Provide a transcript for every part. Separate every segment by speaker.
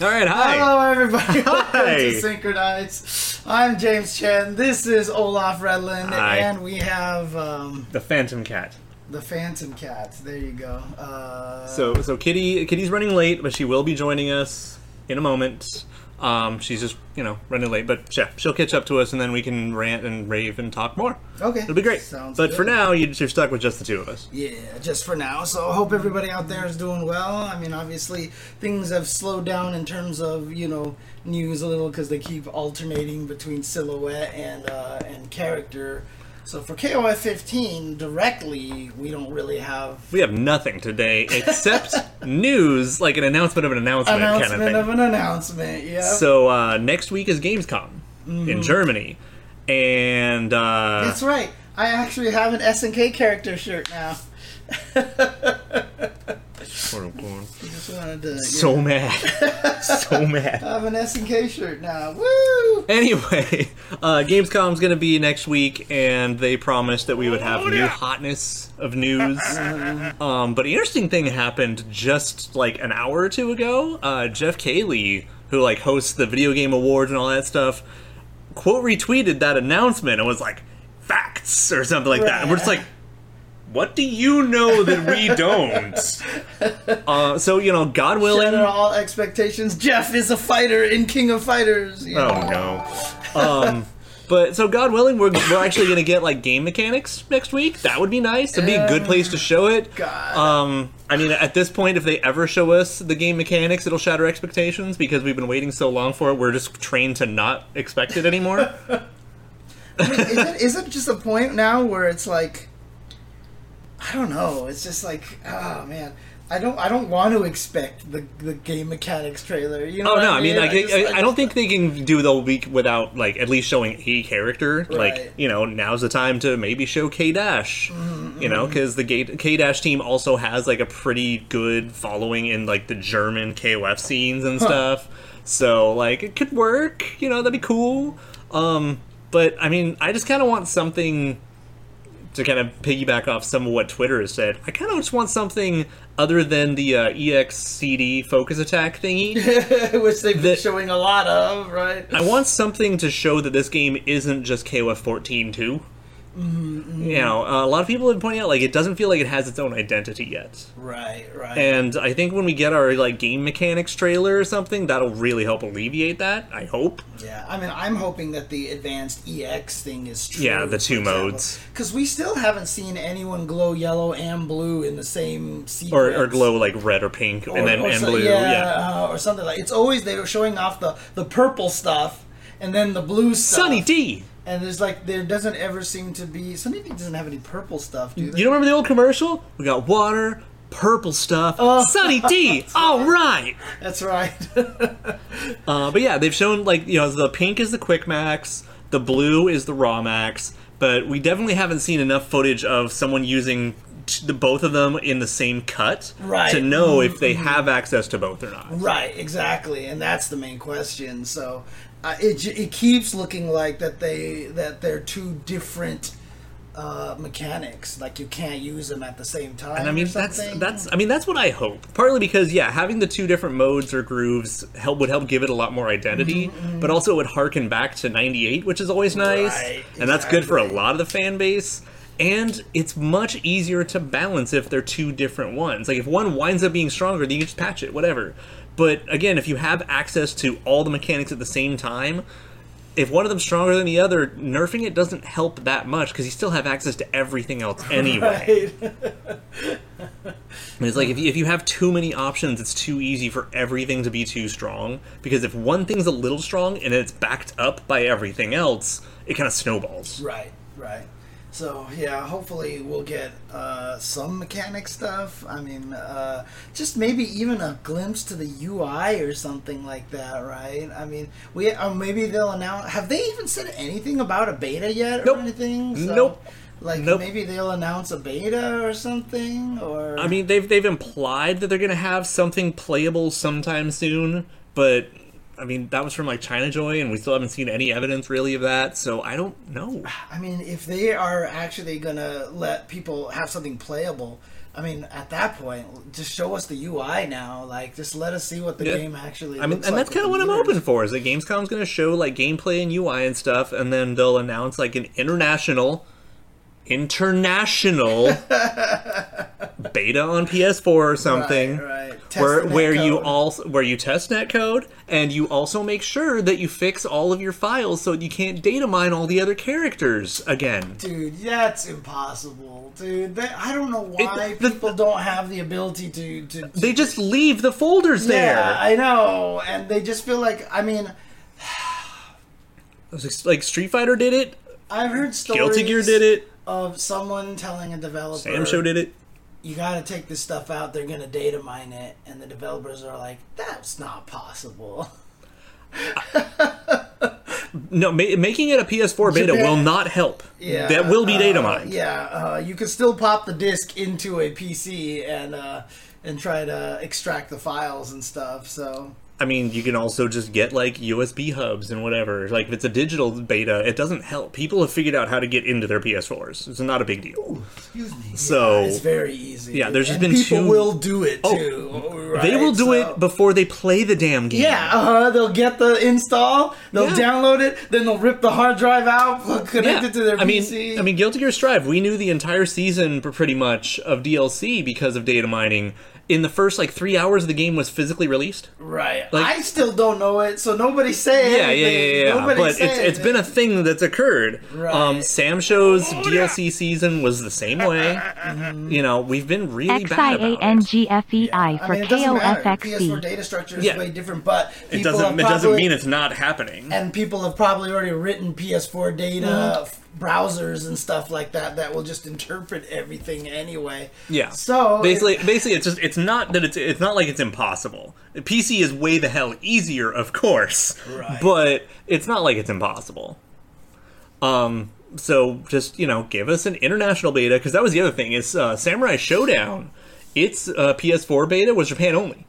Speaker 1: All right, hi.
Speaker 2: Hello, everybody. Welcome
Speaker 1: Hi.
Speaker 2: to Synchronize. I'm James Chen. This is Olaf Redlin,
Speaker 1: Hi.
Speaker 2: and we have um,
Speaker 1: The Phantom Cat.
Speaker 2: the Phantom Cat. There you go. Uh,
Speaker 1: So, so Kitty, Kitty's running late, but she will be joining us in a moment. Um, she's just, you know, running late, but yeah, she'll catch up to us, and then we can rant and rave and talk more.
Speaker 2: okay,
Speaker 1: It'll be great.
Speaker 2: Sounds
Speaker 1: but for
Speaker 2: good.
Speaker 1: now, you- you're stuck with just the two of us.
Speaker 2: yeah, just for now. So I hope everybody out there is doing well. I mean, obviously things have slowed down in terms of you know news a little because they keep alternating between silhouette and uh, and character. So for KOF 15 directly, we don't really have
Speaker 1: We have nothing today except news, like an announcement of an announcement,
Speaker 2: announcement
Speaker 1: kind of thing.
Speaker 2: of an announcement. Yeah.
Speaker 1: so uh, next week is Gamescom
Speaker 2: Mm-hmm.
Speaker 1: in Germany, and uh,
Speaker 2: That's right. I actually have an SNK character shirt now. Just wanted to,
Speaker 1: so mad, so mad.
Speaker 2: yeah. I have an SNK shirt now. Woo!
Speaker 1: Anyway, uh, Gamescom's going to be next week, and they promised that we would have new hotness of news. um, but an interesting thing happened just like an hour or two ago. Uh, Jeff Cayley, who like hosts the video game awards and all that stuff, quote retweeted that announcement and was like, "Facts" or something like that. And we're just like, "What do you know that we don't?" uh, so you know, God willing,
Speaker 2: Shatter all expectations. Jeff is a fighter in King of Fighters. you know.
Speaker 1: Oh no. Um, but so God willing, we're we're actually gonna get like game mechanics next week. That would be nice. It'd be a good place to show it.
Speaker 2: God.
Speaker 1: Um, I mean, at this point, if they ever show us the game mechanics, it'll shatter expectations because we've been waiting so long for it. We're just trained to not expect it anymore. Oh.
Speaker 2: is, it, is it just a point now where it's like, I don't know. It's just like, oh man. I don't. I don't want to expect the the game mechanics trailer. You know.
Speaker 1: Oh
Speaker 2: what
Speaker 1: no! I mean, like, I,
Speaker 2: just-
Speaker 1: I,
Speaker 2: just-
Speaker 1: don't think they can do the week without like at least showing a character.
Speaker 2: Right.
Speaker 1: Like, you know, now's the time to maybe show K Dash.
Speaker 2: Mm-hmm,
Speaker 1: You know, because the K Dash team also has like a pretty good following in like the German KOF scenes and stuff. So like, it could work. You know, that'd be cool. Um, but I mean, I just kind of want something to kind of piggyback off some of what Twitter has said, I kind of just want something other than the uh, EXCD focus attack thingy.
Speaker 2: which they've been
Speaker 1: that-
Speaker 2: showing a lot of, right?
Speaker 1: I want something to show that this game isn't just KOF 14 too.
Speaker 2: Mm-hmm.
Speaker 1: You know, uh, a lot of people have been pointing out like it doesn't feel like it has its own identity yet.
Speaker 2: Right. Right.
Speaker 1: And I think when we get our like game mechanics trailer or something, that'll really help alleviate that. I hope.
Speaker 2: Yeah, I mean, I'm hoping that the advanced EX thing is true.
Speaker 1: Yeah, the two modes.
Speaker 2: Because we still haven't seen anyone glow yellow and blue in the same sequence.
Speaker 1: Or, or glow like red or pink, and then
Speaker 2: or
Speaker 1: and
Speaker 2: so-
Speaker 1: blue. yeah.
Speaker 2: uh, or something like. It's always they were showing off the the purple stuff. And then the blue stuff.
Speaker 1: Sunny D.
Speaker 2: And there's like, there doesn't ever seem to be. Sunny D doesn't have any purple stuff, do they?
Speaker 1: You don't remember the old commercial? We got water, purple stuff,
Speaker 2: Oh.
Speaker 1: Sunny D. All right.
Speaker 2: That's right.
Speaker 1: Uh, but yeah, they've shown like you know the pink is the quick max, the blue is the raw max, but we definitely haven't seen enough footage of someone using t- the both of them in the same cut
Speaker 2: Right.
Speaker 1: to know if they have access to both or not.
Speaker 2: Right, exactly, and that's the main question. So uh, it j- it keeps looking like that they that they're two different uh, mechanics. Like you can't use them at the same time.
Speaker 1: And I mean
Speaker 2: or
Speaker 1: that's
Speaker 2: something.
Speaker 1: that's I mean that's what I hope. Partly because yeah, having the two different modes or grooves help would help give it a lot more identity, but also it would harken back to 98, which is always nice.
Speaker 2: Mm-hmm, Right,
Speaker 1: And that's good for a
Speaker 2: exactly.
Speaker 1: lot of the fan base. And it's much easier to balance if they're two different ones. Like if one winds up being stronger, then you just patch it, whatever. But again, if you have access to all the mechanics at the same time, if one of them's stronger than the other, nerfing it doesn't help that much because you still have access to everything else anyway. And It's like if you, if you have too many options, it's too easy for everything to be too strong. Because if one thing's a little strong and it's backed up by everything else, it kind of snowballs.
Speaker 2: right, right. So yeah, hopefully we'll get uh, some mechanic stuff. I mean, uh, just maybe even a glimpse to the UI or something like that, right? I mean, we or maybe they'll announce. Have they even said anything about a beta yet or
Speaker 1: Nope.
Speaker 2: anything?
Speaker 1: Nope.
Speaker 2: Like
Speaker 1: Nope.
Speaker 2: maybe they'll announce a beta or something, or
Speaker 1: I mean, they've they've implied that they're gonna have something playable sometime soon, but I mean that was from like China Joy, and we still haven't seen any evidence really of that. So I don't know.
Speaker 2: I mean, if they are actually gonna let people have something playable, I mean, at that point, just show us the UI now. Like, just let us see what the
Speaker 1: Yeah.
Speaker 2: game actually.
Speaker 1: I mean,
Speaker 2: looks
Speaker 1: and
Speaker 2: like
Speaker 1: that's kind of
Speaker 2: with
Speaker 1: what
Speaker 2: the
Speaker 1: I'm
Speaker 2: years.
Speaker 1: hoping for is that Gamescom's going to show like gameplay and UI and stuff, and then they'll announce like an international, international beta on PS4 or something,
Speaker 2: Right, right. Test
Speaker 1: where
Speaker 2: net
Speaker 1: where you
Speaker 2: code.
Speaker 1: also where you test netcode and you also make sure that you fix all of your files so you can't data mine all the other characters again.
Speaker 2: Dude, that's impossible, dude. That, I don't know why
Speaker 1: It- the-
Speaker 2: people don't have the ability to. to, to
Speaker 1: They just leave the folders there.
Speaker 2: yeah, I know, and they just feel like. I mean,
Speaker 1: It was like- like Street Fighter did it,
Speaker 2: I've heard stories.
Speaker 1: Guilty Gear did it,
Speaker 2: Of someone telling a developer,
Speaker 1: Sam Show did it.
Speaker 2: you got to take this stuff out. They're gonna data mine it, and the developers are like, "That's not possible."
Speaker 1: No, ma- making it a PS4 beta
Speaker 2: Japan-
Speaker 1: will not help.
Speaker 2: Yeah,
Speaker 1: that will be data mined.
Speaker 2: Yeah, uh, you could still pop the disk into a PC and uh, and try to extract the files and stuff. So
Speaker 1: I mean, you can also just get like USB hubs and whatever. Like if it's a digital beta, it doesn't help. People have figured out how to get into their PS4s. It's not a big deal.
Speaker 2: excuse me.
Speaker 1: So-
Speaker 2: it's very easy.
Speaker 1: Yeah, there's just
Speaker 2: And
Speaker 1: been
Speaker 2: people
Speaker 1: two- Oh,
Speaker 2: will do it too. right?
Speaker 1: they will do
Speaker 2: So-
Speaker 1: it before they play the damn game.
Speaker 2: Yeah, uh-huh, they'll get the install, they'll
Speaker 1: Yeah.
Speaker 2: download it, then they'll rip the hard drive out, connect
Speaker 1: Yeah.
Speaker 2: it to their
Speaker 1: I mean,
Speaker 2: PC.
Speaker 1: I mean, Guilty Gear Strive. We knew the entire season, pr- pretty much, of DLC because of data mining. In the first like three hours, the game was physically released.
Speaker 2: right.
Speaker 1: like-
Speaker 2: I still don't know it, so nobody say
Speaker 1: Yeah, yeah,
Speaker 2: anything.
Speaker 1: yeah, yeah.
Speaker 2: Nobody
Speaker 1: but
Speaker 2: say
Speaker 1: it's it's been a
Speaker 2: anything.
Speaker 1: thing that's occurred.
Speaker 2: Right.
Speaker 1: Um, Sam Show's DLC season was the same way.
Speaker 2: Mm-hmm.
Speaker 1: You know, we've been really bad about it.
Speaker 3: XIANGFEI
Speaker 2: I
Speaker 3: for
Speaker 2: mean, it doesn't matter. PS4
Speaker 3: KOFXB.
Speaker 2: data structure is
Speaker 1: Yeah.
Speaker 2: way different, but people
Speaker 1: It
Speaker 2: have
Speaker 1: doesn't. It doesn't
Speaker 2: probably-
Speaker 1: mean it's not happening.
Speaker 2: and people have probably already written PS4 data
Speaker 1: Mm-hmm.
Speaker 2: f- browsers and stuff like that that will just interpret everything anyway.
Speaker 1: Yeah.
Speaker 2: So
Speaker 1: basically, basically, it's just it's not that it's it's not like it's impossible. The PC is way the hell easier, of course,
Speaker 2: Right.
Speaker 1: but it's not like it's impossible. Um. So just you know, give us an international beta because that was the other thing is uh, Samurai Showdown. Its uh, PS4 beta was Japan only.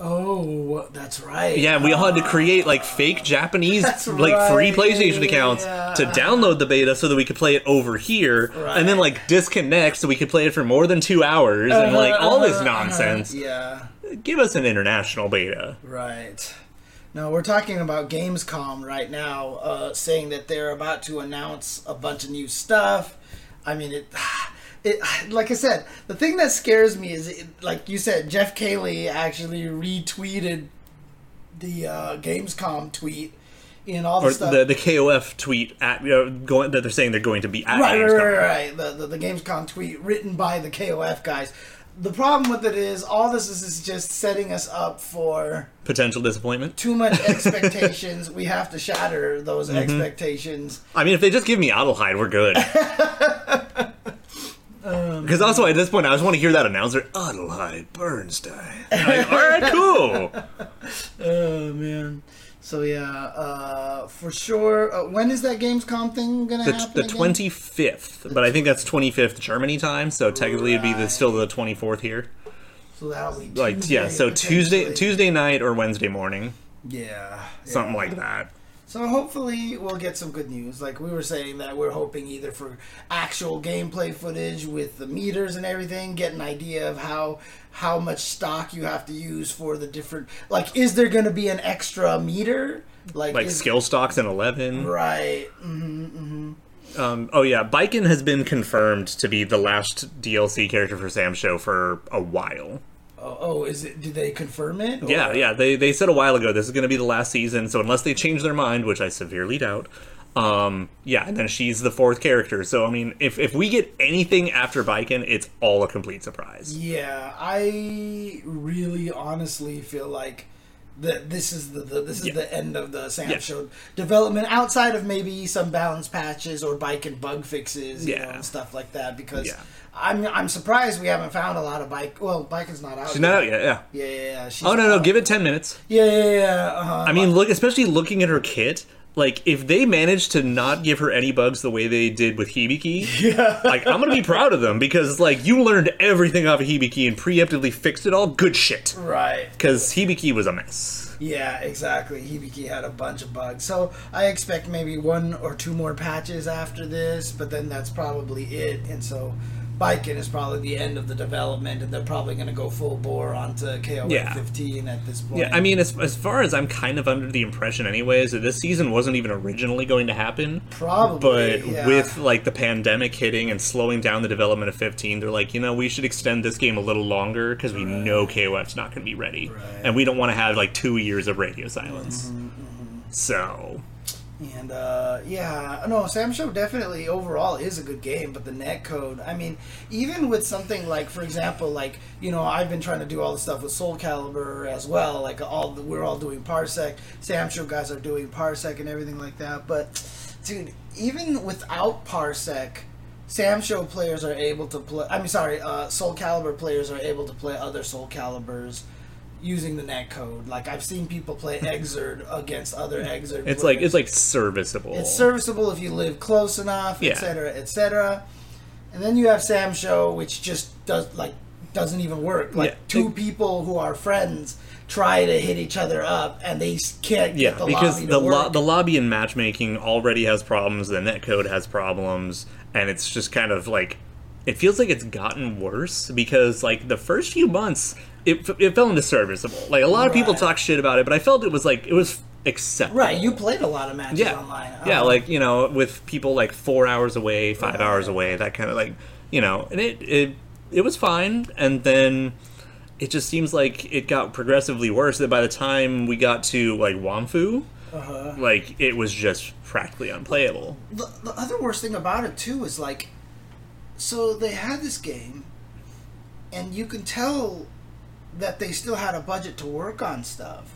Speaker 2: oh, that's right.
Speaker 1: Yeah, we all had to create like fake Japanese,
Speaker 2: That's
Speaker 1: like free
Speaker 2: right,
Speaker 1: PlayStation accounts to
Speaker 2: yeah.
Speaker 1: download the beta so that we could play it over here, and then like disconnect so we could play it for more than two hours and like all this
Speaker 2: Uh-huh.
Speaker 1: nonsense.
Speaker 2: Uh, Yeah.
Speaker 1: Give us an international beta.
Speaker 2: Right. No, we're talking about Gamescom right now, uh, saying that they're about to announce a bunch of new stuff. I mean, it, it, like I said, the thing that scares me is, it, like you said, Jeff Cayley actually retweeted the uh, Gamescom tweet and all the
Speaker 1: Or
Speaker 2: stuff.
Speaker 1: the the KOF tweet at uh, going that they're saying they're going to be at
Speaker 2: right, right,
Speaker 1: Gamescom.
Speaker 2: right, right, right. The, the the Gamescom tweet written by the KOF guys. The problem with it is, all this is, is just setting us up for.
Speaker 1: potential disappointment.
Speaker 2: too much expectations. we have to shatter those
Speaker 1: Mm-hmm.
Speaker 2: expectations.
Speaker 1: I mean, if they just give me Adelheid, we're good. Because also at this point, I just want to hear that announcer Adelheid Bernstein. Like, All right, cool.
Speaker 2: Oh man. So yeah, uh, for sure. Uh, when is that Gamescom thing gonna
Speaker 1: the,
Speaker 2: happen?
Speaker 1: the
Speaker 2: again?
Speaker 1: 25th but i think that's 25th germany time so technically it'd be the, still the 24th here
Speaker 2: So that'll be
Speaker 1: like yeah so tuesday
Speaker 2: potentially.
Speaker 1: tuesday night or wednesday morning
Speaker 2: Yeah.
Speaker 1: something
Speaker 2: yeah.
Speaker 1: like that
Speaker 2: So hopefully we'll get some good news. Like we were saying that we're hoping either for actual gameplay footage with the meters and everything, get an idea of how how much stock you have to use for the different like is there going to be an extra meter? Like
Speaker 1: like
Speaker 2: is-
Speaker 1: skill stocks in 11
Speaker 2: right.
Speaker 1: um, oh yeah biken has been confirmed to be the last dlc character for sam show for a while
Speaker 2: Oh, oh, is it? Did they confirm it? or-
Speaker 1: yeah yeah they, they said a while ago this is going to be the last season so unless they change their mind which i severely doubt um yeah and then she's the fourth character so i mean if if we get anything after biken it's all a complete surprise
Speaker 2: Yeah, I really, honestly feel like that this is the, the this is
Speaker 1: Yeah.
Speaker 2: the end of the Sam
Speaker 1: Yeah.
Speaker 2: Show development, outside of maybe some balance patches or bike and bug fixes, you know,
Speaker 1: Yeah.
Speaker 2: and stuff like that. Because
Speaker 1: Yeah.
Speaker 2: I'm I'm surprised we haven't found a lot of bike. Well, bike is not out.
Speaker 1: She's not out yet. Yeah.
Speaker 2: Yeah, yeah, yeah. She's
Speaker 1: Oh no, no.
Speaker 2: out.
Speaker 1: Give it ten minutes.
Speaker 2: Yeah, yeah, yeah. Uh-huh.
Speaker 1: I mean, look, especially looking at her kit. Like, if they manage to not give her any bugs the way they did with Hibiki, like I'm gonna be proud of them because like you learned everything off of Hibiki and preemptively fixed it all. Good shit.
Speaker 2: Right.
Speaker 1: Because Hibiki was a mess.
Speaker 2: Yeah, exactly. Hibiki had a bunch of bugs. So I expect maybe one or two more patches after this, but then that's probably it. And so Biken is probably the end of the development, and they're probably going to go full bore onto KOF
Speaker 1: Yeah.
Speaker 2: 15 at this point.
Speaker 1: Yeah, I mean, as, as far as I'm kind of under the impression, anyways, that this season wasn't even originally going to happen.
Speaker 2: Probably,
Speaker 1: But
Speaker 2: yeah.
Speaker 1: with like the pandemic hitting and slowing down the development of 15, they're like, you know, we should extend this game a little longer because we know KOF's not going to be ready, and we don't want to have like two years of radio silence.
Speaker 2: Mm-hmm,
Speaker 1: So
Speaker 2: And uh, yeah, no, Sam Show definitely overall is a good game, but the net code, I mean, even with something like, for example, like you know, I've been trying to do all the stuff with Soul Calibur as well. Like all the, we're all doing Parsec, Sam Show guys are doing Parsec and everything like that. But dude, even without Parsec, Sam Show players are able to play. I mean, sorry, uh, Soul Calibur players are able to play other Soul Calibers. Using the net code, like I've seen people play Exerd against other Exerd.
Speaker 1: it's like
Speaker 2: players.
Speaker 1: it's like serviceable.
Speaker 2: It's serviceable if you live close enough,
Speaker 1: Yeah.
Speaker 2: etc., etc. And then you have Sam Show, which just does like doesn't even work. Like
Speaker 1: Yeah.
Speaker 2: two people who are friends try to hit each other up, and they s- can't
Speaker 1: yeah,
Speaker 2: get the
Speaker 1: because
Speaker 2: lobby to
Speaker 1: the
Speaker 2: work.
Speaker 1: lo- the lobby and matchmaking already has problems. The netcode has problems, and it's just kind of like it feels like it's gotten worse because like the first few months it, f- it fell into serviceable. Like a lot of people
Speaker 2: Right.
Speaker 1: talk shit about it, but I felt it was like it was acceptable.
Speaker 2: right, you played a lot of matches
Speaker 1: Yeah.
Speaker 2: online.
Speaker 1: Yeah,
Speaker 2: Uh,
Speaker 1: like you know, with people like four hours away, five hours away, that kind of like you know, and it it it was fine, and then it just seems like it got progressively worse. That by the time we got to like Wamfu,
Speaker 2: Uh-huh.
Speaker 1: like it was just practically unplayable.
Speaker 2: the, the other worst thing about it too is like so they had this game and you can tell that they still had a budget to work on stuff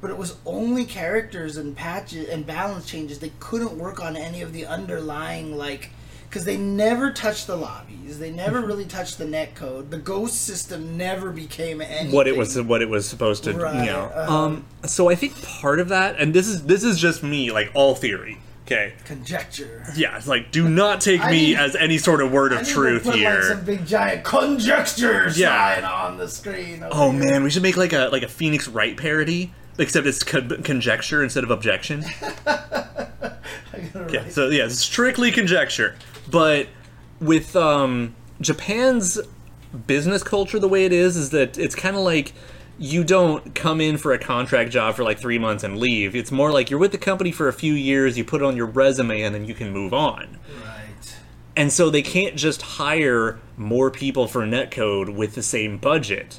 Speaker 2: but it was only characters and patches and balance changes they couldn't work on any of the underlying like because they never touched the lobbies they never
Speaker 1: Mm-hmm.
Speaker 2: really touched the net code the ghost system never became anything
Speaker 1: what it was what it was supposed to
Speaker 2: Right,
Speaker 1: you know
Speaker 2: um,
Speaker 1: um, so i think part of that and this is this is just me like all theory okay
Speaker 2: conjecture
Speaker 1: yeah it's like do not take me
Speaker 2: need-
Speaker 1: as any sort of word
Speaker 2: I
Speaker 1: of
Speaker 2: need to
Speaker 1: truth
Speaker 2: put,
Speaker 1: here
Speaker 2: like some big giant conjecture
Speaker 1: Yeah.
Speaker 2: sign on the screen over
Speaker 1: Oh
Speaker 2: here.
Speaker 1: man, we should make like a like a Phoenix Wright parody, except it's con- conjecture instead of objection.
Speaker 2: Right.
Speaker 1: Yeah, so yeah, strictly conjecture. But with um, Japan's business culture, the way it is, is that it's kind of like you don't come in for a contract job for like three months and leave. It's more like you're with the company for a few years, you put it on your resume, and then you can move on.
Speaker 2: Right.
Speaker 1: And so they can't just hire more people for netcode with the same budget.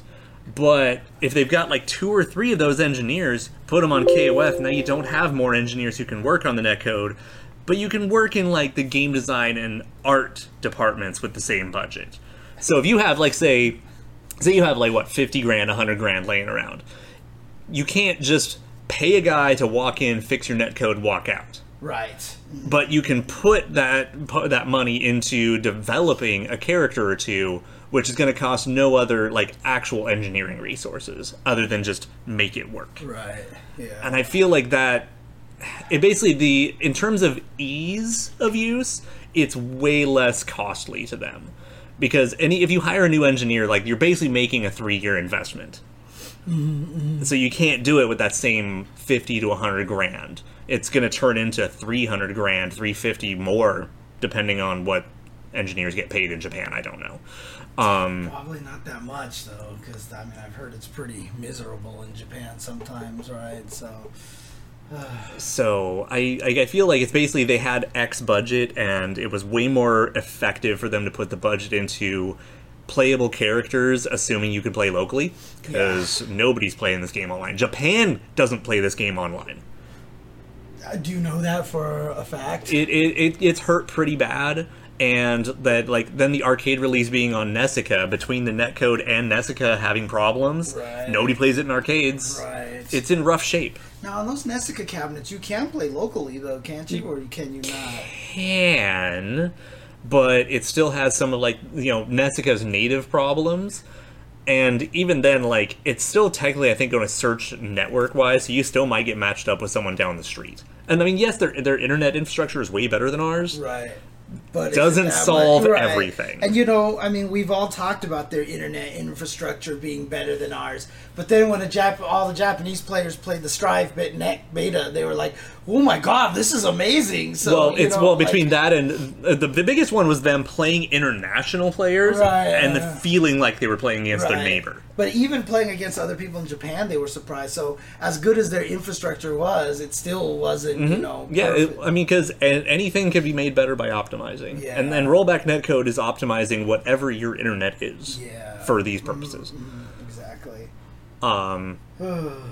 Speaker 1: But if they've got like two or three of those engineers, put them on KOF, now you don't have more engineers who can work on the netcode, but you can work in like the game design and art departments with the same budget. So if you have like say say you have like what 50 grand, 100 grand laying around, you can't just pay a guy to walk in, fix your netcode, walk out
Speaker 2: Right.
Speaker 1: but you can put that put that money into developing a character or two which is going to cost no other like actual engineering resources other than just make it work
Speaker 2: Right. Yeah.
Speaker 1: and i feel like that it basically the in terms of ease of use it's way less costly to them because any if you hire a new engineer like you're basically making a 3 year investment so you can't do it with that same 50 to 100 grand it's going to turn into 300 grand 350 more depending on what engineers get paid in japan i don't know um,
Speaker 2: Probably not that much though, because I mean I've heard it's pretty miserable in Japan sometimes, right? So
Speaker 1: so I, I i feel like it's basically they had x budget and it was way more effective for them to put the budget into playable characters assuming you can play locally because nobody's playing this game online japan doesn't play this game online
Speaker 2: uh, do you know that for a fact?
Speaker 1: it, it, it it's hurt pretty bad and that like then the arcade release being on Nessica between the netcode and Nessica having problems
Speaker 2: Right.
Speaker 1: nobody plays it in arcades
Speaker 2: Right.
Speaker 1: it's in rough shape
Speaker 2: now on those Nessica cabinets, you can play locally though, can't you? Or can you not?
Speaker 1: can but it still has some of like you know Nessica's native problems and even then like it's still technically I think going to search network wise so you still might get matched up with someone down the street and I mean yes their their internet infrastructure is way better than ours
Speaker 2: Right. but
Speaker 1: Doesn't
Speaker 2: it's that
Speaker 1: solve
Speaker 2: much- right.
Speaker 1: everything.
Speaker 2: And you know, I mean, we've all talked about their internet infrastructure being better than ours, but then when the Jap- all the Japanese players played the Strive bit net beta, they were like, "Oh my god, this is amazing!" So
Speaker 1: well,
Speaker 2: you
Speaker 1: it's
Speaker 2: know,
Speaker 1: well
Speaker 2: like-
Speaker 1: between that and uh, the, the biggest one was them playing international players
Speaker 2: Right,
Speaker 1: and
Speaker 2: yeah.
Speaker 1: the feeling like they were playing against their
Speaker 2: Right.
Speaker 1: neighbor.
Speaker 2: But even playing against other people in Japan, they were surprised. So as good as their infrastructure was, it still wasn't, you know.
Speaker 1: Mm-hmm. Yeah, it,
Speaker 2: perfect.
Speaker 1: I mean, because anything can be made better by optimizing,
Speaker 2: Yeah.
Speaker 1: and then rollback netcode is optimizing whatever your internet is
Speaker 2: Yeah. Mm-hmm.
Speaker 1: for these purposes.
Speaker 2: exactly.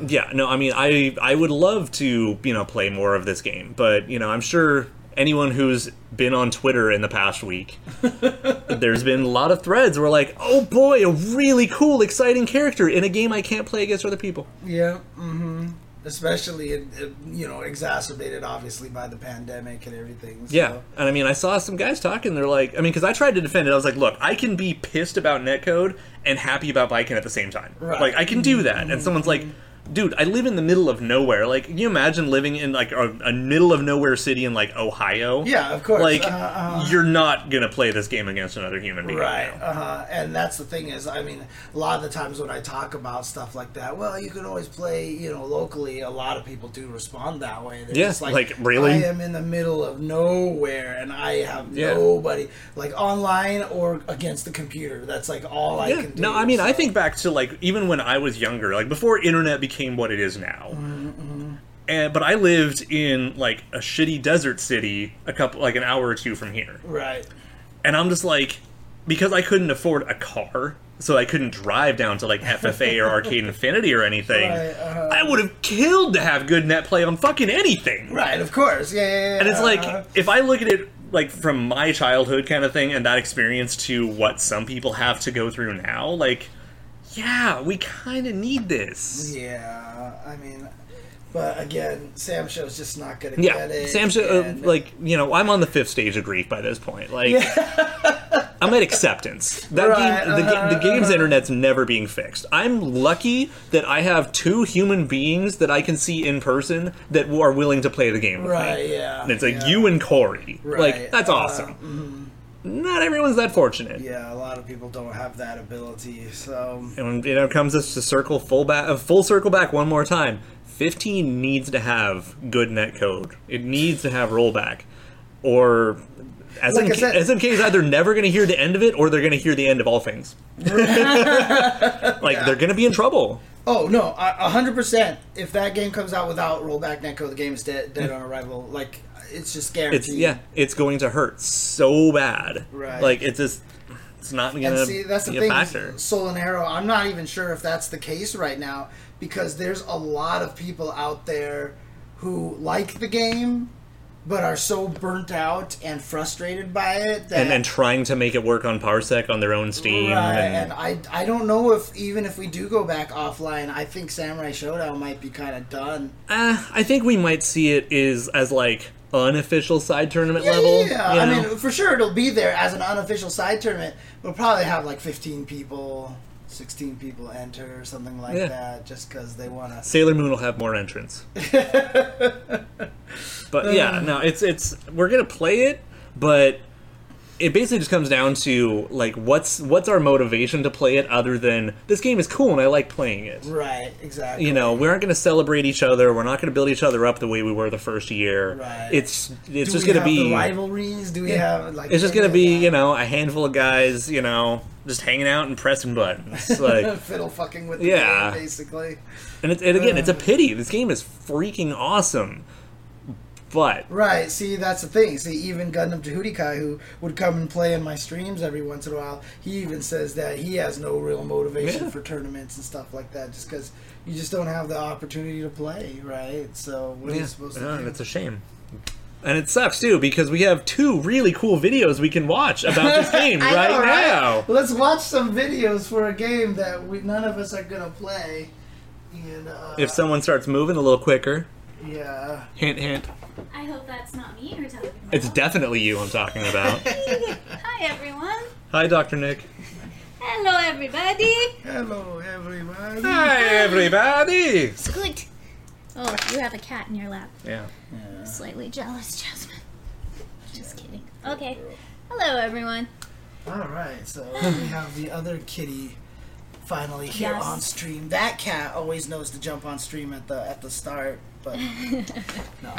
Speaker 1: Yeah, no, I mean, I I would love to you know play more of this game, but you know, I'm sure anyone who's been on Twitter in the past week, there's been a lot of threads where like, oh boy, a really cool, exciting character in a game I can't play against other people.
Speaker 2: Yeah. Mm-hmm. Especially, it, it, you know, exacerbated obviously by the pandemic and everything. So.
Speaker 1: Yeah, and I mean, I saw some guys talking. They're like, I mean, because I tried to defend it. I was like, look, I can be pissed about netcode and happy about Viking at the same time.
Speaker 2: Right. Mm-hmm.
Speaker 1: Like, I can do that. And someone's like, dude, I live in the middle of nowhere. Like, can you imagine living in like a, a middle of nowhere city in like Ohio?
Speaker 2: Yeah, of course.
Speaker 1: Like,
Speaker 2: Uh, uh.
Speaker 1: you're not gonna play this game against another human being.
Speaker 2: Right.
Speaker 1: now.
Speaker 2: Uh huh. And that's the thing is, I mean, a lot of the times when I talk about stuff like that, well, you can always play, you know, locally. A lot of people do respond that way. They're
Speaker 1: Yeah,
Speaker 2: just
Speaker 1: like, really?
Speaker 2: I am in the middle of nowhere, and I have
Speaker 1: Yeah.
Speaker 2: nobody like online or against the computer. That's like all I
Speaker 1: Yeah.
Speaker 2: can do.
Speaker 1: No, I mean, I
Speaker 2: so-
Speaker 1: think back to like even when I was younger, like before internet became what it is now.
Speaker 2: Mm-hmm.
Speaker 1: And but I lived in like a shitty desert city, a couple like an hour or two from here,
Speaker 2: right.
Speaker 1: and I'm just like, because I couldn't afford a car, so I couldn't drive down to like FFA or Arcade Infinity or anything.
Speaker 2: Right, uh-huh.
Speaker 1: I would have killed to have good net play on fucking anything.
Speaker 2: Right. Of course. Yeah. yeah, yeah
Speaker 1: And it's
Speaker 2: uh-huh.
Speaker 1: like if I look at it like from my childhood kind of thing and that experience to what some people have to go through now, like yeah, we kind of need this.
Speaker 2: Yeah. I mean. But again, Sam Show's just not gonna
Speaker 1: Yeah,
Speaker 2: get it.
Speaker 1: Sam, uh,
Speaker 2: and-
Speaker 1: like you know, I'm on the fifth stage of grief by this point. Like, I'm at acceptance. That
Speaker 2: Right,
Speaker 1: game, the, ga-
Speaker 2: uh-huh,
Speaker 1: the game's internet's never being fixed. I'm lucky that I have two human beings that I can see in person that are willing to play the game with me.
Speaker 2: Right. Yeah.
Speaker 1: And it's like
Speaker 2: yeah.
Speaker 1: you and Corey. Like
Speaker 2: Right,
Speaker 1: that's
Speaker 2: uh, mm-hmm.
Speaker 1: awesome. Not everyone's that fortunate.
Speaker 2: Yeah, a lot of people don't have that ability. So
Speaker 1: And when, you know, it comes us to circle full back, uh, full circle back one more time. Fifteen needs to have good net code. It needs to have rollback, or as
Speaker 2: Like I
Speaker 1: SMK,
Speaker 2: said-
Speaker 1: SMK is either never going to hear the end of it, or they're going to hear the end of all things. like they're going to be in trouble.
Speaker 2: Oh no, a a hundred percent. If that game comes out without rollback netcode, the game is dead, dead on arrival. Like it's just guaranteed.
Speaker 1: It's yeah, it's going to hurt so bad.
Speaker 2: Right.
Speaker 1: Like it's just, it's not going
Speaker 2: And
Speaker 1: to
Speaker 2: see, that's the
Speaker 1: uh, be
Speaker 2: thing.
Speaker 1: a factor.
Speaker 2: is Soul and Arrow. I'm not even sure if that's the case right now because there's a lot of people out there who like the game, but are so burnt out and frustrated by it that
Speaker 1: And then trying to make it work on Parsec on their own Steam.
Speaker 2: Right,
Speaker 1: and-
Speaker 2: and I, I don't know if even if we do go back offline, I think Samurai Showdown might be kind of done.
Speaker 1: Uh, I think we might see it is as like unofficial side tournament level.
Speaker 2: Yeah,
Speaker 1: you
Speaker 2: I
Speaker 1: know?
Speaker 2: mean, for sure it'll be there as an unofficial side tournament. We'll probably have like 15 people, 16 people enter or something like
Speaker 1: Yeah.
Speaker 2: that, just because they want to.
Speaker 1: Sailor Moon will have more entrants.
Speaker 2: Uh.
Speaker 1: but yeah, no, it's it's we're gonna play it, but it basically just comes down to like what's what's our motivation to play it other than this game is cool and I like playing it.
Speaker 2: Right, exactly.
Speaker 1: You know, we aren't going to celebrate each other. We're not going to build each other up the way we were the first year.
Speaker 2: Right.
Speaker 1: It's it's
Speaker 2: Do
Speaker 1: just
Speaker 2: we
Speaker 1: going to
Speaker 2: have
Speaker 1: be
Speaker 2: the rivalries. Do we have like?
Speaker 1: It's just gonna be, you know, a handful of guys, you know, just hanging out and pressing buttons. Like,
Speaker 2: fiddle fucking with. The
Speaker 1: Yeah.
Speaker 2: yeah, game, basically.
Speaker 1: and, it's, and again, it's a pity. This game is freaking awesome, but
Speaker 2: Right. See, that's the thing. See, even Gundam Jahudikai, who would come and play in my streams every once in a while, he even says that he has no real motivation
Speaker 1: Yeah.
Speaker 2: for tournaments and stuff like that, just because you just don't have the opportunity to play, right? So what are
Speaker 1: yeah,
Speaker 2: you supposed to
Speaker 1: no,
Speaker 2: do?
Speaker 1: uh, it's a shame. And it sucks too because we have two really cool videos we can watch about this game
Speaker 2: I know,
Speaker 1: right, now.
Speaker 2: Well, let's watch some videos for a game that we, none of us are gonna play. And uh,
Speaker 1: If someone starts moving a little quicker,
Speaker 2: yeah,
Speaker 1: hint, hint.
Speaker 3: I hope that's not me you're talking about.
Speaker 1: It's definitely you I'm talking about.
Speaker 3: Hi, everyone.
Speaker 1: Hi, Doctor Nick.
Speaker 3: Hello, everybody.
Speaker 2: hello everybody.
Speaker 1: Hi, everybody.
Speaker 3: Good. Oh, you have a cat in your lap.
Speaker 1: Yeah.
Speaker 3: Slightly jealous, Jasmine. Just kidding. Okay. Hello, everyone.
Speaker 2: All right, so we have the other kitty finally here
Speaker 3: Yes.
Speaker 2: on stream. That cat always knows to jump on stream at the at the start, but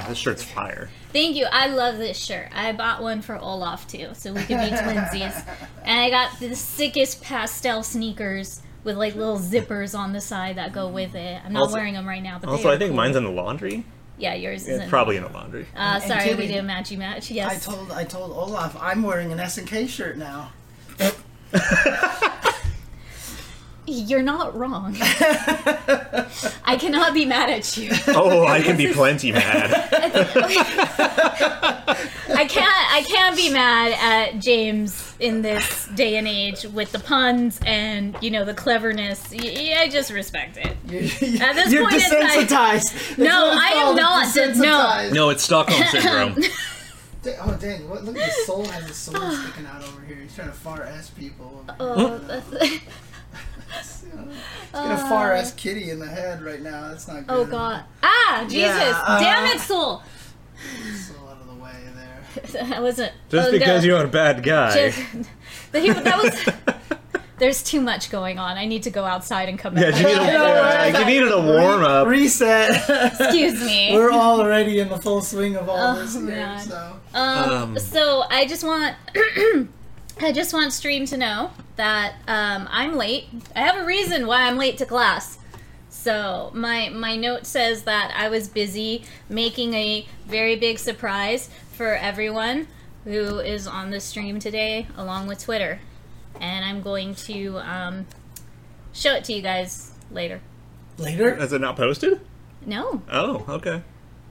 Speaker 1: This shirt's fire.
Speaker 3: Thank you. I love this shirt. I bought one for Olaf too, so we could be twinsies. And I got the sickest pastel sneakers with like little zippers on the side that go with it. I'm not
Speaker 1: Also-
Speaker 3: wearing them right now, but
Speaker 1: Also,
Speaker 3: they are
Speaker 1: I think
Speaker 3: cool.
Speaker 1: mine's in the laundry.
Speaker 3: yeah, yours
Speaker 1: It's
Speaker 3: isn't.
Speaker 1: probably in the laundry.
Speaker 3: Uh,
Speaker 2: And
Speaker 3: sorry, we
Speaker 2: Timmy.
Speaker 3: did a matchy match. Yes.
Speaker 2: I told I told Olaf I'm wearing an SNK shirt now.
Speaker 3: You're not wrong. I cannot be mad at you.
Speaker 1: oh, I can be plenty mad.
Speaker 3: I can't. I can't be mad at James in this day and age with the puns and you know the cleverness. Y- y- I just respect it.
Speaker 2: You're,
Speaker 3: At this
Speaker 2: you're
Speaker 3: point, it's like-
Speaker 2: desensitized. That's
Speaker 3: No,
Speaker 2: what it's
Speaker 3: I am
Speaker 2: called,
Speaker 3: not
Speaker 2: it's
Speaker 3: des- no.
Speaker 2: desensitized.
Speaker 1: No, it's Stockholm syndrome.
Speaker 2: Da- Oh dang! What, look at his soul has his soul sticking out over here. He's trying to far ass people.
Speaker 3: Oh, that's-
Speaker 2: He's got a far ass kitty in the head right now. That's not good.
Speaker 3: Uh, oh God! Ah, Jesus!
Speaker 2: Yeah, uh,
Speaker 3: Damn it, Soul!
Speaker 2: Soul out of the way there.
Speaker 3: That wasn't.
Speaker 1: Just
Speaker 3: oh,
Speaker 1: because
Speaker 3: no.
Speaker 1: you're a bad guy.
Speaker 3: Just- But he- that was. There's too much going on. I need to go outside and come
Speaker 1: Yeah,
Speaker 3: back.
Speaker 1: you, need a, yeah, you needed a warm up.
Speaker 2: Reset.
Speaker 3: Excuse me.
Speaker 2: We're already in the full swing of all
Speaker 3: Oh,
Speaker 2: this here,
Speaker 3: man.
Speaker 2: so
Speaker 1: Um.
Speaker 3: Um, so I just want I just want stream to know that um, I'm late. I have a reason why I'm late to class. So my my note says that I was busy making a very big surprise for everyone who is on the stream today, along with Twitter, and I'm going to um, show it to you guys later.
Speaker 2: later.
Speaker 1: Is it not posted?
Speaker 3: No,
Speaker 1: Oh, okay.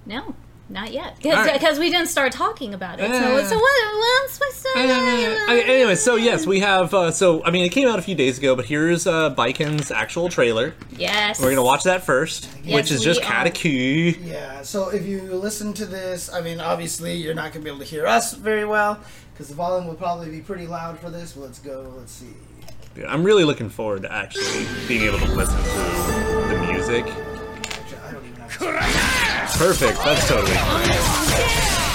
Speaker 3: no, not yet,
Speaker 1: All right. Eh.
Speaker 3: because we didn't start talking about it. so,
Speaker 1: Yeah.
Speaker 3: so what? What's
Speaker 1: Eh, Okay, anyway, so yes, we have. Uh, so I mean, it came out a few days ago, but here's uh, Biken's actual trailer.
Speaker 3: Yes.
Speaker 1: We're gonna watch that first,
Speaker 2: Yes,
Speaker 1: which is just
Speaker 3: we
Speaker 1: kind
Speaker 3: are.
Speaker 1: of cute.
Speaker 2: Yeah. So if you listen to this, I mean, obviously you're not gonna be able to hear us very well because the volume will probably be pretty loud for this. Let's go. Let's see.
Speaker 1: Dude, I'm really looking forward to actually being able to listen to the music.
Speaker 2: Actually, I don't even know.
Speaker 1: Perfect. That's totally. Fine.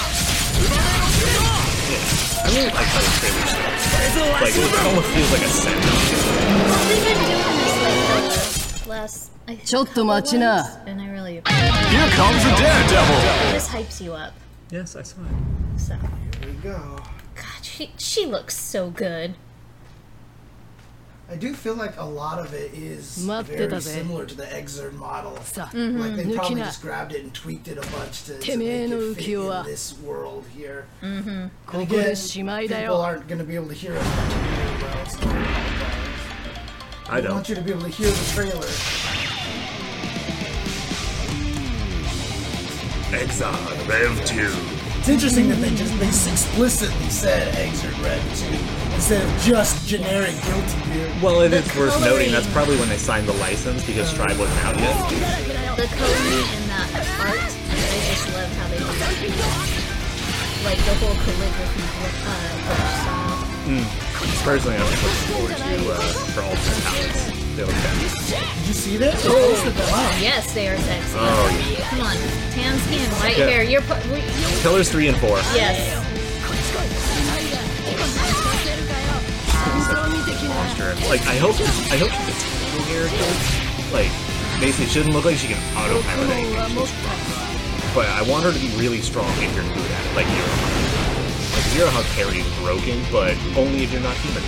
Speaker 1: Yeah, I really like how this trailer starts. Like it almost feels like a send.
Speaker 3: I think I'm doing this like the last. I think,
Speaker 4: ちょっと待ちな
Speaker 3: and I really
Speaker 5: Here comes the daredevil.
Speaker 3: this hypes you up.
Speaker 1: Yes, I saw it.
Speaker 3: So
Speaker 2: Here we go.
Speaker 3: God, she she looks so good.
Speaker 2: I do feel like a lot of it eh? is
Speaker 4: Map data
Speaker 2: very
Speaker 4: there.
Speaker 2: similar to the Exern model.
Speaker 4: さ
Speaker 2: Like they
Speaker 4: Mhm.
Speaker 2: probably
Speaker 4: Nuki na.
Speaker 2: just grabbed it and tweaked it a bunch to, to make it
Speaker 4: てめえの
Speaker 2: fit
Speaker 4: 浮世は
Speaker 2: in this world here.
Speaker 4: ここ
Speaker 2: Again,
Speaker 4: でしまいだ
Speaker 2: people
Speaker 4: よ
Speaker 2: aren't going to be able to hear us particularly well. So
Speaker 1: I
Speaker 2: I
Speaker 1: don't.
Speaker 2: want you to be able to hear the trailer.
Speaker 1: Exxon Rev Two.
Speaker 2: It's interesting that they just they explicitly said Exert Red 2 instead of just generic Guilty Gear.
Speaker 1: Well, it is worth noting
Speaker 3: coloring.
Speaker 1: that's probably when they signed the license because Strive wasn't out yet.
Speaker 3: The coloring in that art, I just love how they do that. Like the whole calligraphy uh, brush style.
Speaker 1: Personally, I'm looking forward to uh, for all the palettes. They look good.
Speaker 2: Did you see that? Oh,
Speaker 3: Yes, they are sexy.
Speaker 1: Oh,
Speaker 3: Come on, tan skin, white
Speaker 1: Yeah.
Speaker 3: hair. You're pu- we- you-
Speaker 1: Pillars three and four.
Speaker 3: yes.
Speaker 1: Monster. Like I hope, I hope the typical character, like Macy shouldn't look like she can autopilot anything, but I want her to be really strong if you're good at it, like Iroha. Like Iroha carries broken, but only if you're not human.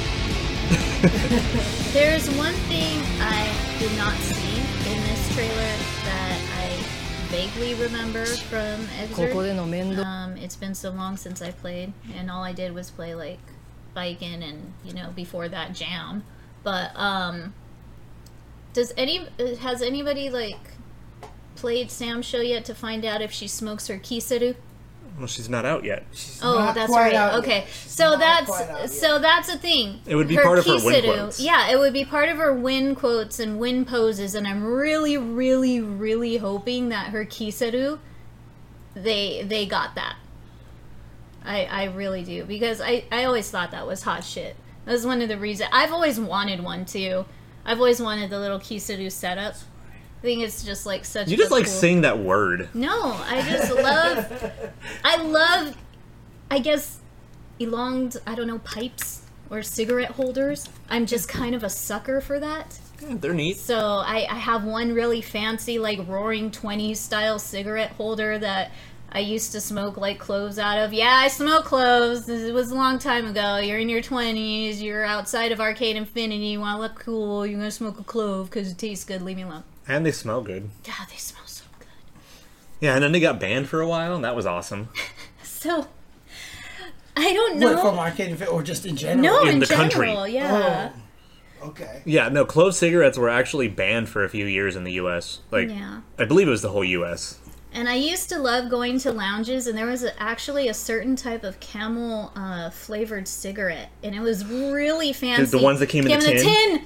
Speaker 3: There is one thing I did not see in this trailer that I vaguely remember from
Speaker 4: こ
Speaker 3: Exert.
Speaker 4: こでの面倒
Speaker 3: Um, it's been so long since I played, and all I did was play like Biken and you know before that Jam. But um, does any has anybody like played Sam show yet to find out if she smokes her kisuru?
Speaker 1: Well, she's not out yet.
Speaker 3: Oh,
Speaker 2: not
Speaker 3: that's
Speaker 2: quite
Speaker 3: right.
Speaker 2: out
Speaker 3: Okay,
Speaker 2: yet. She's
Speaker 3: so
Speaker 2: not quite out yet.
Speaker 3: that's so that's a thing.
Speaker 1: It would be part of her win quotes.
Speaker 3: Yeah, it would be part of her win quotes and win poses, and I'm really, really, really hoping that her kisuru, they they got that. I I really do because I I always thought that was hot shit. That was one of the reasons I've always wanted one too. I've always wanted the little kisuru setup. I think it's just like such.
Speaker 1: You just
Speaker 3: a
Speaker 1: like
Speaker 3: cool...
Speaker 1: saying that word.
Speaker 3: No, I just love. I love. I guess elonged, I don't know, pipes or cigarette holders. I'm just kind of a sucker for that.
Speaker 1: Yeah, they're neat.
Speaker 3: So I, I have one really fancy, like roaring 20s style cigarette holder that I used to smoke like cloves out of. Yeah, I smoke cloves. It was a long time ago. You're in your 20s. You're outside of Arcade Infinity. You want to look cool. You're going to smoke a clove because it tastes good. Leave me alone.
Speaker 1: And they smell good.
Speaker 3: God, they smell so good.
Speaker 1: Yeah, and then they got banned for a while, and that was awesome.
Speaker 3: So I don't know.
Speaker 2: What, from Arcade Infinity or just in general?
Speaker 3: no,
Speaker 1: In
Speaker 3: in,
Speaker 1: the
Speaker 3: general,
Speaker 1: country.
Speaker 3: yeah.
Speaker 2: Okay.
Speaker 1: Yeah, no, clove cigarettes were actually banned for a few years in the U.S. Like,
Speaker 3: Yeah.
Speaker 1: I believe it was the whole U.S.
Speaker 3: And I used to love going to lounges, and there was a, actually a certain type of camel uh, flavored cigarette, and it was really fancy.
Speaker 1: ones that came in the tin?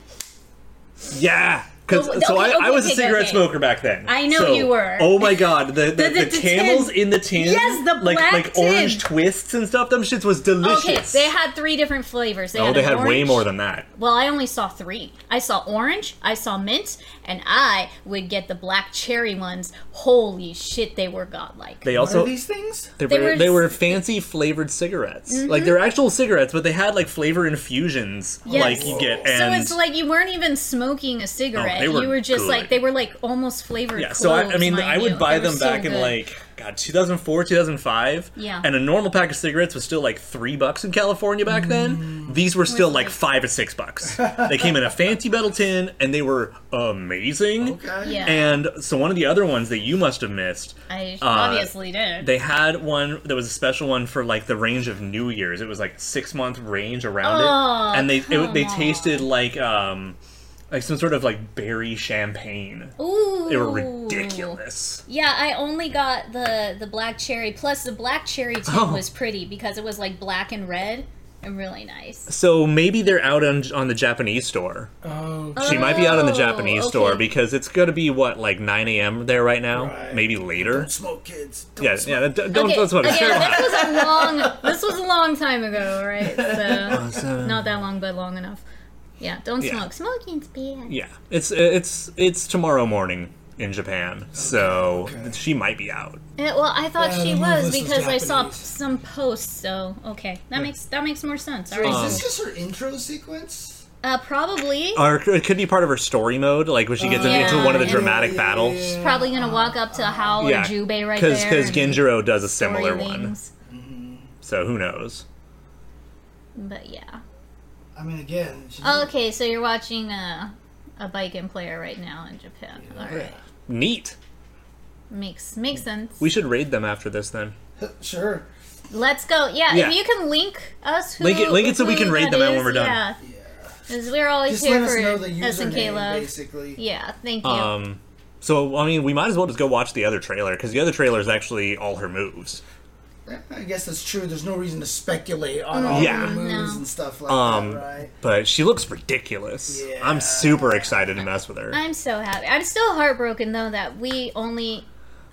Speaker 1: Yeah. 'cause-
Speaker 3: Oh,
Speaker 1: so
Speaker 3: okay,
Speaker 1: I, I was a
Speaker 3: okay, okay,
Speaker 1: cigarette
Speaker 3: okay.
Speaker 1: smoker back then.
Speaker 3: I know
Speaker 1: So-
Speaker 3: you were.
Speaker 1: Oh my god, the the, the,
Speaker 3: the tin.
Speaker 1: camels in the tin.
Speaker 3: Yes, the
Speaker 1: like
Speaker 3: black
Speaker 1: like
Speaker 3: tin.
Speaker 1: orange twists and stuff. Them shits was
Speaker 3: Okay,
Speaker 1: delicious.
Speaker 3: they had three different flavors. They
Speaker 1: oh,
Speaker 3: had
Speaker 1: they
Speaker 3: an
Speaker 1: had way
Speaker 3: orange-
Speaker 1: more than that.
Speaker 3: Well, I only saw three. I saw orange, I saw mint, and I would get the black cherry ones. Holy shit, they were godlike.
Speaker 1: They
Speaker 2: What are
Speaker 1: also
Speaker 2: these things?
Speaker 1: they,
Speaker 3: They
Speaker 1: were,
Speaker 3: were
Speaker 1: they
Speaker 3: s-
Speaker 1: were fancy flavored cigarettes. Like they're actual cigarettes, but they had like flavor infusions.
Speaker 3: Yes.
Speaker 1: Like you get
Speaker 3: so
Speaker 1: and Oh,
Speaker 3: it's like you weren't even smoking a cigarette.
Speaker 1: they were
Speaker 3: you were just
Speaker 1: good.
Speaker 3: like they were like almost flavored.
Speaker 1: Yeah, so I, I
Speaker 3: cloves,
Speaker 1: mean,
Speaker 3: mind
Speaker 1: I would
Speaker 3: you.
Speaker 1: buy
Speaker 3: They were
Speaker 1: them
Speaker 3: so
Speaker 1: back in
Speaker 3: good.
Speaker 1: like God, 2004, 2005.
Speaker 3: Yeah.
Speaker 1: and a normal pack of cigarettes was still like three bucks in California back then. These were still like
Speaker 3: Mm. like-
Speaker 1: five or six bucks. they came in a fancy metal tin, and they were amazing.
Speaker 2: Okay.
Speaker 3: yeah.
Speaker 1: And so one of the other ones that you must have missed,
Speaker 3: I
Speaker 1: uh,
Speaker 3: obviously did.
Speaker 1: they had one that was a special one for like the range of New Year's. It was like six month range around
Speaker 3: Oh,
Speaker 1: it, and they it,
Speaker 3: come
Speaker 1: they tasted like um like some sort of like berry champagne.
Speaker 3: Ooh,
Speaker 1: They were ridiculous.
Speaker 3: Yeah, I only got the the black cherry. Plus, the black cherry tin
Speaker 1: Oh.
Speaker 3: was pretty because it was like black and red and really nice.
Speaker 1: So maybe they're out on, on the Japanese store.
Speaker 2: Oh,
Speaker 3: Uh,
Speaker 1: She might be out on the Japanese
Speaker 3: okay.
Speaker 1: store because it's going to be what like 9 a.m. there right now,
Speaker 2: Right.
Speaker 1: maybe later.
Speaker 2: smoke kids. Don't
Speaker 1: Yeah,
Speaker 2: smoke.
Speaker 1: yeah. d- Don't
Speaker 3: okay,
Speaker 1: don't smoke.
Speaker 3: okay,
Speaker 1: Fair enough.
Speaker 3: this was a long this was a long time ago, right? So not that long, but long enough. Yeah, don't
Speaker 1: Yeah.
Speaker 3: smoke. Smoking's bad.
Speaker 1: Yeah, it's it's it's tomorrow morning in Japan, so she might be out.
Speaker 3: Eh, well, I thought
Speaker 2: Yeah,
Speaker 3: she
Speaker 2: the
Speaker 3: was
Speaker 2: Melissa was
Speaker 3: because I saw
Speaker 2: Japanese.
Speaker 3: some posts. So okay, that makes that makes more sense. All right,
Speaker 2: Is
Speaker 1: Um,
Speaker 2: this just her intro sequence?
Speaker 3: uh, probably
Speaker 1: Or it could be part of her story mode, like when she gets
Speaker 3: Yeah.
Speaker 1: into one of the
Speaker 3: Yeah,
Speaker 1: dramatic
Speaker 2: yeah,
Speaker 1: battles.
Speaker 2: yeah, yeah.
Speaker 3: probably gonna walk up to Hal or
Speaker 1: Yeah,
Speaker 3: Jubei right
Speaker 1: because
Speaker 3: there. and
Speaker 1: Genjiro does a
Speaker 3: story
Speaker 1: similar one,
Speaker 3: things.
Speaker 1: so who knows?
Speaker 3: But yeah.
Speaker 2: I mean, again. She,
Speaker 3: Okay, so you're watching a a bike and player right now in Japan. All right,
Speaker 1: Neat.
Speaker 3: makes makes sense.
Speaker 1: We should raid them after this then.
Speaker 2: Sure.
Speaker 3: Let's go. Yeah,
Speaker 1: Yeah.
Speaker 3: if you can link us, who,
Speaker 1: Link it- link it so we
Speaker 3: who
Speaker 1: can raid
Speaker 3: that
Speaker 1: them out when
Speaker 3: is,
Speaker 1: we're done.
Speaker 3: Yeah, because we're always
Speaker 2: Just
Speaker 3: here
Speaker 2: let us
Speaker 3: for
Speaker 2: know the
Speaker 3: us and
Speaker 2: username,
Speaker 3: Kayla.
Speaker 2: basically.
Speaker 3: Yeah, thank you.
Speaker 1: Um, so I mean, we might as well just go watch the other trailer because the other trailer is actually all her moves.
Speaker 2: I guess that's true. There's no reason to speculate on all
Speaker 1: Yeah.
Speaker 2: the moves
Speaker 3: No.
Speaker 2: and stuff like
Speaker 1: Um,
Speaker 2: that, right?
Speaker 1: But she looks ridiculous.
Speaker 2: Yeah.
Speaker 1: I'm super excited to mess with her.
Speaker 3: I'm so happy. I'm still heartbroken though that we only.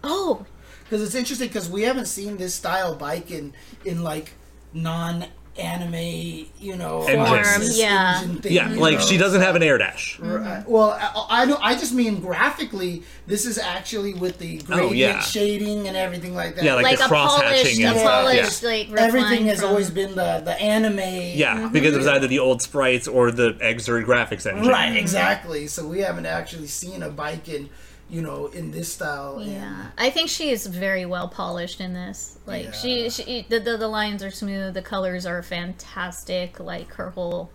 Speaker 3: Oh,
Speaker 2: Because it's interesting because we haven't seen this style bike in in like non anime, you know,
Speaker 1: Engine.
Speaker 2: forms,
Speaker 3: Yeah.
Speaker 2: engine thing,
Speaker 1: yeah,
Speaker 2: you
Speaker 1: like
Speaker 2: know?
Speaker 1: she doesn't have an air dash.
Speaker 2: Right. Well, I, I don't. I just mean graphically. This is actually with the gradient
Speaker 1: Oh, yeah.
Speaker 2: shading and everything like that.
Speaker 1: Yeah, like,
Speaker 3: like
Speaker 1: the
Speaker 3: a
Speaker 1: cross
Speaker 3: polished,
Speaker 1: hatching
Speaker 3: a
Speaker 1: and stuff. Yeah.
Speaker 3: polished, like
Speaker 2: everything
Speaker 3: refined
Speaker 2: has
Speaker 3: from-
Speaker 2: always been the the anime.
Speaker 1: Yeah, because it was either the old sprites or the Exer graphics engine.
Speaker 2: Right. Exactly. So we haven't actually seen a bike in, you know, in this style. and-
Speaker 3: Yeah, I think she is very well polished in this. Like
Speaker 2: Yeah.
Speaker 3: she, she the, the the lines are smooth, the colors are fantastic. Like her whole,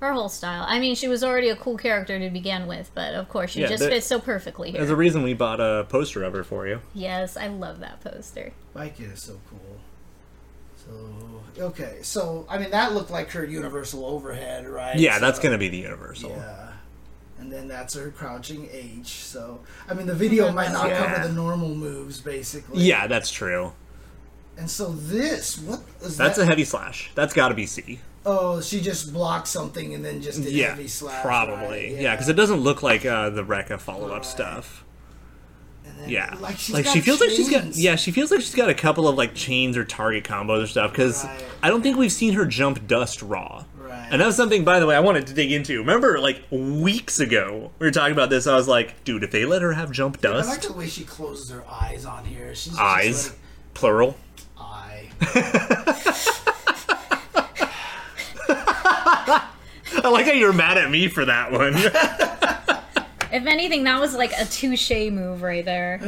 Speaker 3: her whole style. I mean, she was already a cool character to begin with, but of course she
Speaker 1: Yeah,
Speaker 3: just
Speaker 1: there-
Speaker 3: fits so perfectly here.
Speaker 1: There's a reason we bought a poster of her for you.
Speaker 3: yes, I love that poster.
Speaker 2: Bike is so cool. So okay. So I mean, that looked like her universal overhead, right?
Speaker 1: Yeah, that's
Speaker 2: So-
Speaker 1: gonna be the universal.
Speaker 2: Yeah. And then that's her crouching H. So, I mean, the video might not
Speaker 1: Yeah.
Speaker 2: cover the normal moves, basically.
Speaker 1: Yeah, that's true.
Speaker 2: And so this, what is
Speaker 1: That's a
Speaker 2: that?
Speaker 1: heavy slash. That's got to be C.
Speaker 2: oh, she just blocked something and then just did
Speaker 1: Yeah,
Speaker 2: heavy slash.
Speaker 1: probably.
Speaker 2: right?
Speaker 1: Yeah, because it doesn't look like uh, the Rekka follow up stuff.
Speaker 2: And then,
Speaker 1: Yeah,
Speaker 2: Like, she's got
Speaker 1: she feels like she's got
Speaker 2: chains.
Speaker 1: yeah she feels like she's got a couple of like chains or target combos or stuff because
Speaker 2: Right.
Speaker 1: I don't think we've seen her jump dust raw.
Speaker 2: Right.
Speaker 1: And that was something by the way I wanted to dig into. Remember like weeks ago we were talking about this. I was like, dude, if they let her have jump
Speaker 2: I like
Speaker 1: dust
Speaker 2: the way she closes her eyes on here. She's
Speaker 1: eyes,
Speaker 2: Just like,
Speaker 1: plural.
Speaker 2: eye.
Speaker 1: I like how you're mad at me for that one.
Speaker 3: If anything, that was like a touche move right there.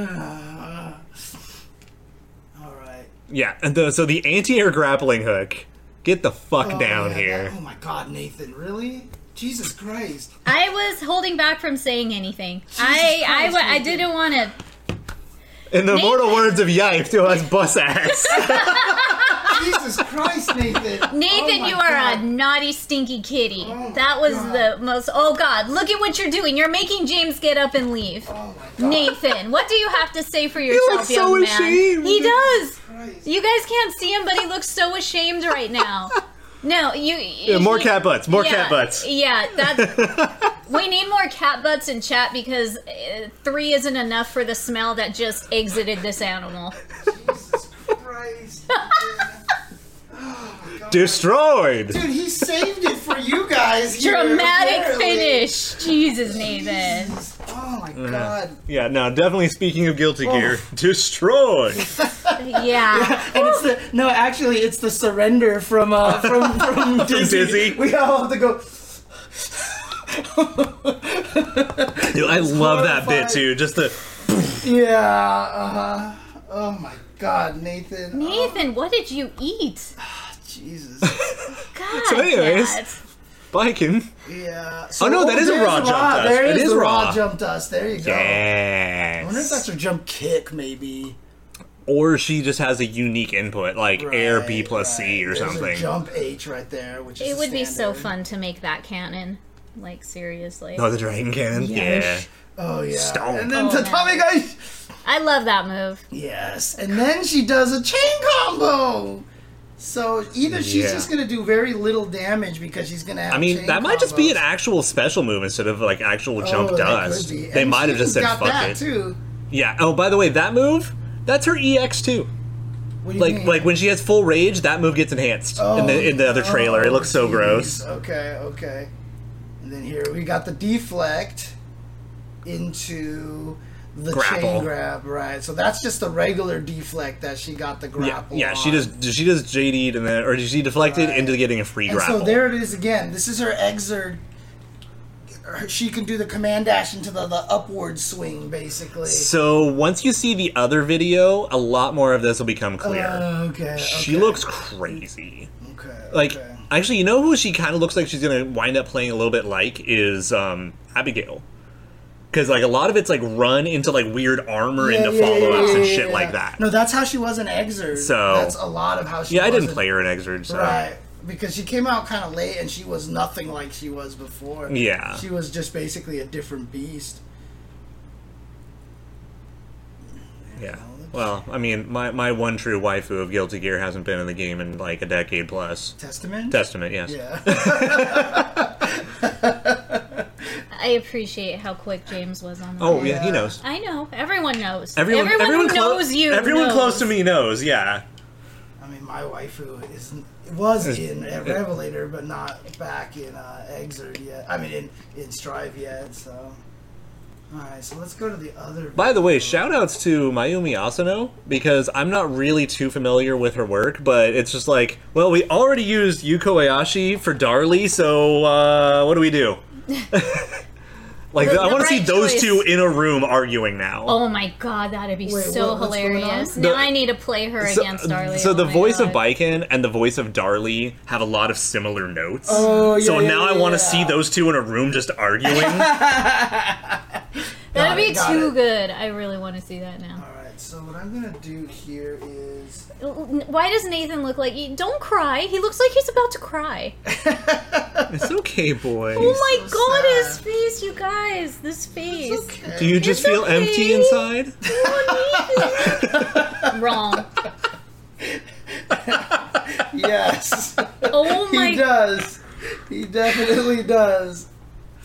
Speaker 2: All right.
Speaker 1: yeah, and the, so the anti-air grappling hook. Get the fuck down
Speaker 2: yeah,
Speaker 1: here.
Speaker 2: that- oh my God, Nathan, really? Jesus Christ!
Speaker 3: I was holding back from saying anything. I I
Speaker 2: Christ,
Speaker 3: wa- I didn't want to.
Speaker 1: In the immortal
Speaker 3: Nathan-
Speaker 1: words of Yipe to us bus ass.
Speaker 2: Jesus Christ, Nathan!
Speaker 3: Nathan,
Speaker 2: Oh my
Speaker 3: you are
Speaker 2: God.
Speaker 3: a naughty, stinky kitty.
Speaker 2: Oh,
Speaker 3: that was
Speaker 2: God.
Speaker 3: the most. Oh God! Look at what you're doing. You're making James get up and leave.
Speaker 2: Oh my God,
Speaker 3: Nathan, what do you have to say for yourself,
Speaker 1: looks so
Speaker 3: young man?
Speaker 1: ashamed.
Speaker 3: He does.
Speaker 2: Christ.
Speaker 3: You guys can't see him, but he looks so ashamed right now. No, you.
Speaker 1: more
Speaker 3: he-
Speaker 1: cat butts. More cat butts.
Speaker 3: Yeah, that's. we need more cat butts in chat because uh, three isn't enough for the smell that just exited this animal.
Speaker 2: Jesus Christ!
Speaker 1: Destroyed.
Speaker 2: Dude, he saved it for you guys. here,
Speaker 3: Dramatic
Speaker 2: barely.
Speaker 3: finish. Jesus, Nathan.
Speaker 2: Oh my
Speaker 1: Uh-huh.
Speaker 2: God!
Speaker 1: Yeah, no, definitely speaking of Guilty
Speaker 2: Oh.
Speaker 1: Gear, destroyed.
Speaker 3: Yeah.
Speaker 2: And it's the no, actually, it's the surrender from uh from from Dizzy.
Speaker 1: Dizzy.
Speaker 2: We all have to go.
Speaker 1: Dude, I love that bit
Speaker 2: horrified.
Speaker 1: too. Just the
Speaker 2: Yeah. Uh, oh my God, Nathan. Oh,
Speaker 3: Nathan, what did you eat?
Speaker 2: Jesus.
Speaker 3: God.
Speaker 1: So anyways-
Speaker 3: Kat.
Speaker 1: biking.
Speaker 2: Yeah. So-
Speaker 1: Oh, no, that is a
Speaker 2: there
Speaker 1: raw jump dust.
Speaker 2: There
Speaker 1: It
Speaker 2: is
Speaker 1: is
Speaker 2: the raw.
Speaker 1: raw.
Speaker 2: jump dust. There you go. I wonder if
Speaker 1: Yes.
Speaker 2: that's a jump kick, maybe.
Speaker 1: Or she just has a unique input, like air B
Speaker 2: Right,
Speaker 1: plus C
Speaker 2: right.
Speaker 1: or
Speaker 2: There's
Speaker 1: something.
Speaker 2: A jump H right there, which is
Speaker 3: It
Speaker 2: the
Speaker 3: would be so
Speaker 2: standard.
Speaker 3: fun to make that canon. Like, seriously.
Speaker 1: Oh, the dragon cannon. Yeah.
Speaker 2: Oh yeah.
Speaker 1: Stomp.
Speaker 2: And then
Speaker 3: Oh, man.
Speaker 2: tatami guy.
Speaker 3: I love that move.
Speaker 2: Yes. And then she does a chain combo. So either she's
Speaker 1: Yeah.
Speaker 2: just gonna do very little damage because she's gonna have.
Speaker 1: I mean,
Speaker 2: chain
Speaker 1: that might just be an
Speaker 2: combos.
Speaker 1: actual special move instead of like actual jump
Speaker 2: Oh, that could
Speaker 1: dust.
Speaker 2: be.
Speaker 1: They
Speaker 2: And
Speaker 1: might have
Speaker 2: she
Speaker 1: just said
Speaker 2: got
Speaker 1: fuck
Speaker 2: that
Speaker 1: it.
Speaker 2: Too.
Speaker 1: Yeah. Oh, by the way, that move, that's her EX too.
Speaker 2: What do you
Speaker 1: Like
Speaker 2: mean?
Speaker 1: like when she has full rage, that move gets enhanced in the in the other trailer. it
Speaker 2: Oh,
Speaker 1: looks so
Speaker 2: jeez.
Speaker 1: gross.
Speaker 2: Okay, okay. And then here we got the deflect into the
Speaker 1: Grapple.
Speaker 2: chain grab, right? So that's just the regular deflect that she got the
Speaker 1: Yeah,
Speaker 2: grapple.
Speaker 1: yeah, she
Speaker 2: on.
Speaker 1: just she just JD'd and then or she deflected
Speaker 2: Right.
Speaker 1: into getting a free
Speaker 2: And
Speaker 1: grapple.
Speaker 2: so there it is again. This is her exert. her- She can do the command dash into the, the upward swing, basically.
Speaker 1: So once you see the other video, a lot more of this will become clear.
Speaker 2: okay.
Speaker 1: She
Speaker 2: Uh, okay,
Speaker 1: looks crazy.
Speaker 2: okay,
Speaker 1: Like
Speaker 2: okay.
Speaker 1: actually, you know who she kind of looks like she's gonna wind up playing a little bit like is um, Abigail, because like a lot of it's like run into like weird armor into
Speaker 2: Yeah, yeah, yeah,
Speaker 1: follow ups and
Speaker 2: yeah,
Speaker 1: shit
Speaker 2: yeah.
Speaker 1: like that.
Speaker 2: No, that's how she was in Exert.
Speaker 1: So-
Speaker 2: that's a lot of how she.
Speaker 1: yeah, I
Speaker 2: was
Speaker 1: didn't
Speaker 2: in-
Speaker 1: play her in Exurge, so
Speaker 2: Right. Because she came out kind of late and she was nothing like she was before.
Speaker 1: Yeah.
Speaker 2: She was just basically a different beast.
Speaker 1: yeah. Well, I mean, my, my one true waifu of Guilty Gear hasn't been in the game in like a decade plus.
Speaker 2: Testament?
Speaker 1: Testament, yes.
Speaker 2: yeah.
Speaker 3: I appreciate how quick James was on that.
Speaker 1: Oh yeah, he knows.
Speaker 3: I know. Everyone knows.
Speaker 1: Everyone, everyone,
Speaker 3: everyone who
Speaker 1: clo-
Speaker 3: knows you.
Speaker 1: Everyone
Speaker 3: knows.
Speaker 1: close to me knows. Yeah.
Speaker 2: I mean, my waifu is was in Revelator, but not back in uh, Exert yet. I mean, in, in Strive yet, so. Alright, so let's go to the other.
Speaker 1: By the way, shout outs to Mayumi Asano because I'm not really too familiar with her work, but it's just like, well, we already used Yuko Ayashi for Darlie, so uh, what do we do? like,
Speaker 3: The-
Speaker 1: I
Speaker 3: the
Speaker 1: want to see
Speaker 3: right
Speaker 1: those
Speaker 3: choice.
Speaker 1: two in a room arguing now.
Speaker 3: Oh my god, that'd be
Speaker 2: Wait,
Speaker 3: so
Speaker 2: what- what's going on?
Speaker 3: hilarious.
Speaker 1: The-
Speaker 3: now I need to play her
Speaker 1: so,
Speaker 3: against Darlie.
Speaker 1: so
Speaker 3: Oh
Speaker 1: the
Speaker 3: my
Speaker 1: voice of
Speaker 3: God.
Speaker 1: Biken and the voice of Darlie have a lot of similar notes.
Speaker 2: Oh, yeah,
Speaker 1: so
Speaker 2: yeah,
Speaker 1: now
Speaker 2: yeah,
Speaker 1: I want to
Speaker 2: yeah.
Speaker 1: see those two in a room just arguing.
Speaker 3: That'd
Speaker 2: Got
Speaker 3: be
Speaker 2: it, got
Speaker 3: too
Speaker 2: it.
Speaker 3: good. I really want to see that now.
Speaker 2: Alright, so what I'm gonna do here is.
Speaker 3: Why does Nathan look like he don't cry? He looks like he's about to cry.
Speaker 1: it's okay, boys.
Speaker 3: Oh my
Speaker 2: so
Speaker 3: god, his
Speaker 2: sad.
Speaker 3: face, you guys. This face.
Speaker 1: do you just
Speaker 3: It's
Speaker 1: feel empty
Speaker 3: okay.
Speaker 1: inside?
Speaker 3: Wrong.
Speaker 2: Yes!
Speaker 3: Oh
Speaker 2: he
Speaker 3: my
Speaker 2: does! He definitely does.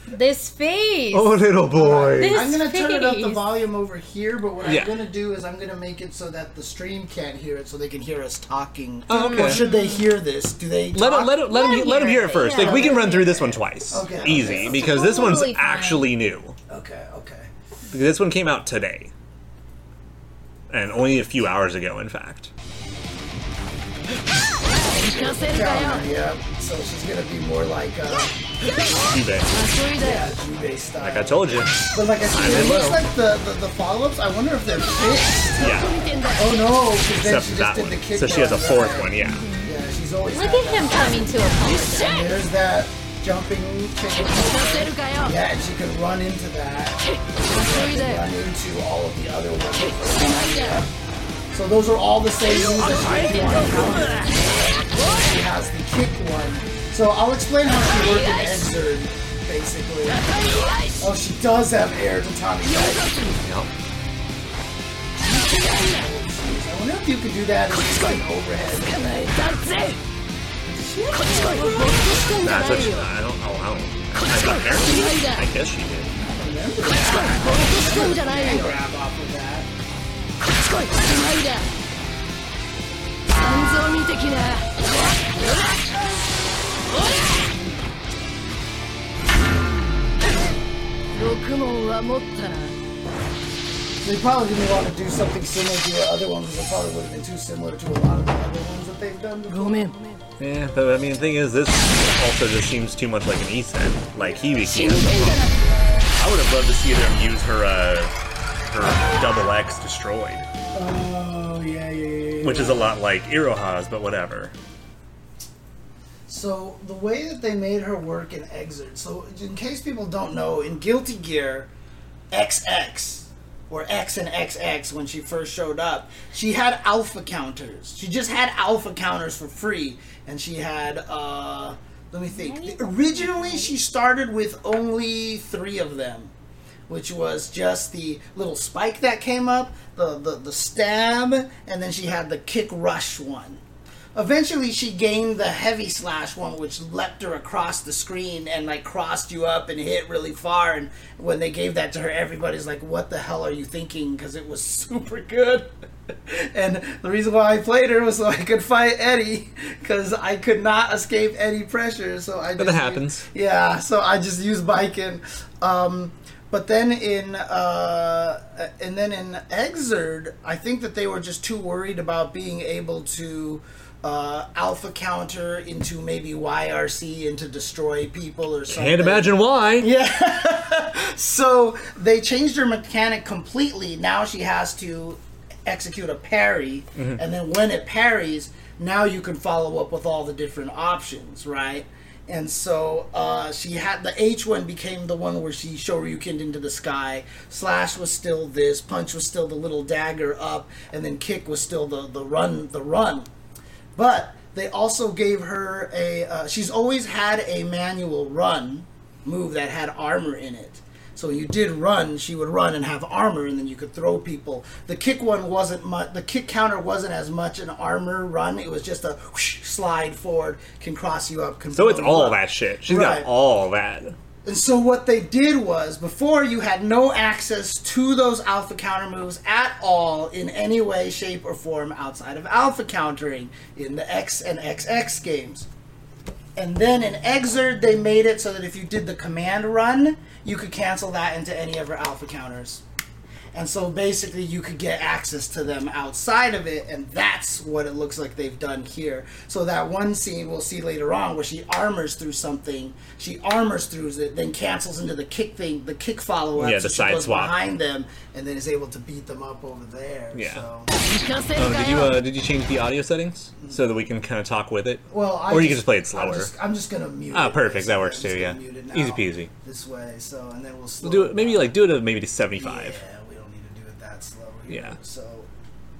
Speaker 3: this face.
Speaker 2: Oh,
Speaker 1: little boy.
Speaker 3: This
Speaker 2: I'm gonna turn it up the
Speaker 3: face.
Speaker 2: volume over here, but what
Speaker 1: Yeah.
Speaker 2: I'm gonna do is I'm gonna make it so that the stream can't hear it, so they can hear us talking.
Speaker 1: Oh, okay.
Speaker 2: Or should they hear this? Do they?
Speaker 1: Let
Speaker 2: talk?
Speaker 1: him, let him, let him, let him hear it first.
Speaker 3: yeah.
Speaker 1: like we can run through this one twice,
Speaker 2: Okay, okay,
Speaker 1: easy,
Speaker 2: okay.
Speaker 1: because this one's
Speaker 3: Totally fine.
Speaker 1: actually new.
Speaker 2: Okay, okay.
Speaker 1: This one came out today, and only a few hours ago, in fact.
Speaker 4: 任せるかよ
Speaker 2: Calvin, yep. So she's gonna be more like uh,
Speaker 1: eBay.
Speaker 4: 遊びだよ
Speaker 2: Jubei style.
Speaker 1: Like I told you.
Speaker 2: but like I said,
Speaker 1: in
Speaker 2: it looks
Speaker 1: love.
Speaker 2: like the, the, the follow-ups, I wonder if they're fixed.
Speaker 1: Yeah.
Speaker 4: 見てんだ
Speaker 2: Oh no, because then
Speaker 1: Except
Speaker 2: she just
Speaker 1: that
Speaker 2: did the
Speaker 1: one.
Speaker 2: kick.
Speaker 1: So she has a fourth
Speaker 2: there.
Speaker 1: one, yeah.
Speaker 2: Yeah, she's always
Speaker 3: Look
Speaker 2: had
Speaker 3: at him coming to a pulse.
Speaker 2: that. There's that jumping kick.
Speaker 4: 任せるかよ
Speaker 2: Yeah, and she could run into that,
Speaker 4: 遊びだ
Speaker 2: run
Speaker 4: よ
Speaker 2: into all of the other ones. So those are all the same moves that she has. She has the kick one. So I'll explain how she worked in Exerd, basically. Oh, she does have air to Tommy Knight. I wonder if you could do that as just like overhead.
Speaker 4: だぜこっち来い勃起してんじゃ
Speaker 1: That's
Speaker 4: な
Speaker 1: what
Speaker 4: い
Speaker 1: she,
Speaker 4: よ
Speaker 1: I don't know. I don't I don't care. I guess she did.
Speaker 4: 勃起してんじゃないよこ
Speaker 2: Grab off of that.
Speaker 4: っち来いつないだ三蔵見てきな六門は持ったな
Speaker 2: They probably didn't want to do something similar to her other ones because it probably would have been too similar to a lot of the other ones that they've done before.
Speaker 4: ごめん
Speaker 1: Yeah, but I mean, the thing is, this also just seems too much like an Isan, like Hibiki.
Speaker 4: 死んでんじゃない
Speaker 1: I would have loved to see them use her, uh, her double X destroyed,
Speaker 2: Oh, yeah, yeah, yeah. yeah.
Speaker 1: which is a lot like Iroha's, but whatever.
Speaker 2: So the way that they made her work in Exert. So in case people don't know, in Guilty Gear, XX or X and XX when she first showed up, she had alpha counters. She just had alpha counters for free, and she had. uh Let me think. Originally, she started with only three of them which was just the little spike that came up, the, the, the stab, and then she had the kick rush one. Eventually, she gained the heavy slash one, which leapt her across the screen and like crossed you up and hit really far. And when they gave that to her, everybody's like, "What the hell are you thinking?" Because it was super good. and the reason why I played her was so I could fight Eddie, because I could not escape Eddie pressure. So I. But
Speaker 1: that happens.
Speaker 2: yeah, so I just use Biken. Um, but then in uh, and then in Exerd, I think that they were just too worried about being able to uh, alpha counter into maybe YRC and to destroy people or something.
Speaker 1: Can't imagine why.
Speaker 2: So they changed her mechanic completely. Now she has to execute a parry, and then when it parries, now you can follow up with all the different options, right? And so uh, she had the H one became the one where she shoryukened into the sky. Slash was still this. Punch was still the little dagger up, and then kick was still the the run the run. But they also gave her a. Uh, she's always had a manual run move that had armor in it. So you did run, she would run and have armor, and then you could throw people. The kick one wasn't much. The kick counter wasn't as much an armor run. It was just a whoosh, slide forward, can cross you up. Can
Speaker 1: So it's
Speaker 2: blow you
Speaker 1: all
Speaker 2: up.
Speaker 1: that shit. She's got
Speaker 2: Right.
Speaker 1: all that.
Speaker 2: And so what they did was before you had no access to those alpha counter moves at all in any way, shape, or form outside of alpha countering in the X and XX games. And then in Exerd, they made it so that if you did the command run, you could cancel that into any of her alpha counters. And so basically, you could get access to them outside of it, and that's what it looks like they've done here. So that one scene we'll see later on, where she armors through something, she armors through it, then cancels into the kick thing, the kick follow up.
Speaker 1: Yeah, the
Speaker 2: she
Speaker 1: side
Speaker 2: goes
Speaker 1: swap.
Speaker 2: behind them, and then is able to beat them up over there.
Speaker 1: Yeah.
Speaker 2: So.
Speaker 4: 任せる
Speaker 1: Um, did
Speaker 4: か
Speaker 1: you
Speaker 4: よ
Speaker 1: uh, did you change the audio settings so that we can kind of talk with it?
Speaker 2: Well, I
Speaker 1: or you can just play it
Speaker 2: I'm
Speaker 1: slower.
Speaker 2: just, I'm just gonna mute.
Speaker 1: Ah,
Speaker 2: it
Speaker 1: perfect. That works
Speaker 2: basically.
Speaker 1: too,
Speaker 2: I'm
Speaker 1: yeah.
Speaker 2: just gonna
Speaker 1: Easy
Speaker 2: mute it now
Speaker 1: peasy.
Speaker 2: This way, so and then we'll slow
Speaker 1: do it maybe
Speaker 2: down.
Speaker 1: like do it at maybe to seventy five.
Speaker 2: Yeah, we don't need to do it that slow. Here.
Speaker 1: Yeah.
Speaker 2: So,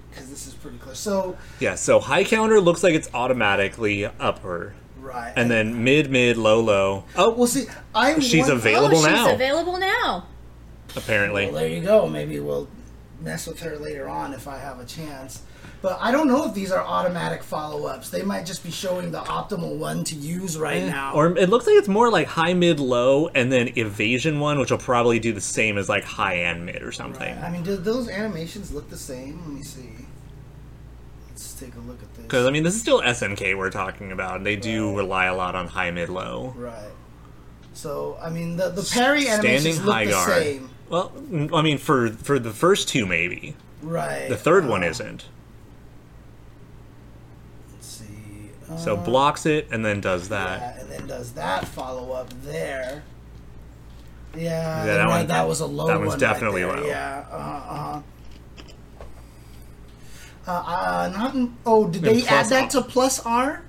Speaker 2: because this is pretty close. So
Speaker 1: Yeah. So high counter looks like it's automatically upper,
Speaker 2: right,
Speaker 1: and then mid mid low low. Oh,
Speaker 2: we'll see. I
Speaker 1: she's
Speaker 2: want-
Speaker 1: available
Speaker 3: oh, she's
Speaker 1: now.
Speaker 3: available now.
Speaker 1: apparently.
Speaker 2: Well, there you go. Maybe we'll mess with her later on if I have a chance. But I don't know if these are automatic follow-ups. They might just be showing the optimal one to use right now.
Speaker 1: Mm, Or it looks like it's more like high, mid, low, and then evasion one, which will probably do the same as like high and mid or something.
Speaker 2: I mean, do those animations look the same? Let me see. Let's take a look at this.
Speaker 1: Because I mean, this is still SNK we're talking about, and they do rely a lot on high, mid, low.
Speaker 2: Right. So I mean, the the parry
Speaker 1: Standing
Speaker 2: animations look
Speaker 1: high
Speaker 2: the
Speaker 1: guard.
Speaker 2: same.
Speaker 1: Well, n- I mean, for for the first two maybe,
Speaker 2: Right.
Speaker 1: the third one isn't.
Speaker 2: Let's see.
Speaker 1: So blocks it and then does that.
Speaker 2: that, and then does that follow up there. Yeah,
Speaker 1: that
Speaker 2: and
Speaker 1: one-
Speaker 2: that was a low
Speaker 1: that one's
Speaker 2: one right
Speaker 1: definitely
Speaker 2: there,
Speaker 1: low.
Speaker 2: Yeah, uh-huh. Uh, uh, not in, oh, did
Speaker 1: And
Speaker 2: they add
Speaker 1: plus
Speaker 2: that
Speaker 1: R.
Speaker 2: to plus R?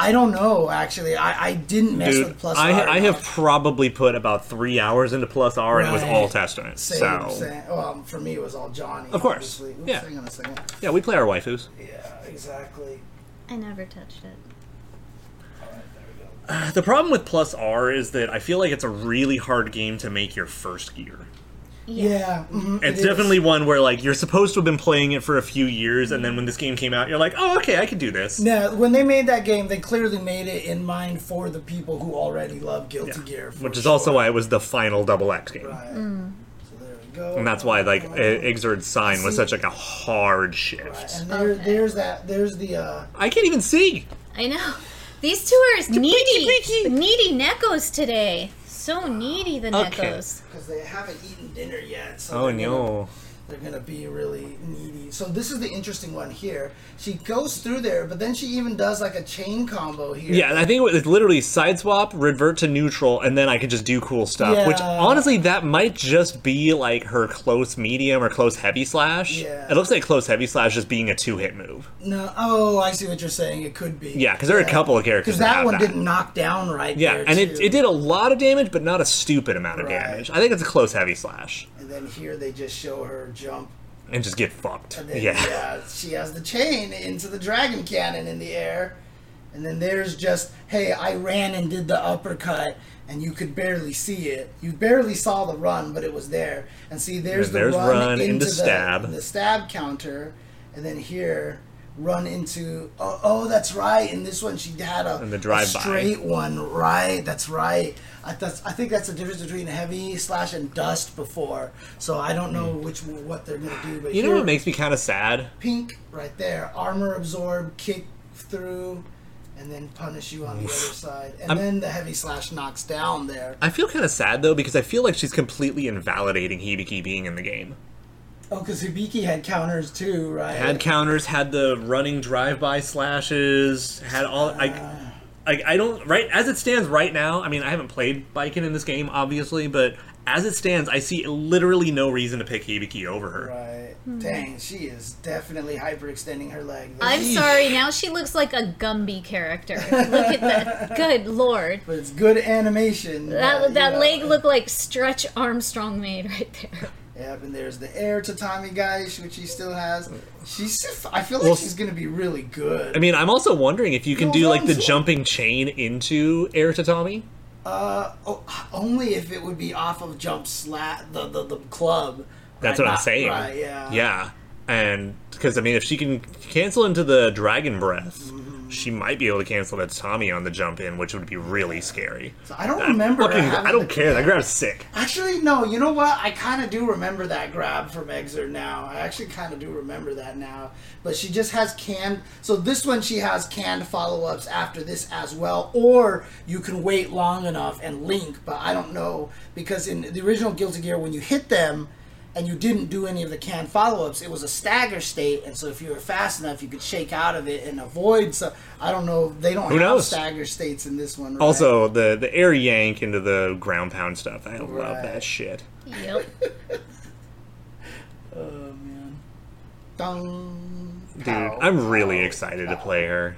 Speaker 2: I don't know, actually. I, I didn't mess
Speaker 1: Dude,
Speaker 2: with plus
Speaker 1: I,
Speaker 2: R.
Speaker 1: I have probably put about three hours into plus R and it was
Speaker 2: Right.
Speaker 1: all Testament.
Speaker 2: Same,
Speaker 1: so
Speaker 2: same. Well, for me, it was all Johnny.
Speaker 1: Of course,
Speaker 2: obviously. Oops,
Speaker 1: yeah.
Speaker 2: Hang on a second.
Speaker 1: yeah, we play our waifus.
Speaker 2: Yeah, exactly.
Speaker 3: I never touched it.
Speaker 1: The problem with plus R is that I feel like it's a really hard game to make your first gear.
Speaker 2: Yeah. mhm, it
Speaker 1: It's
Speaker 2: is.
Speaker 1: definitely one where like you're supposed to have been playing it for a few years, and then when this game came out, you're like, oh, okay, I can do this.
Speaker 2: No, when they made that game, they clearly made it in mind for the people who already love Guilty Gear. for
Speaker 1: Which is
Speaker 2: sure.
Speaker 1: also why it was the final double X game,
Speaker 2: Right. So there we go.
Speaker 1: and that's why like Exord's sign was such like a hard shift.
Speaker 2: And there, there's that. There's the. uh
Speaker 1: I can't even see.
Speaker 3: I know. These two are needy, needy Nekos today. So needy the
Speaker 1: Okay.
Speaker 3: Nekos.
Speaker 2: Because they haven't eaten dinner yet. So
Speaker 1: Oh
Speaker 2: they're gonna-
Speaker 1: no!
Speaker 2: they're gonna be really needy. So this is the interesting one here. She goes through there, but then she even does like a chain combo here.
Speaker 1: Yeah, and I think it was it's literally side swap, revert to neutral, and then I could just do cool stuff. Which
Speaker 2: Yeah.
Speaker 1: honestly, that might just be like her close medium or close heavy slash.
Speaker 2: Yeah.
Speaker 1: It looks like close heavy slash just being a two hit move.
Speaker 2: No. Oh, I see what you're saying. It could be.
Speaker 1: Yeah, because there are a couple of characters
Speaker 2: Because
Speaker 1: that,
Speaker 2: that
Speaker 1: have
Speaker 2: one
Speaker 1: that.
Speaker 2: didn't knock down right
Speaker 1: Yeah,
Speaker 2: there,
Speaker 1: and it,
Speaker 2: too.
Speaker 1: it did a lot of damage, but not a stupid amount of
Speaker 2: Right.
Speaker 1: damage. I think it's a close heavy slash
Speaker 2: And then here they just show her jump.
Speaker 1: and just get fucked.
Speaker 2: And then,
Speaker 1: Yeah.
Speaker 2: yeah. She has the chain into the dragon cannon in the air. And then there's just, hey, I ran and did the uppercut, and you could barely see it. You barely saw the run, but it was there. And see, there's
Speaker 1: And
Speaker 2: the
Speaker 1: there's
Speaker 2: run,
Speaker 1: run
Speaker 2: into,
Speaker 1: into
Speaker 2: the
Speaker 1: stab.
Speaker 2: the stab counter, and then here run into. Oh, oh that's right. In this one, she had a,
Speaker 1: And the
Speaker 2: a
Speaker 1: drive-by.
Speaker 2: straight one, right? That's right. I, that's, I think that's the difference between heavy slash and dust before. So I don't know which what they're gonna do. But
Speaker 1: Hmm. You know
Speaker 2: here-
Speaker 1: what makes me kind of sad?
Speaker 2: pink right there. Armor absorb, kick through, and then punish you on the other side. And then the heavy slash knocks down there.
Speaker 1: I feel kind of sad though because I feel like she's completely invalidating Hibiki being in the game.
Speaker 2: Oh, because Hibiki had counters too, right?
Speaker 1: Had counters, had the running drive-by slashes, had all. I, I, I don't right as it stands right now. I mean, I haven't played Biken in this game, obviously, but as it stands, I see literally no reason to pick Hibiki over her.
Speaker 2: right.
Speaker 3: Hmm.
Speaker 2: Dang, she is definitely hyperextending her leg.
Speaker 3: I'm sorry, now she looks like a Gumby character. Look at that. Good lord.
Speaker 2: But it's good animation.
Speaker 3: That,
Speaker 2: but, Uh,
Speaker 3: that
Speaker 2: yeah.
Speaker 3: leg looked like Stretch Armstrong made right there.
Speaker 2: Yep, and there's the air tatami guy, which she still has. She's. I feel like
Speaker 1: Well,
Speaker 2: she's gonna be really good.
Speaker 1: I mean, I'm also wondering if you can
Speaker 2: No,
Speaker 1: do like the
Speaker 2: no, no.
Speaker 1: jumping chain into air tatami.
Speaker 2: Uh, oh, only if it would be off of jump slat the the, the club.
Speaker 1: That's
Speaker 2: Right,
Speaker 1: what I'm
Speaker 2: not-
Speaker 1: saying.
Speaker 2: Right, yeah.
Speaker 1: Yeah. And because I mean, if she can cancel into the dragon breath, she might be able to cancel that Tommy on the jump in, which would be really scary.
Speaker 2: So I don't remember. her
Speaker 1: Fucking,
Speaker 2: having
Speaker 1: I don't
Speaker 2: the-
Speaker 1: care. That grab's sick.
Speaker 2: Actually, no. You know what? I kind of do remember that grab from Exer now. I actually kind of do remember that now. But she just has canned. So this one she has canned follow ups after this as well, or you can wait long enough and link. But I don't know because in the original Guilty Gear, when you hit them. And you didn't do any of the canned follow-ups. It was a stagger state, and so if you were fast enough, you could shake out of it and avoid. So I don't know. They don't have
Speaker 1: knows?
Speaker 2: stagger states in this one. Right?
Speaker 1: Also, the the air yank into the ground pound stuff. I love
Speaker 2: Right.
Speaker 1: that shit.
Speaker 3: Yep.
Speaker 2: Dong.
Speaker 1: Dude,
Speaker 2: Pow.
Speaker 1: I'm really excited to play her.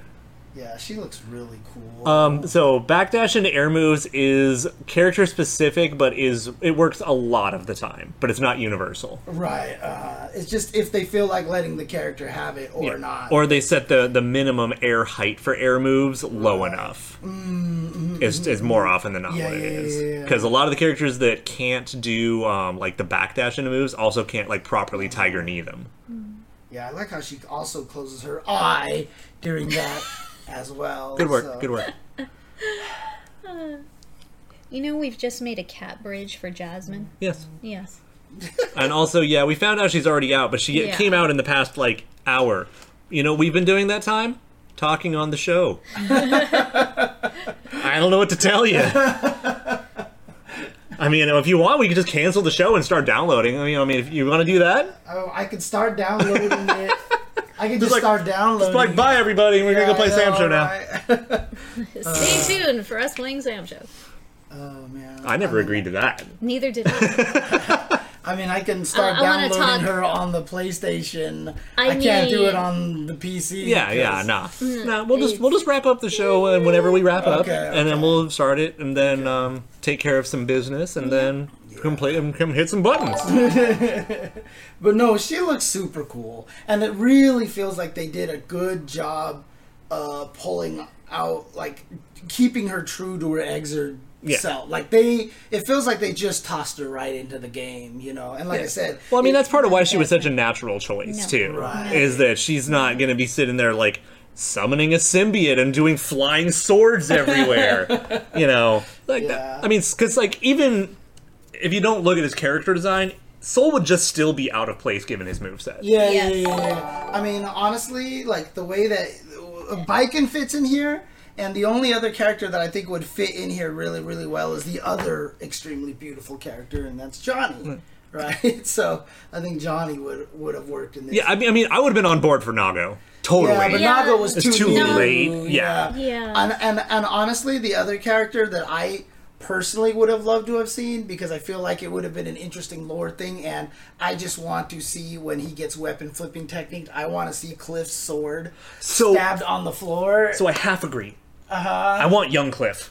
Speaker 2: Yeah, she looks really cool.
Speaker 1: Um, so backdash into air moves is character specific, but is it works a lot of the time, but it's not universal.
Speaker 2: right. Uh, it's just if they feel like letting the character have it or
Speaker 1: Yeah.
Speaker 2: not.
Speaker 1: Or they set the, the minimum air height for air moves low enough.
Speaker 2: Mm,
Speaker 1: Is, is more often than not
Speaker 2: Yeah,
Speaker 1: what it
Speaker 2: yeah, yeah,
Speaker 1: is.
Speaker 2: yeah, yeah.
Speaker 1: Because a lot of the characters that can't do um, like the backdash into moves also can't like properly tiger knee them.
Speaker 2: yeah, I like how she also closes her eye during that as well.
Speaker 1: Good work.
Speaker 2: so-
Speaker 1: Good work.
Speaker 3: You know, we've just made a cat bridge for Jasmine.
Speaker 1: Yes.
Speaker 3: Yes.
Speaker 1: And also, yeah, we found out she's already out, but she
Speaker 3: Yeah.
Speaker 1: came out in the past like hour. You know, what we've been doing that time talking on the show. I don't know what to tell you. I mean, if you want, we could just cancel the show and start downloading. I mean, I mean, if you want to do that,
Speaker 2: Oh, I could start downloading it. I can just start downloading.
Speaker 1: Just like, bye everybody, we're gonna go play Sam Show now.
Speaker 2: Uh.
Speaker 3: Stay tuned for us playing Sam Show.
Speaker 2: Oh man.
Speaker 1: I never agreed to that.
Speaker 3: Neither did I.
Speaker 2: I mean, I can start
Speaker 3: Uh, I- I wanna
Speaker 2: downloading
Speaker 3: talk-
Speaker 2: her on the PlayStation.
Speaker 3: I
Speaker 2: I, can't do
Speaker 3: mean-
Speaker 2: it on the PC.
Speaker 1: Yeah, yeah, nah, nah. We'll just we'll just wrap up the show, and whenever we wrap up,
Speaker 2: Okay,
Speaker 1: and then we'll start it, and then um, take care of some business, and then come play and come hit some buttons.
Speaker 2: But no, she looks super cool, and it really feels like they did a good job uh, pulling out, like keeping her true to her exert
Speaker 1: Yeah.
Speaker 2: self. Like they, it feels like they just tossed her right into the game, you know. And like I said,
Speaker 1: Well, I mean, that's part of why she was such a natural choice too,
Speaker 2: Right.
Speaker 1: is that she's not going to be sitting there like summoning a symbiote and doing flying swords everywhere. you know, like
Speaker 2: Yeah.
Speaker 1: that. I mean, because like even if you don't look at his character design, Soul would just still be out of place given his moveset.
Speaker 2: Yeah, yeah,
Speaker 3: Yes.
Speaker 2: yeah, yeah. I mean, honestly, like the way that uh, Biken fits in here, and the only other character that I think would fit in here really, really well is the other extremely beautiful character, and that's Johnny. Right, so I think Johnny would would have worked in this.
Speaker 1: Yeah, I mean, I mean, I would have been on board for Nago. Totally.
Speaker 2: Yeah, but
Speaker 3: Yeah.
Speaker 2: Naga was
Speaker 1: It's
Speaker 2: too,
Speaker 1: too
Speaker 2: new.
Speaker 1: late, yeah.
Speaker 3: Yeah.
Speaker 2: And, and and honestly, the other character that I personally would have loved to have seen because I feel like it would have been an interesting lore thing, and I just want to see when he gets weapon flipping technique. I want to see Cliff's sword
Speaker 1: So-
Speaker 2: stabbed on the floor.
Speaker 1: So I half agree. Uh-huh. I want Young Cliff.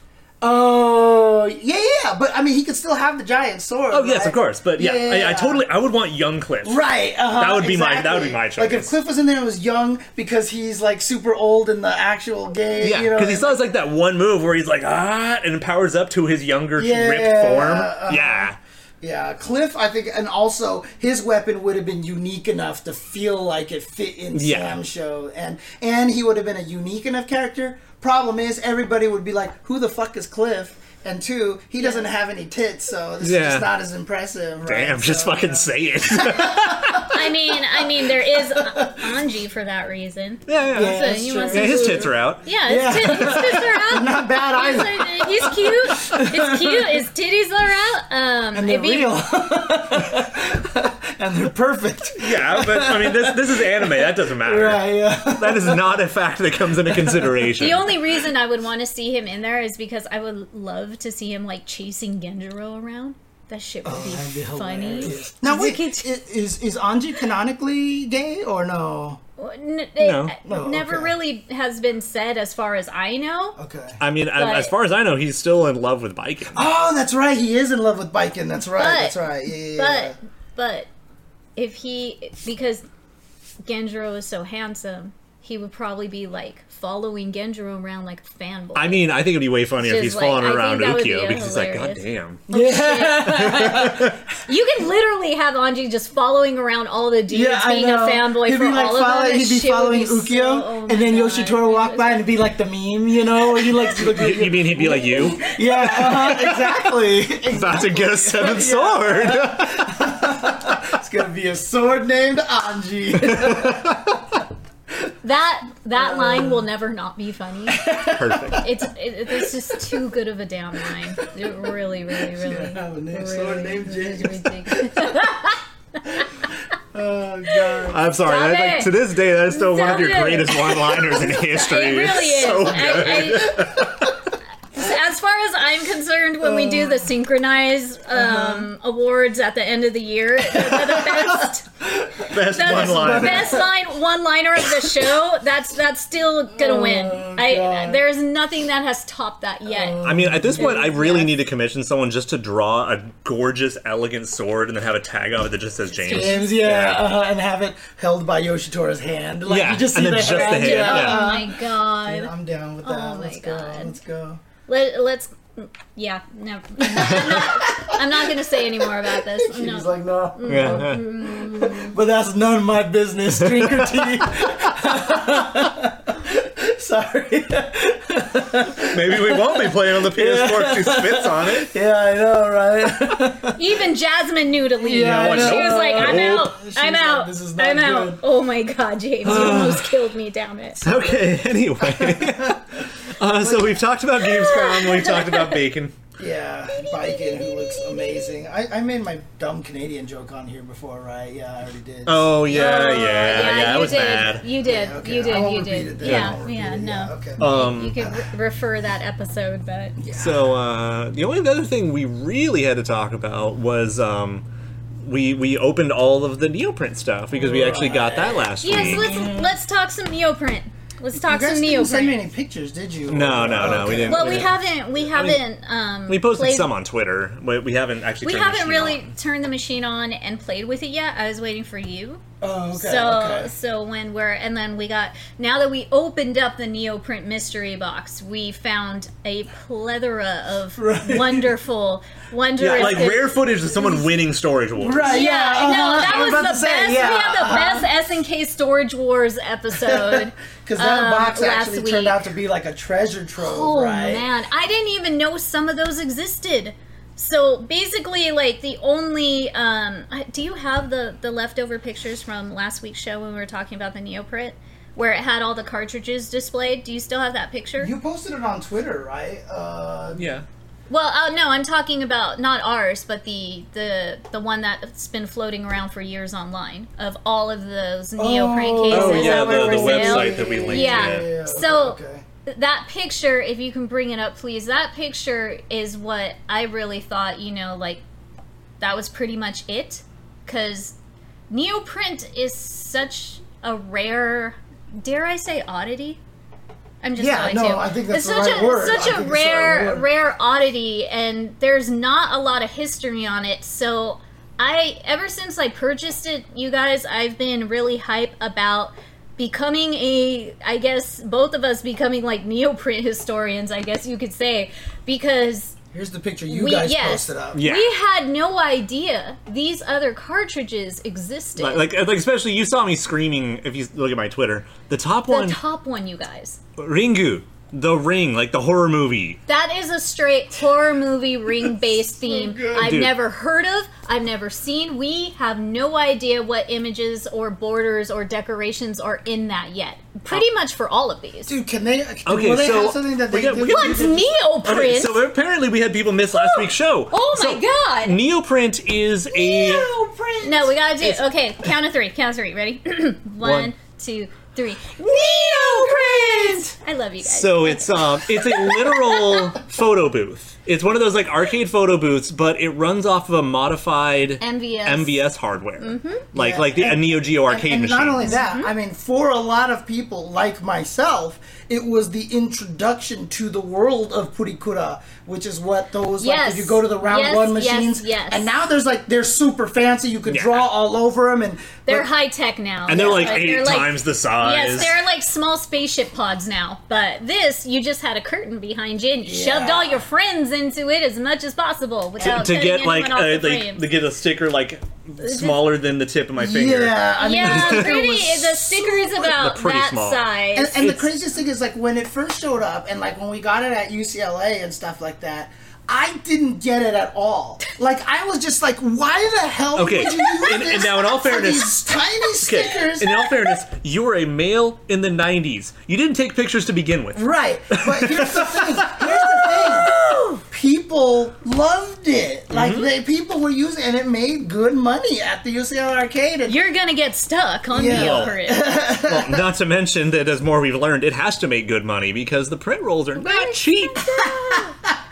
Speaker 2: oh yeah, yeah. But I mean, he could still have the giant sword.
Speaker 1: Oh yes,
Speaker 2: right?
Speaker 1: of course. But yeah, I, I
Speaker 2: Yeah.
Speaker 1: totally. I would want Young Cliff.
Speaker 2: Right. Uh-huh,
Speaker 1: That would be my- that would be
Speaker 2: exactly.
Speaker 1: my choice.
Speaker 2: Like if Cliff was in there and was young because he's like super old in the actual game.
Speaker 1: Yeah,
Speaker 2: you know,
Speaker 1: because he
Speaker 2: and-
Speaker 1: still has like that one move where he's like ah, and powers up to his younger
Speaker 2: Yeah,
Speaker 1: ripped form.
Speaker 2: uh-huh.
Speaker 1: yeah,
Speaker 2: Yeah, Cliff, I think, and also his weapon would have been unique enough to feel like it fit in
Speaker 1: Yeah.
Speaker 2: Sam's show, and and he would have been a unique enough character. Problem is, everybody would be like, "Who the fuck is Cliff?" And two, he doesn't have any tits, so this
Speaker 1: Yeah.
Speaker 2: is just not as impressive. Right?
Speaker 1: damn, just
Speaker 2: So,
Speaker 1: fucking say it. yeah,
Speaker 3: I mean, I mean, there is Anji for that reason.
Speaker 1: yeah,
Speaker 2: Yeah,
Speaker 1: yeah.
Speaker 2: that's
Speaker 3: you
Speaker 2: true.
Speaker 3: must-
Speaker 1: Yeah, his tits are out.
Speaker 3: Yeah, his, tit- his tits are out.
Speaker 2: not bad
Speaker 3: He's,
Speaker 2: either.
Speaker 3: like, he's cute. He's cute. His titties are out. Um,
Speaker 2: And they're
Speaker 3: it'd be-
Speaker 2: real, and they're perfect.
Speaker 1: Yeah, but I mean, this this is anime. That doesn't matter.
Speaker 2: Right? Yeah.
Speaker 1: That is not a fact that comes into consideration.
Speaker 3: The only reason I would want to see him in there is because I would love to see him like chasing Genjiro around. That shit would be,
Speaker 2: Oh, that'd be
Speaker 3: funny.
Speaker 2: hilarious. Now wait,
Speaker 3: Look at-
Speaker 2: is is Anji canonically gay or no?
Speaker 3: N- it
Speaker 1: No.
Speaker 2: No,
Speaker 3: never
Speaker 2: okay.
Speaker 3: really has been said as far as I know.
Speaker 2: Okay.
Speaker 1: I mean, I-
Speaker 3: But-
Speaker 1: as far as I know, he's still in love with biking.
Speaker 2: Oh, that's right. He is in love with Biken. That's right.
Speaker 3: But-
Speaker 2: that's right. Yeah, yeah, yeah.
Speaker 3: But but if he because Genjiro is so handsome, he would probably be like following Genjiro around like a fanboy.
Speaker 1: I mean, I think it'd be way funnier if
Speaker 3: Just
Speaker 1: he's
Speaker 3: like-
Speaker 1: falling
Speaker 3: I think
Speaker 1: around
Speaker 3: that would be
Speaker 1: Ukyo because he's like, God
Speaker 3: hilarious.
Speaker 1: damn.
Speaker 3: you can literally have Anji just following around all the dudes
Speaker 2: Yeah, I
Speaker 3: being
Speaker 2: know.
Speaker 3: a fanboy
Speaker 2: he'd
Speaker 3: for
Speaker 2: be like
Speaker 3: all
Speaker 2: follow-
Speaker 3: of them.
Speaker 2: He'd be
Speaker 3: That shit would
Speaker 2: following
Speaker 3: be so-
Speaker 2: Ukyo,
Speaker 3: oh my
Speaker 2: and then Yoshitoro
Speaker 3: God.
Speaker 2: walk by and it'd be like the meme, you know, where you like, look
Speaker 1: You,
Speaker 2: like
Speaker 1: you mean he'd be like you?
Speaker 2: yeah, uh-huh, exactly.
Speaker 1: About to get a seventh sword.
Speaker 2: It's gonna be a sword named Anji.
Speaker 3: That that
Speaker 1: Uh,
Speaker 3: line will never not be funny.
Speaker 1: Perfect.
Speaker 3: It's it, it's just too good of a down line. It really, really, really.
Speaker 2: have a name-
Speaker 3: really
Speaker 2: sword named James.
Speaker 3: is ridiculous.
Speaker 2: oh god.
Speaker 1: I'm sorry. that-
Speaker 3: Stop
Speaker 1: like,
Speaker 3: it.
Speaker 1: to this day, that is still one of
Speaker 3: Stop
Speaker 1: your
Speaker 3: it.
Speaker 1: greatest one-liners in history.
Speaker 3: It really
Speaker 1: It's
Speaker 3: is.
Speaker 1: So
Speaker 3: I-
Speaker 1: good.
Speaker 3: I- as far as I'm concerned, when we do the
Speaker 1: Uh-huh.
Speaker 3: synchronized um, awards at the end of the year, the, the best,
Speaker 1: Best
Speaker 3: the
Speaker 1: one-liner.
Speaker 3: best line one liner of the show. That's that's still
Speaker 1: Oh,
Speaker 3: gonna win. I,
Speaker 2: God.
Speaker 3: there's nothing that has topped that yet.
Speaker 1: I mean, at this point, I really need to commission someone just to draw a gorgeous, elegant sword and then have a tag on it that just says James.
Speaker 2: James, yeah,
Speaker 1: Yeah.
Speaker 2: Uh-huh, and have it held by Yoshitora's hand. Like
Speaker 1: Yeah,
Speaker 2: you just see
Speaker 1: and then
Speaker 2: the
Speaker 1: just the
Speaker 2: hand.
Speaker 1: hand,
Speaker 2: yeah.
Speaker 1: yeah.
Speaker 3: oh
Speaker 2: uh-huh.
Speaker 3: my god.
Speaker 2: I'm down with that.
Speaker 3: my
Speaker 2: let's go.
Speaker 3: God.
Speaker 2: Let's go.
Speaker 3: Let, let's. Yeah, no. I'm not, I'm not gonna say any more about this.
Speaker 2: He's
Speaker 3: No.
Speaker 2: like, no,
Speaker 1: Yeah.
Speaker 2: but that's none of my business. Drink your tea. Sorry.
Speaker 1: Maybe we won't be playing on the PS4 if she spits on it.
Speaker 2: Yeah, I know, right?
Speaker 3: Even Jasmine knew to leave.
Speaker 2: Yeah, I
Speaker 3: she
Speaker 1: know.
Speaker 3: was like, "I'm
Speaker 1: Nope.
Speaker 3: out.
Speaker 2: She's
Speaker 3: I'm
Speaker 2: like,
Speaker 3: out.
Speaker 2: "This is not
Speaker 3: I'm out."
Speaker 2: good.
Speaker 3: Oh my god, James, you almost killed me. Damn it.
Speaker 1: Okay, anyway. Uh, so we've talked about Gamescom, we've talked about bacon.
Speaker 2: yeah, Biken, who looks amazing. I, I made my dumb Canadian joke on here before, right? Yeah, I already did.
Speaker 1: Oh yeah,
Speaker 3: Oh,
Speaker 1: yeah, yeah.
Speaker 3: you
Speaker 1: That was
Speaker 3: did.
Speaker 1: bad.
Speaker 3: You did.
Speaker 2: Yeah, okay.
Speaker 3: You
Speaker 2: I
Speaker 3: did.
Speaker 2: won't
Speaker 3: You
Speaker 2: repeat it
Speaker 3: did.
Speaker 2: then. I
Speaker 3: Yeah.
Speaker 2: won't repeat
Speaker 3: Yeah.
Speaker 2: it. Yeah,
Speaker 3: No.
Speaker 2: okay.
Speaker 1: Um,
Speaker 3: You could re- refer that episode, but
Speaker 1: So uh, the only other thing we really had to talk about was um, we we opened all of the neoprint stuff because we actually got that last
Speaker 3: yes,
Speaker 1: week.
Speaker 3: let's let's talk some neoprint. Let's
Speaker 2: you
Speaker 3: talk
Speaker 2: guys
Speaker 3: some
Speaker 2: didn't send me
Speaker 3: neoprint.
Speaker 2: any pictures, did you?
Speaker 1: No, no, no, we
Speaker 2: Okay.
Speaker 1: didn't.
Speaker 3: Well, we
Speaker 1: Yeah.
Speaker 3: haven't we haven't um
Speaker 1: we posted
Speaker 3: played-
Speaker 1: some on Twitter, but we haven't actually.
Speaker 3: We
Speaker 1: turned the
Speaker 3: haven't
Speaker 1: machine
Speaker 3: really
Speaker 1: on.
Speaker 3: turned the machine on and played with it yet. I was waiting for you.
Speaker 2: Oh, okay.
Speaker 3: so
Speaker 2: okay.
Speaker 3: so when we're and then we got now that we opened up the neoprint mystery box, we found a plethora of
Speaker 2: Right.
Speaker 3: wonderful, wondrous e-
Speaker 1: Yeah, like rare footage of someone winning storage wars.
Speaker 2: Right.
Speaker 3: Yeah,
Speaker 2: Yeah.
Speaker 3: no,
Speaker 2: uh-huh.
Speaker 3: that
Speaker 2: I
Speaker 3: was the
Speaker 2: about to
Speaker 3: best.
Speaker 2: say, yeah,
Speaker 3: we had the
Speaker 2: uh-huh.
Speaker 3: best S and K Storage Wars episode.
Speaker 2: Because that
Speaker 3: um,
Speaker 2: box
Speaker 3: last
Speaker 2: actually turned
Speaker 3: week.
Speaker 2: out to be like a treasure trove,
Speaker 3: oh
Speaker 2: right?
Speaker 3: man, I didn't even know some of those existed. So basically, like the only um, I- do you have the the leftover pictures from last week's show when we were talking about the Neoprint, where it had all the cartridges displayed? Do you still have that picture?
Speaker 2: You posted it on Twitter, right? Uh,
Speaker 1: Yeah.
Speaker 3: Well, uh, no, I'm talking about not ours, but the the the one that's been floating around for years online of all of those neoprene
Speaker 2: Oh,
Speaker 3: cases
Speaker 1: Oh
Speaker 2: Is
Speaker 1: yeah,
Speaker 3: that
Speaker 1: the,
Speaker 3: were
Speaker 1: the
Speaker 3: for sale.
Speaker 1: website that we linked.
Speaker 3: Yeah.
Speaker 1: to.
Speaker 3: So-
Speaker 2: okay, okay.
Speaker 3: That picture, if you can bring it up, please. That picture is what I really thought. You know, like that was pretty much it, because neoprint is such a rare, dare I say, oddity. I'm just
Speaker 2: Yeah,
Speaker 3: going
Speaker 2: no,
Speaker 3: to.
Speaker 2: I think that's
Speaker 3: it's
Speaker 2: the
Speaker 3: such
Speaker 2: right
Speaker 3: a
Speaker 2: word. I
Speaker 3: such a
Speaker 2: think it's the right
Speaker 3: rare
Speaker 2: word.
Speaker 3: rare oddity, and there's not a lot of history on it. So I ever since I purchased it, you guys, I've been really hype about becoming a I guess both of us becoming like neoprint historians, I guess you could say, because
Speaker 2: Here's the picture you
Speaker 3: We-
Speaker 2: guys
Speaker 3: yes.
Speaker 2: posted up.
Speaker 1: Yeah.
Speaker 3: we had no idea these other cartridges existed.
Speaker 1: Like, like, like, especially you saw me screaming. If you look at my Twitter, the top
Speaker 3: the
Speaker 1: one,
Speaker 3: top one, you guys.
Speaker 1: Ringu, the Ring, like the horror movie.
Speaker 3: That is a straight horror movie ring based theme I've
Speaker 1: Dude.
Speaker 3: never heard of, I've never seen. We have no idea what images or borders or decorations are in that yet. Pretty much for all of these.
Speaker 2: Dude, can they?
Speaker 1: Okay,
Speaker 2: Okay, will they
Speaker 1: so
Speaker 2: have something that
Speaker 1: we
Speaker 2: they
Speaker 1: got-
Speaker 2: do?
Speaker 1: we got-
Speaker 3: What's neoprint?
Speaker 1: Okay, so apparently we had people miss last
Speaker 3: Woo!
Speaker 1: week's show.
Speaker 3: Oh my
Speaker 1: So,
Speaker 3: God.
Speaker 1: Neoprint is a
Speaker 3: No, we gotta do. Okay, count of three. Count of three. Ready?
Speaker 1: One.
Speaker 3: One, two, three. Neoprint. I love you guys.
Speaker 1: so it's um it's a literal photo booth. It's one of those like arcade photo booths, but it runs off of a modified
Speaker 3: MVS.
Speaker 1: MVS hardware, like
Speaker 2: Mm-hmm. Yeah,
Speaker 1: like the a
Speaker 2: and-
Speaker 1: Neo Geo arcade
Speaker 2: and
Speaker 1: machine.
Speaker 2: not only that,
Speaker 3: Mm-hmm.
Speaker 2: I mean, for a lot of people like myself, it was the introduction to the world of Purikura, which is what those like.
Speaker 3: Yes.
Speaker 2: If you go to the round
Speaker 3: Yes,
Speaker 2: one
Speaker 3: yes,
Speaker 2: machines,
Speaker 3: yes.
Speaker 2: and now there's like they're super fancy. You could
Speaker 1: Yeah.
Speaker 2: draw all over them, and
Speaker 3: they're
Speaker 2: but-
Speaker 3: high tech now.
Speaker 1: and they're
Speaker 3: Yeah,
Speaker 1: like
Speaker 3: but
Speaker 1: eight
Speaker 3: they're like-
Speaker 1: times the size.
Speaker 3: Yes, they're like small spaceship pods now. But this, you just had a curtain behind you and you shoved all your friends into it as much as possible without
Speaker 1: to
Speaker 3: cutting
Speaker 1: get
Speaker 3: anyone
Speaker 1: like
Speaker 3: off
Speaker 1: uh,
Speaker 3: the
Speaker 1: like
Speaker 3: frame.
Speaker 1: to get a sticker like smaller than the tip of my finger.
Speaker 2: Yeah, I mean,
Speaker 3: yeah,
Speaker 2: the sticker
Speaker 3: pretty.
Speaker 2: was
Speaker 3: The sticker's about
Speaker 1: pretty
Speaker 3: that
Speaker 1: small.
Speaker 3: size.
Speaker 2: And, and the craziest thing is, like, when it first showed up, and like when we got it at UCLA and stuff like that, I didn't get it at all. Like, I was just like, why the hell
Speaker 1: Okay,
Speaker 2: would you use
Speaker 1: and- and
Speaker 2: this
Speaker 1: now in all
Speaker 2: for
Speaker 1: fairness-
Speaker 2: these tiny
Speaker 1: Okay,
Speaker 2: stickers?
Speaker 1: In all fairness, you were a male in the '90s. You didn't take pictures to begin with.
Speaker 2: Right, but here's the thing. Here's the thing. People loved it. Like
Speaker 1: Mm-hmm.
Speaker 2: they, people were using, it, and it made good money at the UCLA arcade. And
Speaker 3: You're gonna get stuck on
Speaker 2: Yeah.
Speaker 3: the over
Speaker 1: Well, not to mention that as more we've learned, it has to make good money because the print rolls are not cheap.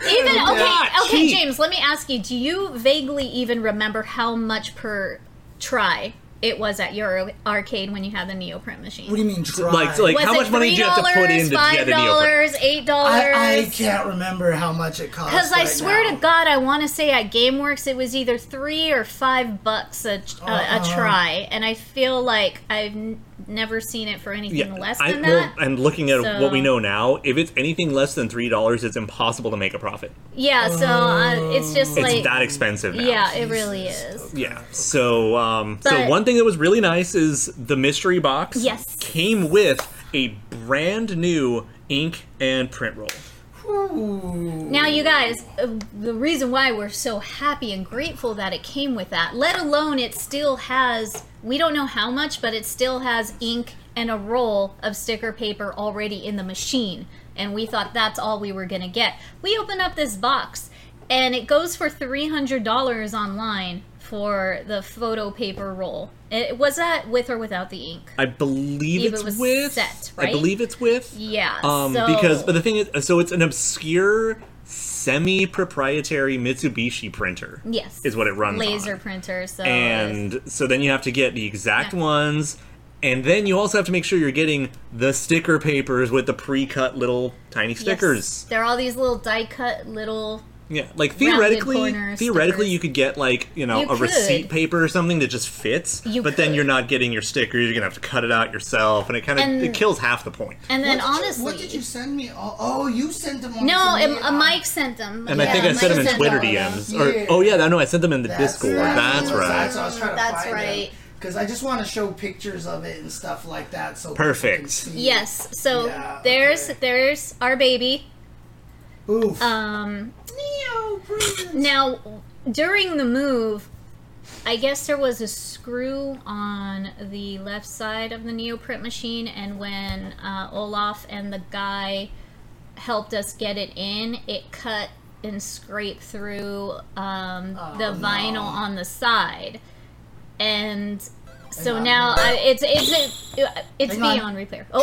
Speaker 3: Even okay,
Speaker 1: not
Speaker 3: okay,
Speaker 1: cheap.
Speaker 3: James. Let me ask you: Do you vaguely even remember how much per try it was at your arcade when you had the neoprint machine?
Speaker 2: what do you mean try?
Speaker 1: Like, like
Speaker 3: was
Speaker 1: how
Speaker 3: it
Speaker 1: much money do you have to put in to
Speaker 3: $3,
Speaker 1: get a neoprene?
Speaker 3: $5, eight
Speaker 2: I, I
Speaker 3: dollars?
Speaker 2: can't remember how much it cost.
Speaker 3: Because I
Speaker 2: right
Speaker 3: swear
Speaker 2: now.
Speaker 3: to God, I want to say at GameWorks it was either three or five bucks a, a, a
Speaker 2: Uh-huh.
Speaker 3: try, and I feel like I've n- never seen it for anything less
Speaker 1: I,
Speaker 3: than
Speaker 1: well,
Speaker 3: that.
Speaker 1: and looking at what we
Speaker 3: So-
Speaker 1: know now, if it's anything less than three dollars, it's impossible to make a profit.
Speaker 3: yeah, so uh, it's just
Speaker 1: It's
Speaker 3: like
Speaker 1: that expensive now.
Speaker 3: yeah, it really is.
Speaker 1: Yeah. So, um, so
Speaker 3: But-
Speaker 1: one thing that was really nice is the mystery box.
Speaker 3: Yes.
Speaker 1: Came with a brand new ink and print roll.
Speaker 3: Now, you guys, uh, the reason why we're so happy and grateful that it came with that, let alone it still has, we don't know how much, but it still has ink and a roll of sticker paper already in the machine. And we thought that's all we were going to get. We open up this box. and it goes for three hundred dollars online for the photo paper roll. It was that with or without the ink.
Speaker 1: I believe
Speaker 3: Eve,
Speaker 1: it's
Speaker 3: it was
Speaker 1: with.
Speaker 3: set,
Speaker 1: I
Speaker 3: right?
Speaker 1: believe it's with.
Speaker 3: Yeah.
Speaker 1: Um,
Speaker 3: so,
Speaker 1: because but the thing is, uh, so it's an obscure, semi-proprietary Mitsubishi printer.
Speaker 3: yes,
Speaker 1: is what it runs on.
Speaker 3: laser printer. So
Speaker 1: and so then you have to get the exact
Speaker 3: Yeah.
Speaker 1: ones and then you also have to make sure you're getting the sticker papers with the pre-cut little tiny
Speaker 3: Yes.
Speaker 1: stickers
Speaker 3: There are all these little die cut little.
Speaker 1: yeah like theoretically
Speaker 3: corner
Speaker 1: theoretically
Speaker 3: stickers.
Speaker 1: you could get like you know
Speaker 3: You
Speaker 1: a
Speaker 3: could.
Speaker 1: receipt paper or something that just fits
Speaker 3: You
Speaker 1: but then
Speaker 3: could.
Speaker 1: you're not getting your stickers you're gonna have to cut it out yourself and it kind of
Speaker 3: And-
Speaker 1: it kills half the point
Speaker 3: And then
Speaker 2: What did
Speaker 3: honestly,
Speaker 2: you- what did you send me? Oh, oh you sent them. All
Speaker 3: no,
Speaker 2: to
Speaker 3: um,
Speaker 2: me.
Speaker 3: uh, Mike sent them.
Speaker 1: and I
Speaker 3: Yeah,
Speaker 1: think I
Speaker 3: Mike
Speaker 1: sent them in
Speaker 3: sent
Speaker 1: Twitter
Speaker 3: all of them.
Speaker 1: DMs.
Speaker 2: Yeah.
Speaker 1: Or oh yeah, I know I sent them in the
Speaker 2: That's-
Speaker 1: Discord.
Speaker 2: that's
Speaker 1: That's,
Speaker 2: what-
Speaker 1: right.
Speaker 2: That's what I was trying to
Speaker 3: That's
Speaker 2: find
Speaker 3: right.
Speaker 2: Because I just want to show pictures of it and stuff like that. So people
Speaker 1: Perfect.
Speaker 2: can see.
Speaker 3: Yes. So
Speaker 2: Yeah,
Speaker 3: there's
Speaker 2: okay.
Speaker 3: there's our baby.
Speaker 2: Oof.
Speaker 3: Um,
Speaker 2: Neo, brilliant.
Speaker 3: now during the move, I guess there was a screw on the left side of the neoprint machine, and when uh, Olaf and the guy helped us get it in, it cut and scraped through um, the
Speaker 2: Oh, no.
Speaker 3: vinyl on the side, and. So
Speaker 2: Hang on.
Speaker 3: now I, it's it's it's
Speaker 2: Hang on.
Speaker 3: beyond repair. Oh,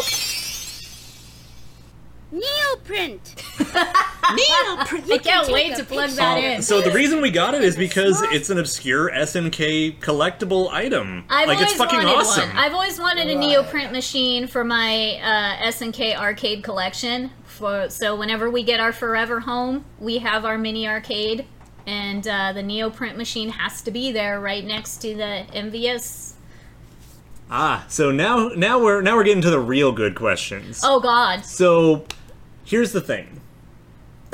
Speaker 4: Neoprint. Neoprint. You
Speaker 3: I can't
Speaker 4: can
Speaker 3: wait
Speaker 4: take
Speaker 3: to
Speaker 4: a
Speaker 3: plug
Speaker 4: picture.
Speaker 3: that
Speaker 1: Um,
Speaker 3: in.
Speaker 1: so the reason we got it is because it's an obscure SNK collectible item.
Speaker 3: I've
Speaker 1: like
Speaker 3: always
Speaker 1: it's fucking
Speaker 3: wanted
Speaker 1: awesome.
Speaker 3: one. I've always wanted a
Speaker 2: Right.
Speaker 3: neoprint machine for my uh, SNK arcade collection. For so whenever we get our forever home, we have our mini arcade, and uh, the neoprint machine has to be there right next to the MVS.
Speaker 1: ah, so now now we're now we're getting to the real good questions.
Speaker 3: Oh God!
Speaker 1: So here's the thing.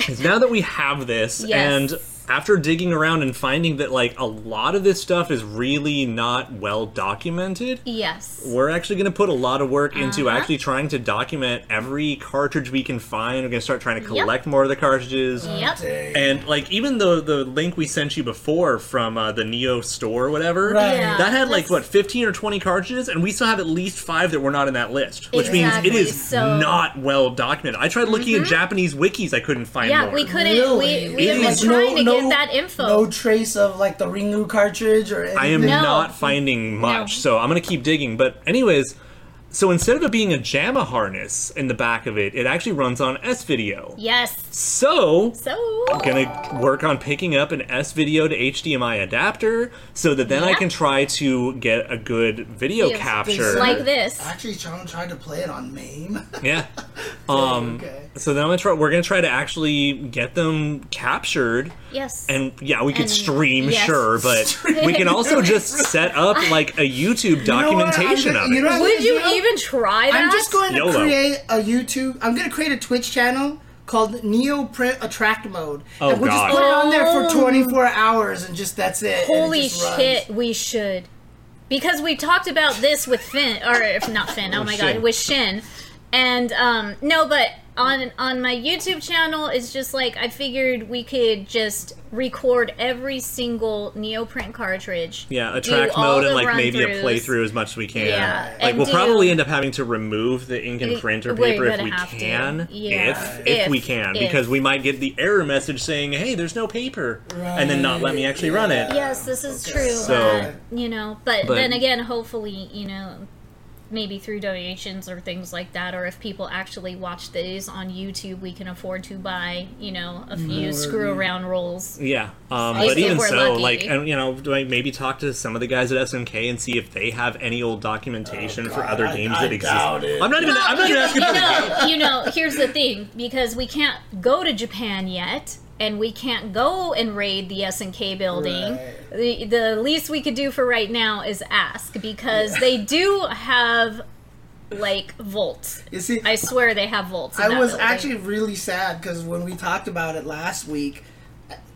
Speaker 1: Is now that we have this
Speaker 3: Yes.
Speaker 1: and after digging around and finding that like a lot of this stuff is really not well documented,
Speaker 3: Yes.
Speaker 1: we're actually going to put a lot of work into
Speaker 3: Uh-huh.
Speaker 1: actually trying to document every cartridge we can find. We're going to start trying to collect more of the cartridges.
Speaker 3: Yep.
Speaker 2: Dang.
Speaker 1: And like even the the link we sent you before from uh, the Neo store, or whatever,
Speaker 2: Right.
Speaker 3: Yeah,
Speaker 1: that had like
Speaker 3: that's-
Speaker 1: what fifteen or twenty cartridges, and we still have at least five that were not in that list, which means
Speaker 3: Exactly,
Speaker 1: it is
Speaker 3: so- Mm-hmm.
Speaker 1: not well documented. I tried looking at Japanese wikis, I couldn't find
Speaker 3: Yeah,
Speaker 1: more.
Speaker 3: we couldn't.
Speaker 2: Really?
Speaker 3: We, we have been
Speaker 1: Like,
Speaker 3: trying to
Speaker 2: no-
Speaker 3: get that info.
Speaker 2: No trace of like the Ringu cartridge or anything.
Speaker 1: I am
Speaker 3: No.
Speaker 1: not finding much, so I'm gonna keep digging. But anyways, so instead of it being a JAMA harness in the back of it, it actually runs on S video.
Speaker 3: yes.
Speaker 1: So
Speaker 3: So.
Speaker 1: gonna work on picking up an S video to HDMI adapter so that then I
Speaker 3: Yeah.
Speaker 1: can try to get a good video
Speaker 3: Yes,
Speaker 1: capture.
Speaker 3: Like this.
Speaker 2: Actually, John tried to play it on MAME.
Speaker 1: yeah. Um,
Speaker 2: okay.
Speaker 1: So then I'm gonna try. We're gonna try to actually get them captured.
Speaker 3: Yes.
Speaker 1: And yeah, we could
Speaker 3: And-
Speaker 1: stream,
Speaker 3: yes.
Speaker 1: sure, but we can also just set up like a YouTube documentation of
Speaker 2: I'm gonna-
Speaker 1: it.
Speaker 2: you know what I'm
Speaker 3: Would
Speaker 2: gonna
Speaker 3: you
Speaker 2: do?
Speaker 3: even try that?
Speaker 2: I'm just going to
Speaker 1: YOLO.
Speaker 2: create a YouTube. I'm going to create a Twitch channel called Neoprint Attract Mode,
Speaker 1: Oh,
Speaker 2: and we'll
Speaker 1: God.
Speaker 2: just put it on there
Speaker 3: Oh.
Speaker 2: for 24 hours, and just that's it. and it
Speaker 3: Holy
Speaker 2: just runs.
Speaker 3: shit, we should. Because we talked about this with Finn, or if not Finn, oh
Speaker 1: With
Speaker 3: my
Speaker 1: Shin.
Speaker 3: god, with Shin, and um, no, but on on my YouTube channel, it's just like I figured we could just record every single neoprint cartridge.
Speaker 1: Yeah,
Speaker 3: do
Speaker 1: attract
Speaker 3: all
Speaker 1: mode and
Speaker 3: the
Speaker 1: like maybe a
Speaker 3: run-throughs.
Speaker 1: playthrough as much as we can.
Speaker 3: Yeah,
Speaker 1: Like
Speaker 3: and
Speaker 1: we'll
Speaker 3: do-
Speaker 1: probably end up having to remove the ink and
Speaker 3: We-
Speaker 1: printer
Speaker 3: we're
Speaker 1: paper if
Speaker 3: gonna
Speaker 1: we
Speaker 3: have to.
Speaker 1: can.
Speaker 3: Yeah.
Speaker 1: If, if
Speaker 3: If-
Speaker 1: we can,
Speaker 3: if.
Speaker 1: because we might get the error message saying, "Hey, there's no paper," and then not let me actually run it.
Speaker 3: Yes, this is true.
Speaker 1: So-
Speaker 3: but, you know, but,
Speaker 1: But-
Speaker 3: then again, hopefully, you know, maybe through donations or things like that, or if people actually watch these on YouTube, we can afford to buy, you know, a few screw around rolls.
Speaker 1: Yeah, um,
Speaker 3: If-
Speaker 1: but
Speaker 3: if
Speaker 1: even
Speaker 3: we're
Speaker 1: so,
Speaker 3: lucky.
Speaker 1: like, and, you know, do I maybe talk to some of the guys at SNK and see if they have any old documentation for other
Speaker 2: I-
Speaker 1: games
Speaker 2: I
Speaker 1: that exist?
Speaker 2: doubt it.
Speaker 1: I'm not even. I'm not even asking
Speaker 3: you
Speaker 1: for the game.
Speaker 3: know, you know, here's the thing because we can't go to Japan yet. And we can't go and raid the S and K building.
Speaker 2: Right.
Speaker 3: The, the least we could do for right now is ask because they do have like volts
Speaker 2: You see,
Speaker 3: I swear they have volts. in
Speaker 2: I
Speaker 3: that
Speaker 2: was
Speaker 3: building.
Speaker 2: actually really sad because when we talked about it last week,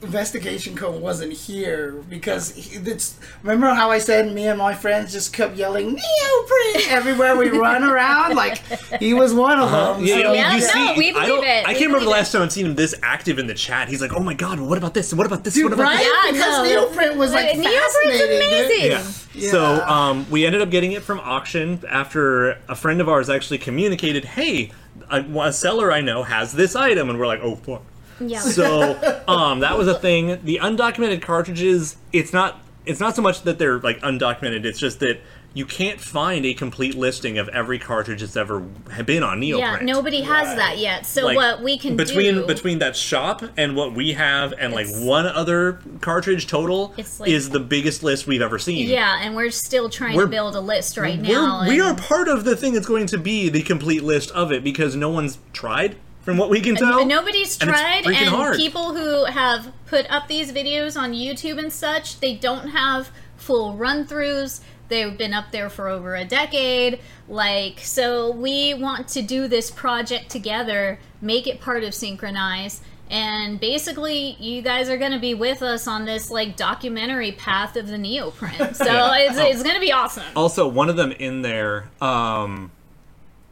Speaker 2: Investigation Code wasn't here because he, it's. Remember how I said me and my friends just kept yelling neoprene everywhere we run around? Like he was one of them.
Speaker 1: Uh-huh. Yeah,
Speaker 2: so-
Speaker 1: I mean,
Speaker 3: Yeah,
Speaker 1: you
Speaker 3: no,
Speaker 1: see,
Speaker 3: we
Speaker 1: I,
Speaker 3: believe
Speaker 1: don't,
Speaker 3: it.
Speaker 1: I
Speaker 3: We
Speaker 1: can't remember
Speaker 3: believe
Speaker 1: the
Speaker 3: it.
Speaker 1: last time I've seen him this active in the chat. He's like, "Oh my god, what about this? What about this? what about
Speaker 2: right?
Speaker 1: this?"
Speaker 3: Yeah,
Speaker 2: because
Speaker 3: no.
Speaker 2: neoprene was like
Speaker 3: Neoprene's
Speaker 2: fascinating.
Speaker 3: amazing.
Speaker 1: Yeah.
Speaker 2: Yeah.
Speaker 1: So um, we ended up getting it from auction after a friend of ours actually communicated, "Hey, a, a seller I know has this item," and we're like, "Oh fuck."
Speaker 3: Yeah.
Speaker 1: So um, that was a thing. The undocumented cartridges, it's not it's not so much that they're like undocumented. It's just that you can't find a complete listing of every cartridge that's ever been on Neoprene.
Speaker 3: yeah, nobody has that yet. So
Speaker 1: Like,
Speaker 3: what we can
Speaker 1: between
Speaker 3: do
Speaker 1: between that shop and what we have and like
Speaker 3: It's-
Speaker 1: one other cartridge total
Speaker 3: It's like-
Speaker 1: is the biggest list we've ever seen.
Speaker 3: Yeah, and we're still trying
Speaker 1: We're-
Speaker 3: to build a list right now.
Speaker 1: We're, we
Speaker 3: and-
Speaker 1: are part of the thing that's going to be the complete list of it because no one's tried, from what we can
Speaker 3: But
Speaker 1: tell.
Speaker 3: nobody's
Speaker 1: and it's
Speaker 3: tried,
Speaker 1: freaking
Speaker 3: and
Speaker 1: hard.
Speaker 3: people who have put up these videos on YouTube and such, they don't have full run throughs. They've been up there for over a decade. Like, so we want to do this project together, make it part of Synchronize. And basically, you guys are going to be with us on this like documentary path of the neoprene. So
Speaker 1: Yeah. Oh.
Speaker 3: it's, it's going to be awesome.
Speaker 1: Also, one of them in there. Um,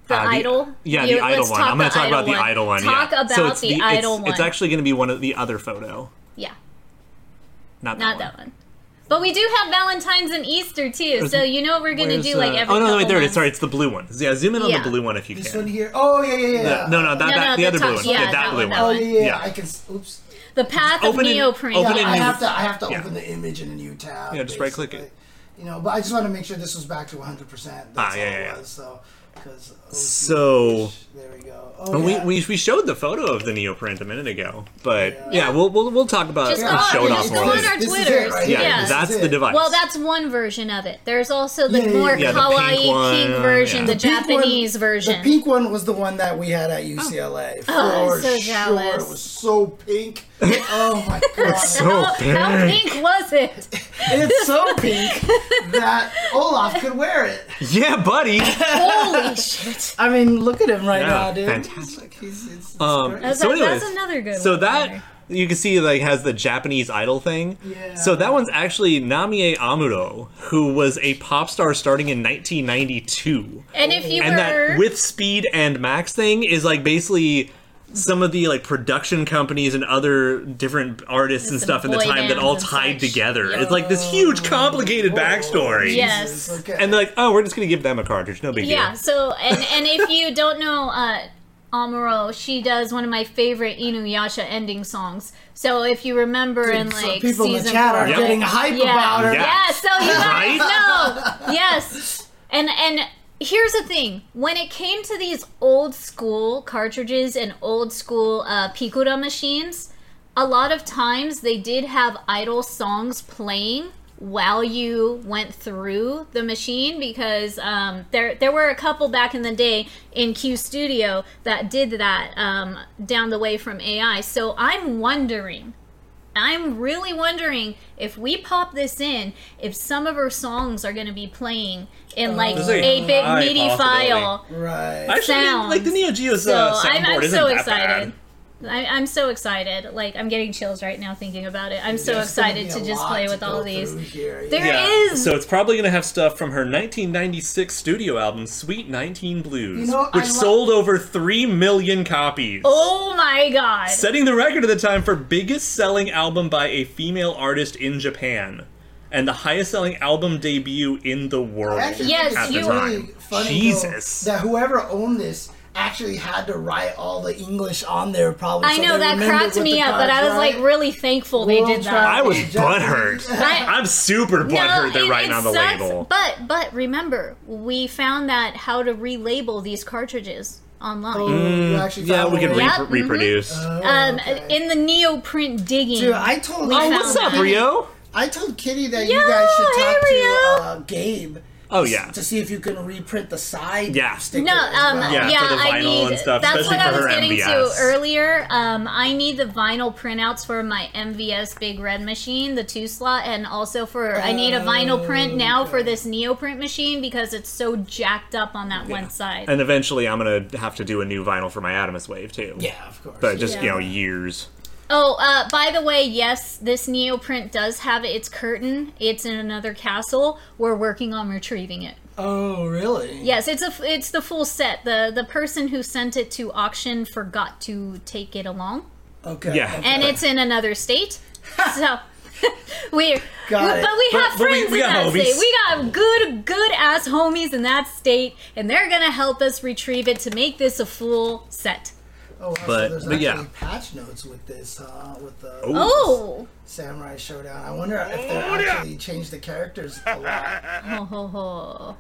Speaker 3: The
Speaker 1: Uh,
Speaker 3: idol.
Speaker 1: Yeah,
Speaker 3: You-
Speaker 1: the idol
Speaker 3: let's
Speaker 1: one. I'm going to
Speaker 3: the
Speaker 1: talk about the idol one.
Speaker 3: Talk
Speaker 1: yeah.
Speaker 3: about
Speaker 1: So it's
Speaker 3: the,
Speaker 1: it's-
Speaker 3: idol one.
Speaker 1: It's actually going to be one of the other photo,
Speaker 3: yeah.
Speaker 1: not that
Speaker 3: Not
Speaker 1: one.
Speaker 3: that one. But we do have Valentine's and Easter too, so you know we're gonna
Speaker 1: Where's,
Speaker 3: do like
Speaker 1: uh,
Speaker 3: every.
Speaker 1: oh no,
Speaker 3: couple
Speaker 1: wait, there it is.
Speaker 3: months.
Speaker 1: Sorry, it's the blue one. Yeah, zoom in on
Speaker 3: Yeah.
Speaker 1: the blue one if you
Speaker 2: This
Speaker 1: can.
Speaker 2: one here. Oh yeah, yeah, yeah.
Speaker 1: The- no, no, that, that
Speaker 3: No, no,
Speaker 1: the,
Speaker 3: the
Speaker 1: other
Speaker 3: top-
Speaker 1: blue one.
Speaker 3: yeah,
Speaker 1: that,
Speaker 3: that
Speaker 1: blue one.
Speaker 3: one, that
Speaker 2: Oh
Speaker 3: one.
Speaker 2: yeah, yeah,
Speaker 1: Yeah.
Speaker 2: I can. s- Oops.
Speaker 3: The path
Speaker 1: Open
Speaker 3: of
Speaker 1: it-
Speaker 3: neoprene.
Speaker 1: open it
Speaker 2: Yeah,
Speaker 1: and
Speaker 2: I
Speaker 1: you-
Speaker 2: have to. I have to
Speaker 1: yeah.
Speaker 2: open the image in a new tab.
Speaker 1: Yeah, just right-click
Speaker 2: basically.
Speaker 1: it.
Speaker 2: You know, but I just want to make sure this was back to 100. percent That's
Speaker 1: Ah, yeah,
Speaker 2: all
Speaker 1: yeah,
Speaker 2: it
Speaker 1: yeah.
Speaker 2: was. So, because
Speaker 1: So-
Speaker 2: there we go. Oh,
Speaker 1: And we,
Speaker 2: yeah.
Speaker 1: we, we showed the photo of the neoprint a minute ago, but yeah,
Speaker 2: Yeah.
Speaker 1: we'll, we'll we'll talk about
Speaker 3: Just
Speaker 1: it
Speaker 3: go
Speaker 1: and
Speaker 3: on-
Speaker 1: show it off
Speaker 3: just
Speaker 1: more
Speaker 3: go on
Speaker 1: later.
Speaker 3: our
Speaker 2: This is it
Speaker 3: Twitters,
Speaker 2: right
Speaker 1: yeah,
Speaker 2: here.
Speaker 3: yeah.
Speaker 2: This
Speaker 1: that's
Speaker 2: is
Speaker 1: the
Speaker 2: it.
Speaker 1: device.
Speaker 3: Well, that's one version of it. There's also the
Speaker 2: Yeah, yeah,
Speaker 3: more
Speaker 2: yeah,
Speaker 1: the pink
Speaker 3: kawaii
Speaker 1: one,
Speaker 3: pink
Speaker 1: yeah.
Speaker 3: version, the,
Speaker 1: The
Speaker 2: pink one-
Speaker 3: Japanese version.
Speaker 2: The pink one was the one that we had at UCLA.
Speaker 3: Oh,
Speaker 2: for
Speaker 3: I'm so
Speaker 2: sure.
Speaker 3: jealous.
Speaker 2: It was so pink. oh my god.
Speaker 1: so
Speaker 3: How- How pink was it?
Speaker 2: it's so pink that Olaf could wear it.
Speaker 1: yeah, buddy.
Speaker 3: Holy shit!
Speaker 2: I mean, look at him right
Speaker 1: Yeah,
Speaker 2: now, dude.
Speaker 1: fantastic.
Speaker 2: He's, it's, it's
Speaker 1: Um,
Speaker 2: great.
Speaker 3: So
Speaker 1: so anyways,
Speaker 3: that's another good.
Speaker 1: so
Speaker 3: one
Speaker 1: that
Speaker 3: there.
Speaker 1: you can see like has the Japanese idol thing.
Speaker 2: Yeah.
Speaker 1: So that one's actually Namie Amuro, who was a pop star starting in 1992.
Speaker 3: And if you
Speaker 1: and
Speaker 3: were
Speaker 1: that with speed and max thing is like basically some of the like production companies and other different artists and
Speaker 3: some
Speaker 1: stuff in the
Speaker 3: boy
Speaker 1: time that
Speaker 3: bands
Speaker 1: all
Speaker 3: and
Speaker 1: tied
Speaker 3: such.
Speaker 1: together it's like this huge complicated backstory
Speaker 3: yes.
Speaker 2: Okay.
Speaker 1: and they're like oh we're just gonna give them a cartridge no big
Speaker 3: Yeah.
Speaker 1: deal
Speaker 3: So, and and if you don't know, uh, Amuro, she does one of my favorite Inuyasha ending songs. So if you remember in
Speaker 2: So
Speaker 3: like
Speaker 2: people in the
Speaker 3: season
Speaker 2: chat
Speaker 3: four,
Speaker 2: are getting hype
Speaker 3: yeah,
Speaker 2: about her.
Speaker 3: Yeah.
Speaker 1: Yeah.
Speaker 3: So you
Speaker 1: Right?
Speaker 3: guys know. Yes. And and here's the thing: when it came to these old school cartridges and old school uh, Pikura machines, a lot of times they did have idle songs playing while you went through the machine because um, there there were a couple back in the day in Q Studio that did that um, down the way from AI. So I'm wondering, I'm really wondering if we pop this in, if some of her songs are going to be playing in like
Speaker 1: There's
Speaker 3: a,
Speaker 1: a
Speaker 3: big
Speaker 1: high
Speaker 3: MIDI
Speaker 1: possibility.
Speaker 3: file.
Speaker 2: Right.
Speaker 1: actually I mean,
Speaker 3: sounds.
Speaker 1: like the neo geo's
Speaker 3: So
Speaker 1: uh,
Speaker 3: I'm,
Speaker 1: soundboard
Speaker 3: I'm
Speaker 1: isn't
Speaker 3: so
Speaker 1: that
Speaker 3: excited.
Speaker 1: bad.
Speaker 3: I, I'm so excited. Like I'm getting chills right now thinking about it. I'm so
Speaker 2: There's gonna
Speaker 3: excited
Speaker 2: be
Speaker 3: to
Speaker 2: a
Speaker 3: just
Speaker 2: lot
Speaker 3: play
Speaker 2: to
Speaker 3: with
Speaker 2: go
Speaker 3: all these.
Speaker 2: through here, yeah.
Speaker 3: There is.
Speaker 1: yeah so it's probably gonna have stuff from her 1996 studio album sweet 19 blues
Speaker 2: You know,
Speaker 1: which
Speaker 2: I lo-
Speaker 1: sold over 3 million copies
Speaker 3: oh my god.
Speaker 1: setting the record at the time for biggest selling album by a female artist in Japan and the highest selling album debut in the world.
Speaker 2: I actually think
Speaker 3: Yes,
Speaker 2: it's
Speaker 3: you-
Speaker 2: really funny though,
Speaker 1: Jesus.
Speaker 2: that whoever owned this actually had to write all the English on there. Probably.
Speaker 3: I
Speaker 2: so
Speaker 3: know
Speaker 2: they
Speaker 3: that
Speaker 2: remembered
Speaker 3: cracked
Speaker 2: what the
Speaker 3: me up, but
Speaker 2: cards
Speaker 3: I was like
Speaker 2: were.
Speaker 3: really thankful they
Speaker 2: World
Speaker 3: did that.
Speaker 1: I was
Speaker 2: Japanese.
Speaker 1: butthurt.
Speaker 3: I-
Speaker 1: I'm super butthurt they're
Speaker 3: it-
Speaker 1: writing
Speaker 3: it
Speaker 1: on the
Speaker 3: sucks,
Speaker 1: label.
Speaker 3: But but remember, we found that how to relabel these cartridges online.
Speaker 2: You actually
Speaker 1: Mm, yeah,
Speaker 2: found
Speaker 1: we can
Speaker 2: a
Speaker 1: re-
Speaker 2: way.
Speaker 3: Yep, mhm.
Speaker 1: reproduce.
Speaker 2: Uh,
Speaker 3: um, in the neoprint digging.
Speaker 2: Oh, Dude, I told.
Speaker 3: Oh,
Speaker 2: I
Speaker 3: what's
Speaker 2: told
Speaker 3: up,
Speaker 2: Kitty-
Speaker 1: Rio?
Speaker 2: I told Kitty that
Speaker 3: Yo,
Speaker 2: you guys should talk
Speaker 3: hey, Rio.
Speaker 2: to uh, Gabe.
Speaker 1: Oh, yeah.
Speaker 2: To see if you can reprint the side.
Speaker 1: Yeah.
Speaker 2: Sticker
Speaker 3: no,
Speaker 2: as
Speaker 3: um,
Speaker 2: well.
Speaker 1: Yeah,
Speaker 3: yeah,
Speaker 1: for the
Speaker 3: I
Speaker 1: vinyl
Speaker 3: need.
Speaker 1: and stuff,
Speaker 3: that's
Speaker 1: especially
Speaker 3: what I
Speaker 1: for
Speaker 3: was
Speaker 1: her
Speaker 3: getting to
Speaker 1: MVS.
Speaker 3: earlier. Um, I need the vinyl printouts for my MVS Big Red machine, the two slot, and also for I need a vinyl print now for this neoprint machine because it's so jacked up on that one side.
Speaker 1: And eventually I'm going to have to do a new vinyl for my Adamus Wave too.
Speaker 2: Yeah, of course.
Speaker 1: But just, you
Speaker 3: Yeah.
Speaker 1: know, years.
Speaker 3: Oh, uh, by the way, yes, this neoprint does have its curtain. It's in another castle. We're working on retrieving it.
Speaker 2: oh, really?
Speaker 3: Yes, it's a it's the full set. the The person who sent it to auction forgot to take it along,
Speaker 2: Okay.
Speaker 1: Yeah.
Speaker 2: okay.
Speaker 3: and it's in another state. so we,
Speaker 2: Got it.
Speaker 3: but we
Speaker 1: but
Speaker 3: have
Speaker 1: we-
Speaker 3: friends
Speaker 1: we
Speaker 3: in
Speaker 1: got
Speaker 3: that
Speaker 1: homies.
Speaker 3: state. We got good good ass homies in that state, and they're gonna help us retrieve it to make this a full set.
Speaker 2: Oh, wow,
Speaker 1: But-
Speaker 2: so there's
Speaker 1: but
Speaker 2: actually
Speaker 1: yeah.
Speaker 2: patch notes with this, huh? With the
Speaker 1: Oh.
Speaker 3: Oh.
Speaker 2: Samurai Showdown. I wonder if they actually changed the characters a lot.
Speaker 3: Ho, ho, ho.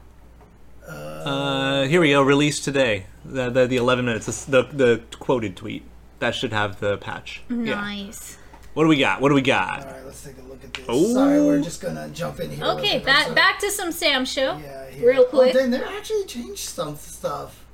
Speaker 1: Uh, here we go. Released today. The the, the eleven minutes. This- The the quoted tweet that should have the patch. Yeah.
Speaker 3: Nice.
Speaker 1: What do we got? What do we
Speaker 2: All
Speaker 1: got?
Speaker 2: right, let's take a look at this.
Speaker 1: Oh.
Speaker 2: Sorry, we're just gonna jump in here.
Speaker 3: Okay, back back to some Sam show.
Speaker 2: Yeah, here.
Speaker 3: Real
Speaker 2: Oh,
Speaker 3: quick.
Speaker 2: then they actually changed some stuff.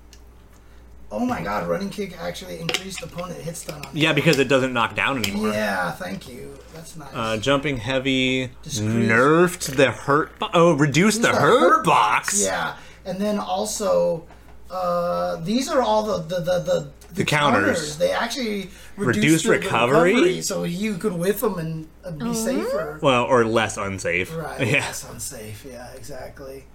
Speaker 2: Oh my God, running kick actually increased opponent hit stun on.
Speaker 1: Yeah, because it doesn't knock down anymore.
Speaker 2: Yeah, thank you. That's nice.
Speaker 1: Uh, jumping heavy
Speaker 2: Discrease.
Speaker 1: nerfed the hurt. Bo- oh, reduced the, hurt, box.
Speaker 2: Yeah, and then also, uh, these are all the the the the,
Speaker 1: The counters.
Speaker 2: They actually
Speaker 1: Reduce
Speaker 2: reduce the
Speaker 1: recovery?
Speaker 2: so you could whiff them and uh,
Speaker 3: Oh.
Speaker 2: be safer.
Speaker 1: Well, or less unsafe.
Speaker 2: right.
Speaker 1: Yeah.
Speaker 2: That's unsafe. Yeah, exactly.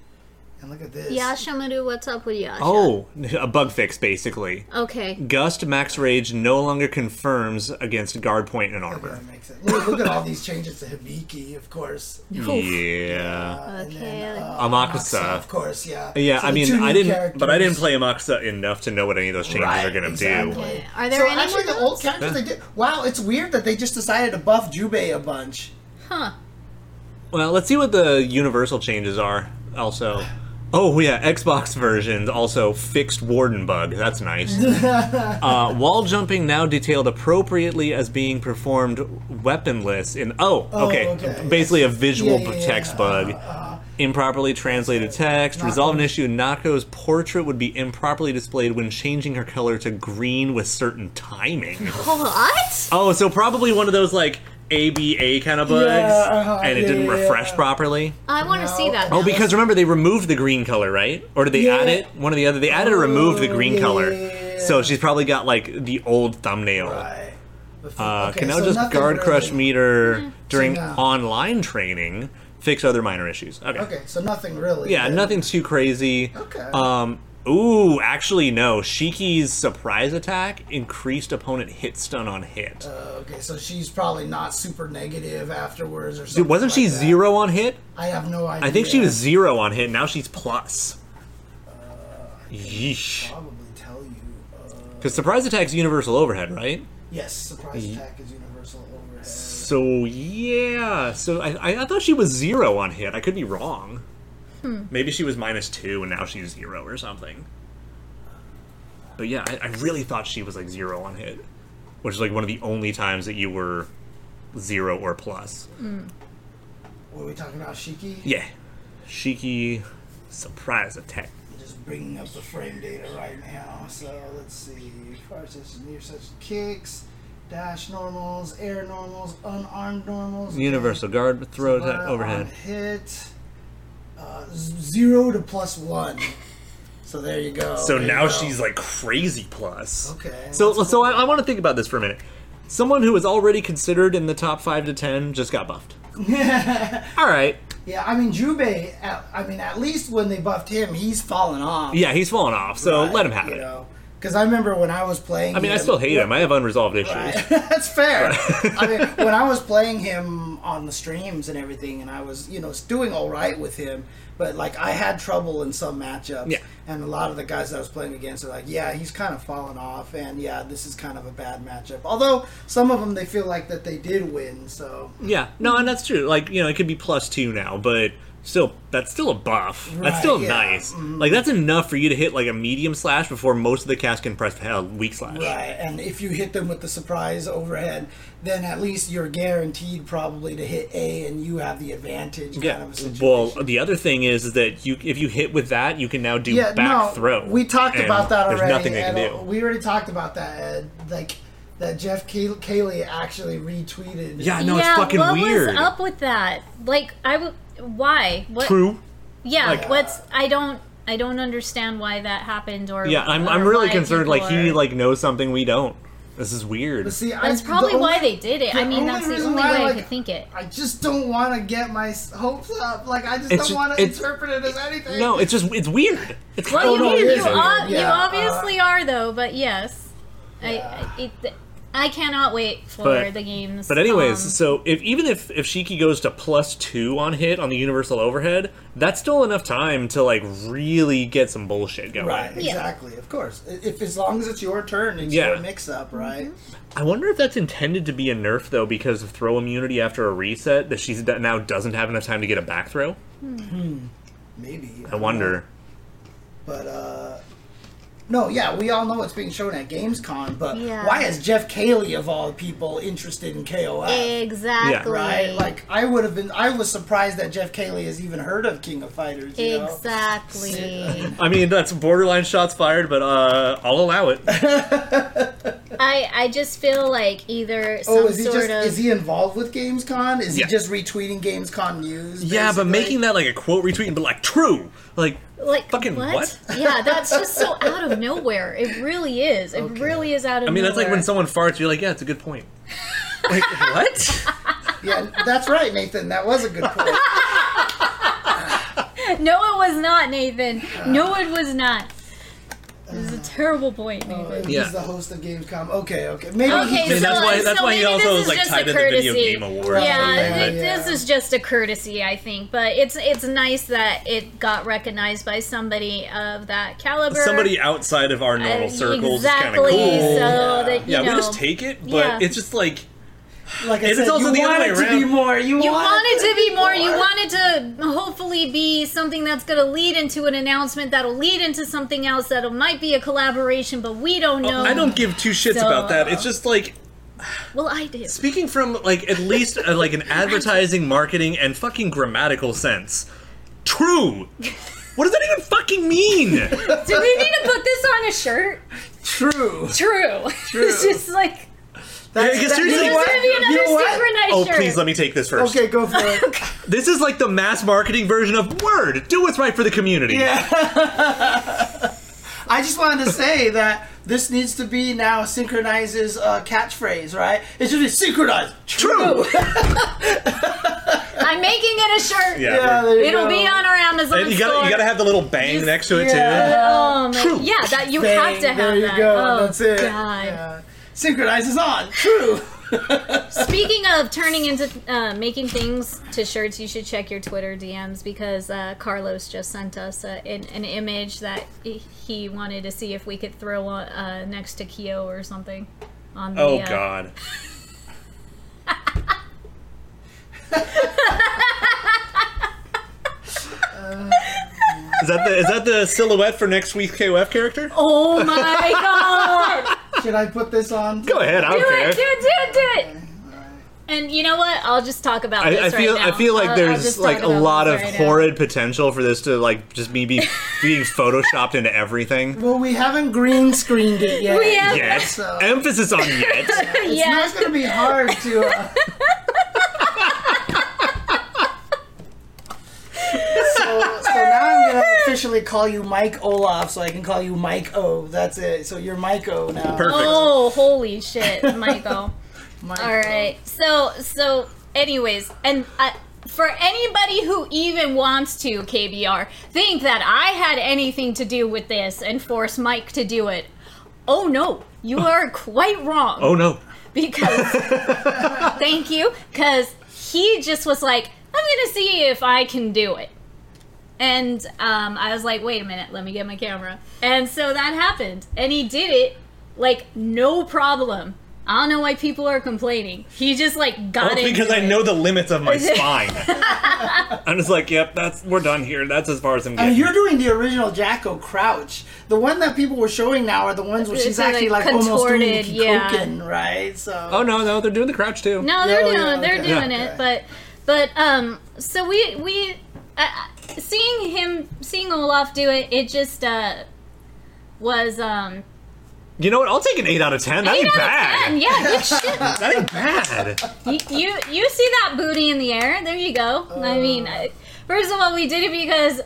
Speaker 2: And look at this.
Speaker 3: Yashamaru, what's up with Yasha?
Speaker 1: Oh, a bug fix basically.
Speaker 3: Okay.
Speaker 1: Gust max rage no longer confirms against guard point and armor.
Speaker 2: That makes sense. Look, look at all these changes to Hibiki, of course.
Speaker 1: Yeah.
Speaker 3: Okay.
Speaker 1: Amakusa.
Speaker 2: Of course, yeah.
Speaker 1: Yeah,
Speaker 2: So
Speaker 1: I
Speaker 2: the
Speaker 1: mean,
Speaker 2: two
Speaker 1: I
Speaker 2: new
Speaker 1: didn't, but I didn't
Speaker 2: characters.
Speaker 1: play Amoxa enough to know what any of those changes are going to do.
Speaker 2: exactly.
Speaker 3: Okay. Are there
Speaker 2: so
Speaker 3: any
Speaker 2: actually
Speaker 3: more
Speaker 2: the old characters they did? Wow, it's weird that they just decided to buff Jubei a bunch.
Speaker 3: Huh.
Speaker 1: Well, let's see what the universal changes are. Also, oh yeah, Xbox versions also fixed Warden bug. That's nice. uh, wall jumping now detailed appropriately as being performed weaponless in. Oh, okay,
Speaker 2: okay.
Speaker 1: basically a visual
Speaker 2: Yeah, Uh, yeah, yeah.
Speaker 1: text bug. Improperly translated text. Resolve an issue. Nako's portrait would be improperly displayed when changing her color to green with certain timing.
Speaker 3: What?
Speaker 1: Oh, so probably one of those like ABA kind of bugs,
Speaker 2: uh-huh,
Speaker 1: and it
Speaker 2: yeah,
Speaker 1: didn't
Speaker 2: yeah,
Speaker 1: refresh
Speaker 2: yeah.
Speaker 1: properly.
Speaker 3: I want to
Speaker 2: No.
Speaker 3: see that.
Speaker 1: Oh,
Speaker 3: now.
Speaker 1: because remember they removed the green color, right? Or did they add
Speaker 2: Yeah.
Speaker 1: it? One or the other. They added or removed the green
Speaker 2: yeah,
Speaker 1: color.
Speaker 2: yeah, yeah, yeah.
Speaker 1: So she's probably got like the old thumbnail.
Speaker 2: Right.
Speaker 1: Uh,
Speaker 2: Okay,
Speaker 1: can now
Speaker 2: so
Speaker 1: just
Speaker 2: nothing
Speaker 1: guard
Speaker 2: really- Mm-hmm.
Speaker 1: crush meter during
Speaker 2: So now-
Speaker 1: online training. Fix other minor issues. Okay.
Speaker 2: Okay, so nothing really.
Speaker 1: Yeah,
Speaker 2: Then.
Speaker 1: nothing too crazy.
Speaker 2: Okay.
Speaker 1: Um. Ooh, actually no. Shiki's surprise attack increased opponent hit stun on hit.
Speaker 2: Okay, so she's probably not super negative afterwards or something.
Speaker 1: Dude, wasn't
Speaker 2: like
Speaker 1: she
Speaker 2: that.
Speaker 1: zero on hit?
Speaker 2: I have no idea.
Speaker 1: I think she was zero on hit. Now she's plus. Yeesh.
Speaker 2: Probably tell you. Uh,
Speaker 1: Because surprise attack's universal overhead, right?
Speaker 2: yes, surprise attack is universal overhead.
Speaker 1: So yeah. So I, I, I thought she was zero on hit. I could be wrong. Maybe she was minus two and now she's zero or something. But yeah, I, I really thought she was like zero on hit, which is like one of the only times that you were zero or plus.
Speaker 2: Were we talking about Shiki?
Speaker 1: Yeah. Shiki surprise attack.
Speaker 2: Just bringing up the frame data right now. So let's see. Fire such near such kicks, dash normals, air normals, unarmed normals.
Speaker 1: Universal guard throw attack
Speaker 2: Uh,
Speaker 1: overhead.
Speaker 2: on Hit uh, z- zero to plus one. so there you go.
Speaker 1: So
Speaker 2: There you
Speaker 1: now
Speaker 2: go.
Speaker 1: she's like crazy plus.
Speaker 2: Okay,
Speaker 1: So
Speaker 2: that's
Speaker 1: so I, I want to think about this for a minute. Someone who was already considered in the top five to ten just got buffed. All right.
Speaker 2: Yeah, I mean Jubei. At, I mean, at least when they buffed him, he's fallen off.
Speaker 1: Yeah, he's fallen off. So let him have it.
Speaker 2: Because I remember when I was playing.
Speaker 1: I mean, I still hate him. I have unresolved issues.
Speaker 2: That's fair. I mean, when I was playing him on the streams and everything, and I was, you know, doing all right with him, but like I had trouble in some matchups.
Speaker 1: Yeah.
Speaker 2: And a lot of the guys that I was playing against are like, yeah, he's kind of fallen off, and yeah, this is kind of a bad matchup. Although some of them they feel like that they did win, so
Speaker 1: Yeah. No, and that's true. Like you know, it could be plus two now, but still, that's still a buff. that's
Speaker 2: Right,
Speaker 1: still
Speaker 2: yeah. Mm-hmm.
Speaker 1: nice. Like that's enough for you to hit like a medium slash before most of the cast can press hell weak slash.
Speaker 2: Right, and if you hit them with the surprise overhead, then at least you're guaranteed probably to hit A, and you have the advantage. kind of a situation.
Speaker 1: Well, the other thing is, is that you if you hit with that, you can now do
Speaker 2: yeah,
Speaker 1: back
Speaker 2: no,
Speaker 1: throw.
Speaker 2: We talked
Speaker 1: And
Speaker 2: about that already.
Speaker 1: There's nothing they
Speaker 2: and,
Speaker 1: can
Speaker 2: uh,
Speaker 1: do.
Speaker 2: We already talked about that, Ed. Like that Jeff Kay- Cayley actually retweeted.
Speaker 1: yeah, no,
Speaker 3: yeah,
Speaker 1: it's fucking
Speaker 3: what
Speaker 1: weird.
Speaker 3: was up with that? Like, I w- why? What?
Speaker 1: True.
Speaker 3: Yeah.
Speaker 1: Like-
Speaker 3: what's? I don't. I don't understand why that happened. Or
Speaker 1: Yeah, I'm,
Speaker 3: or
Speaker 1: I'm really
Speaker 3: why
Speaker 1: concerned.
Speaker 3: people
Speaker 1: Like he
Speaker 3: are-
Speaker 1: like knows something we don't. This is weird.
Speaker 2: See, I-
Speaker 3: That's
Speaker 2: the
Speaker 3: probably why
Speaker 2: only-
Speaker 3: they did it.
Speaker 2: the
Speaker 3: I mean,
Speaker 2: only
Speaker 3: that's the
Speaker 2: reason
Speaker 3: only way
Speaker 2: why,
Speaker 3: I
Speaker 2: like, oh,
Speaker 3: could think it.
Speaker 2: I just don't want to get my s- hopes up. Like I just
Speaker 1: It's
Speaker 2: don't
Speaker 1: ju-
Speaker 2: want to
Speaker 1: it's-
Speaker 2: interpret it as anything.
Speaker 1: No, it's just it's weird. It's kind
Speaker 3: Well,
Speaker 1: of
Speaker 3: you,
Speaker 2: no,
Speaker 1: weird.
Speaker 2: it
Speaker 3: you,
Speaker 2: is
Speaker 3: ob-
Speaker 2: weird.
Speaker 3: you
Speaker 2: Yeah,
Speaker 3: obviously are though, but yes, I, I it, I cannot wait for
Speaker 1: But-
Speaker 3: the games.
Speaker 1: But anyways,
Speaker 3: um,
Speaker 1: so if even if if Shiki goes to plus two on hit on the universal overhead, that's still enough time to like really get some bullshit going.
Speaker 2: Right, exactly. Of course, I- if as long as it's your turn, it's
Speaker 1: Yeah.
Speaker 2: your mix-up, right?
Speaker 3: Mm-hmm.
Speaker 1: I wonder if that's intended to be a nerf though, because of throw immunity after a reset that she's that now doesn't have enough time to get a back throw.
Speaker 2: Maybe.
Speaker 1: I wonder.
Speaker 2: But uh no, yeah, we all know it's being shown at GamesCon, but
Speaker 3: Yeah.
Speaker 2: why is Jeff Cayley of all people interested in KOF?
Speaker 3: exactly.
Speaker 2: Right? Like I would have been I was surprised that Jeff Cayley has even heard of King of Fighters, you know?
Speaker 3: exactly.
Speaker 1: I mean, that's borderline shots fired, but uh, I'll allow it.
Speaker 3: I I just feel like either some
Speaker 2: Oh, is he
Speaker 3: sort
Speaker 2: just
Speaker 3: of
Speaker 2: is he involved with GamesCon? Is
Speaker 1: Yeah.
Speaker 2: he just retweeting GamesCon news?
Speaker 1: Yeah, but
Speaker 2: basically?
Speaker 1: making that like a quote retweet and be like true, like
Speaker 3: like
Speaker 1: fucking what?
Speaker 3: Yeah, that's just so out of nowhere. It really is. It really is out of.
Speaker 1: I mean, that's like when
Speaker 3: nowhere.
Speaker 1: someone farts, you're like, yeah, it's a good point. Like what?
Speaker 2: Yeah, that's right, Nathan. That was a good point.
Speaker 3: No, it was not, Nathan. No, it was not. It was a terrible
Speaker 2: Oh,
Speaker 3: point, Nathan.
Speaker 1: Yeah.
Speaker 2: He's the host of GamesCon. Okay, okay. Maybe
Speaker 3: Okay,
Speaker 1: I
Speaker 2: he
Speaker 1: mean,
Speaker 2: just,
Speaker 3: so-
Speaker 1: that's why. That's
Speaker 3: so
Speaker 1: why he
Speaker 3: maybe
Speaker 1: also
Speaker 3: this
Speaker 1: was
Speaker 3: is
Speaker 1: like
Speaker 3: just
Speaker 1: tied
Speaker 3: a
Speaker 1: to the video
Speaker 3: courtesy.
Speaker 1: game award. Oh,
Speaker 3: Yeah,
Speaker 2: Yeah,
Speaker 3: thi- this
Speaker 2: yeah.
Speaker 3: is just a courtesy, I think. But it's it's nice that it got recognized by somebody of that caliber.
Speaker 1: Somebody outside of our
Speaker 3: Uh,
Speaker 1: normal circles
Speaker 3: exactly.
Speaker 1: is kind of cool.
Speaker 3: So
Speaker 2: Yeah.
Speaker 3: that you
Speaker 1: yeah,
Speaker 3: know,
Speaker 1: we just take it, but
Speaker 3: yeah.
Speaker 1: it's just like
Speaker 2: like I
Speaker 1: it's
Speaker 2: said,
Speaker 1: also
Speaker 2: you
Speaker 1: the other
Speaker 2: want
Speaker 1: way
Speaker 2: it to be
Speaker 1: around.
Speaker 2: more. You,
Speaker 3: You want it to be more. You
Speaker 2: more.
Speaker 3: want it to hopefully be something that's going to lead into an announcement that'll lead into something else that'll might be a collaboration, but we don't know.
Speaker 1: Oh, I don't give two shits
Speaker 3: So- uh,
Speaker 1: about that. It's just like
Speaker 3: Well, I do.
Speaker 1: speaking from like at least uh, like an advertising, marketing, and fucking grammatical sense. True. What does that even fucking mean?
Speaker 3: Do we need to put this on a shirt?
Speaker 2: True.
Speaker 3: True. True. it's just like
Speaker 2: That's,
Speaker 1: Yeah, 'cause seriously-
Speaker 3: there's
Speaker 1: What?
Speaker 3: going to be another
Speaker 2: You know what?
Speaker 3: synchronized
Speaker 1: Oh,
Speaker 3: shirt.
Speaker 1: please let me take this first.
Speaker 2: Okay, go for it.
Speaker 1: This is like the mass marketing version of Word. Do what's right for the community.
Speaker 2: I just wanted to say that this needs to be now synchronizes uh, catchphrase, right? It should be synchronized.
Speaker 1: True.
Speaker 3: I'm making it a shirt.
Speaker 1: Yeah.
Speaker 2: Yeah, there you
Speaker 3: It'll
Speaker 2: go.
Speaker 3: be on our Amazon
Speaker 1: And you gotta
Speaker 3: store.
Speaker 1: you gotta have the little bang
Speaker 3: Just-
Speaker 1: next to it
Speaker 2: yeah.
Speaker 1: too.
Speaker 3: Oh, man.
Speaker 1: True.
Speaker 3: Yeah, that you
Speaker 2: Bang,
Speaker 3: have to have
Speaker 2: there you
Speaker 3: that.
Speaker 2: go.
Speaker 3: Oh,
Speaker 2: That's it.
Speaker 3: God.
Speaker 2: Yeah. Synchronizes on. True.
Speaker 3: Speaking of turning into uh, making things to shirts, you should check your Twitter DMs because uh, Carlos just sent us uh, an, an image that he- he wanted to see if we could throw on, uh, next to Kyo or something. On the,
Speaker 1: Oh
Speaker 3: uh,
Speaker 1: god. Is that the is that the silhouette for next week's KOF character?
Speaker 3: Oh my god!
Speaker 2: Should I put this on?
Speaker 1: Go ahead, I
Speaker 3: Do
Speaker 1: don't
Speaker 3: it, do
Speaker 1: care.
Speaker 3: it, do it, do it! And you know what? I'll just talk about
Speaker 1: I,
Speaker 3: this
Speaker 1: I feel
Speaker 3: right now.
Speaker 1: I feel like
Speaker 3: I'll- I'll
Speaker 1: there's
Speaker 3: just talk
Speaker 1: like a
Speaker 3: about
Speaker 1: lot
Speaker 3: this
Speaker 1: of
Speaker 3: right now.
Speaker 1: horrid potential for this to like just me be being photoshopped into everything.
Speaker 2: Well, we haven't green screened it yet.
Speaker 3: We have-
Speaker 1: Yet,
Speaker 2: So-
Speaker 1: emphasis on yet.
Speaker 2: It's
Speaker 3: Yeah.
Speaker 2: not going to be hard to. Uh... so, so now I'm going to officially call you Mike Olaf so I can call you Mike O. That's it. So you're Mike O now.
Speaker 1: Perfect.
Speaker 3: Oh, holy shit, Michael.
Speaker 2: Mike
Speaker 3: All right. So so anyways, and uh, for anybody who even wants to KBR think that I had anything to do with this and force Mike to do it. Oh no, you are quite wrong
Speaker 1: Oh no.
Speaker 3: because thank you because he just was like i'm gonna see if i can do it and um, i was like wait a minute let me get my camera and so that happened and he did it like no problem i don't know why people are complaining he just like got
Speaker 1: Well,
Speaker 3: it
Speaker 1: Oh, because I know the limits of my spine. I'm just like, yep, that's we're done here. That's as far as I'm
Speaker 2: And
Speaker 1: getting.
Speaker 2: you're doing the original Jacko Crouch. The one that people were showing now are the ones where
Speaker 3: It's
Speaker 2: she's actually
Speaker 3: like
Speaker 2: like almost doing the
Speaker 3: contorted, yeah.
Speaker 2: Kikoken, right? So
Speaker 1: oh no, no, they're doing the crouch too.
Speaker 3: No, they're
Speaker 2: Oh,
Speaker 3: doing
Speaker 2: yeah,
Speaker 3: they're
Speaker 2: okay.
Speaker 3: doing
Speaker 2: Yeah.
Speaker 3: it, but but um, so we we uh, seeing him seeing Olaf do it, it just uh was um
Speaker 1: You know what? I'll take an eight out of ten. That
Speaker 3: eight
Speaker 1: ain't
Speaker 3: out
Speaker 1: bad.
Speaker 3: of ten. Yeah, good shit.
Speaker 1: That ain't bad.
Speaker 3: You, you you see that booty in the air? There you go. I
Speaker 1: Uh.
Speaker 3: mean, I, first of all, we did it because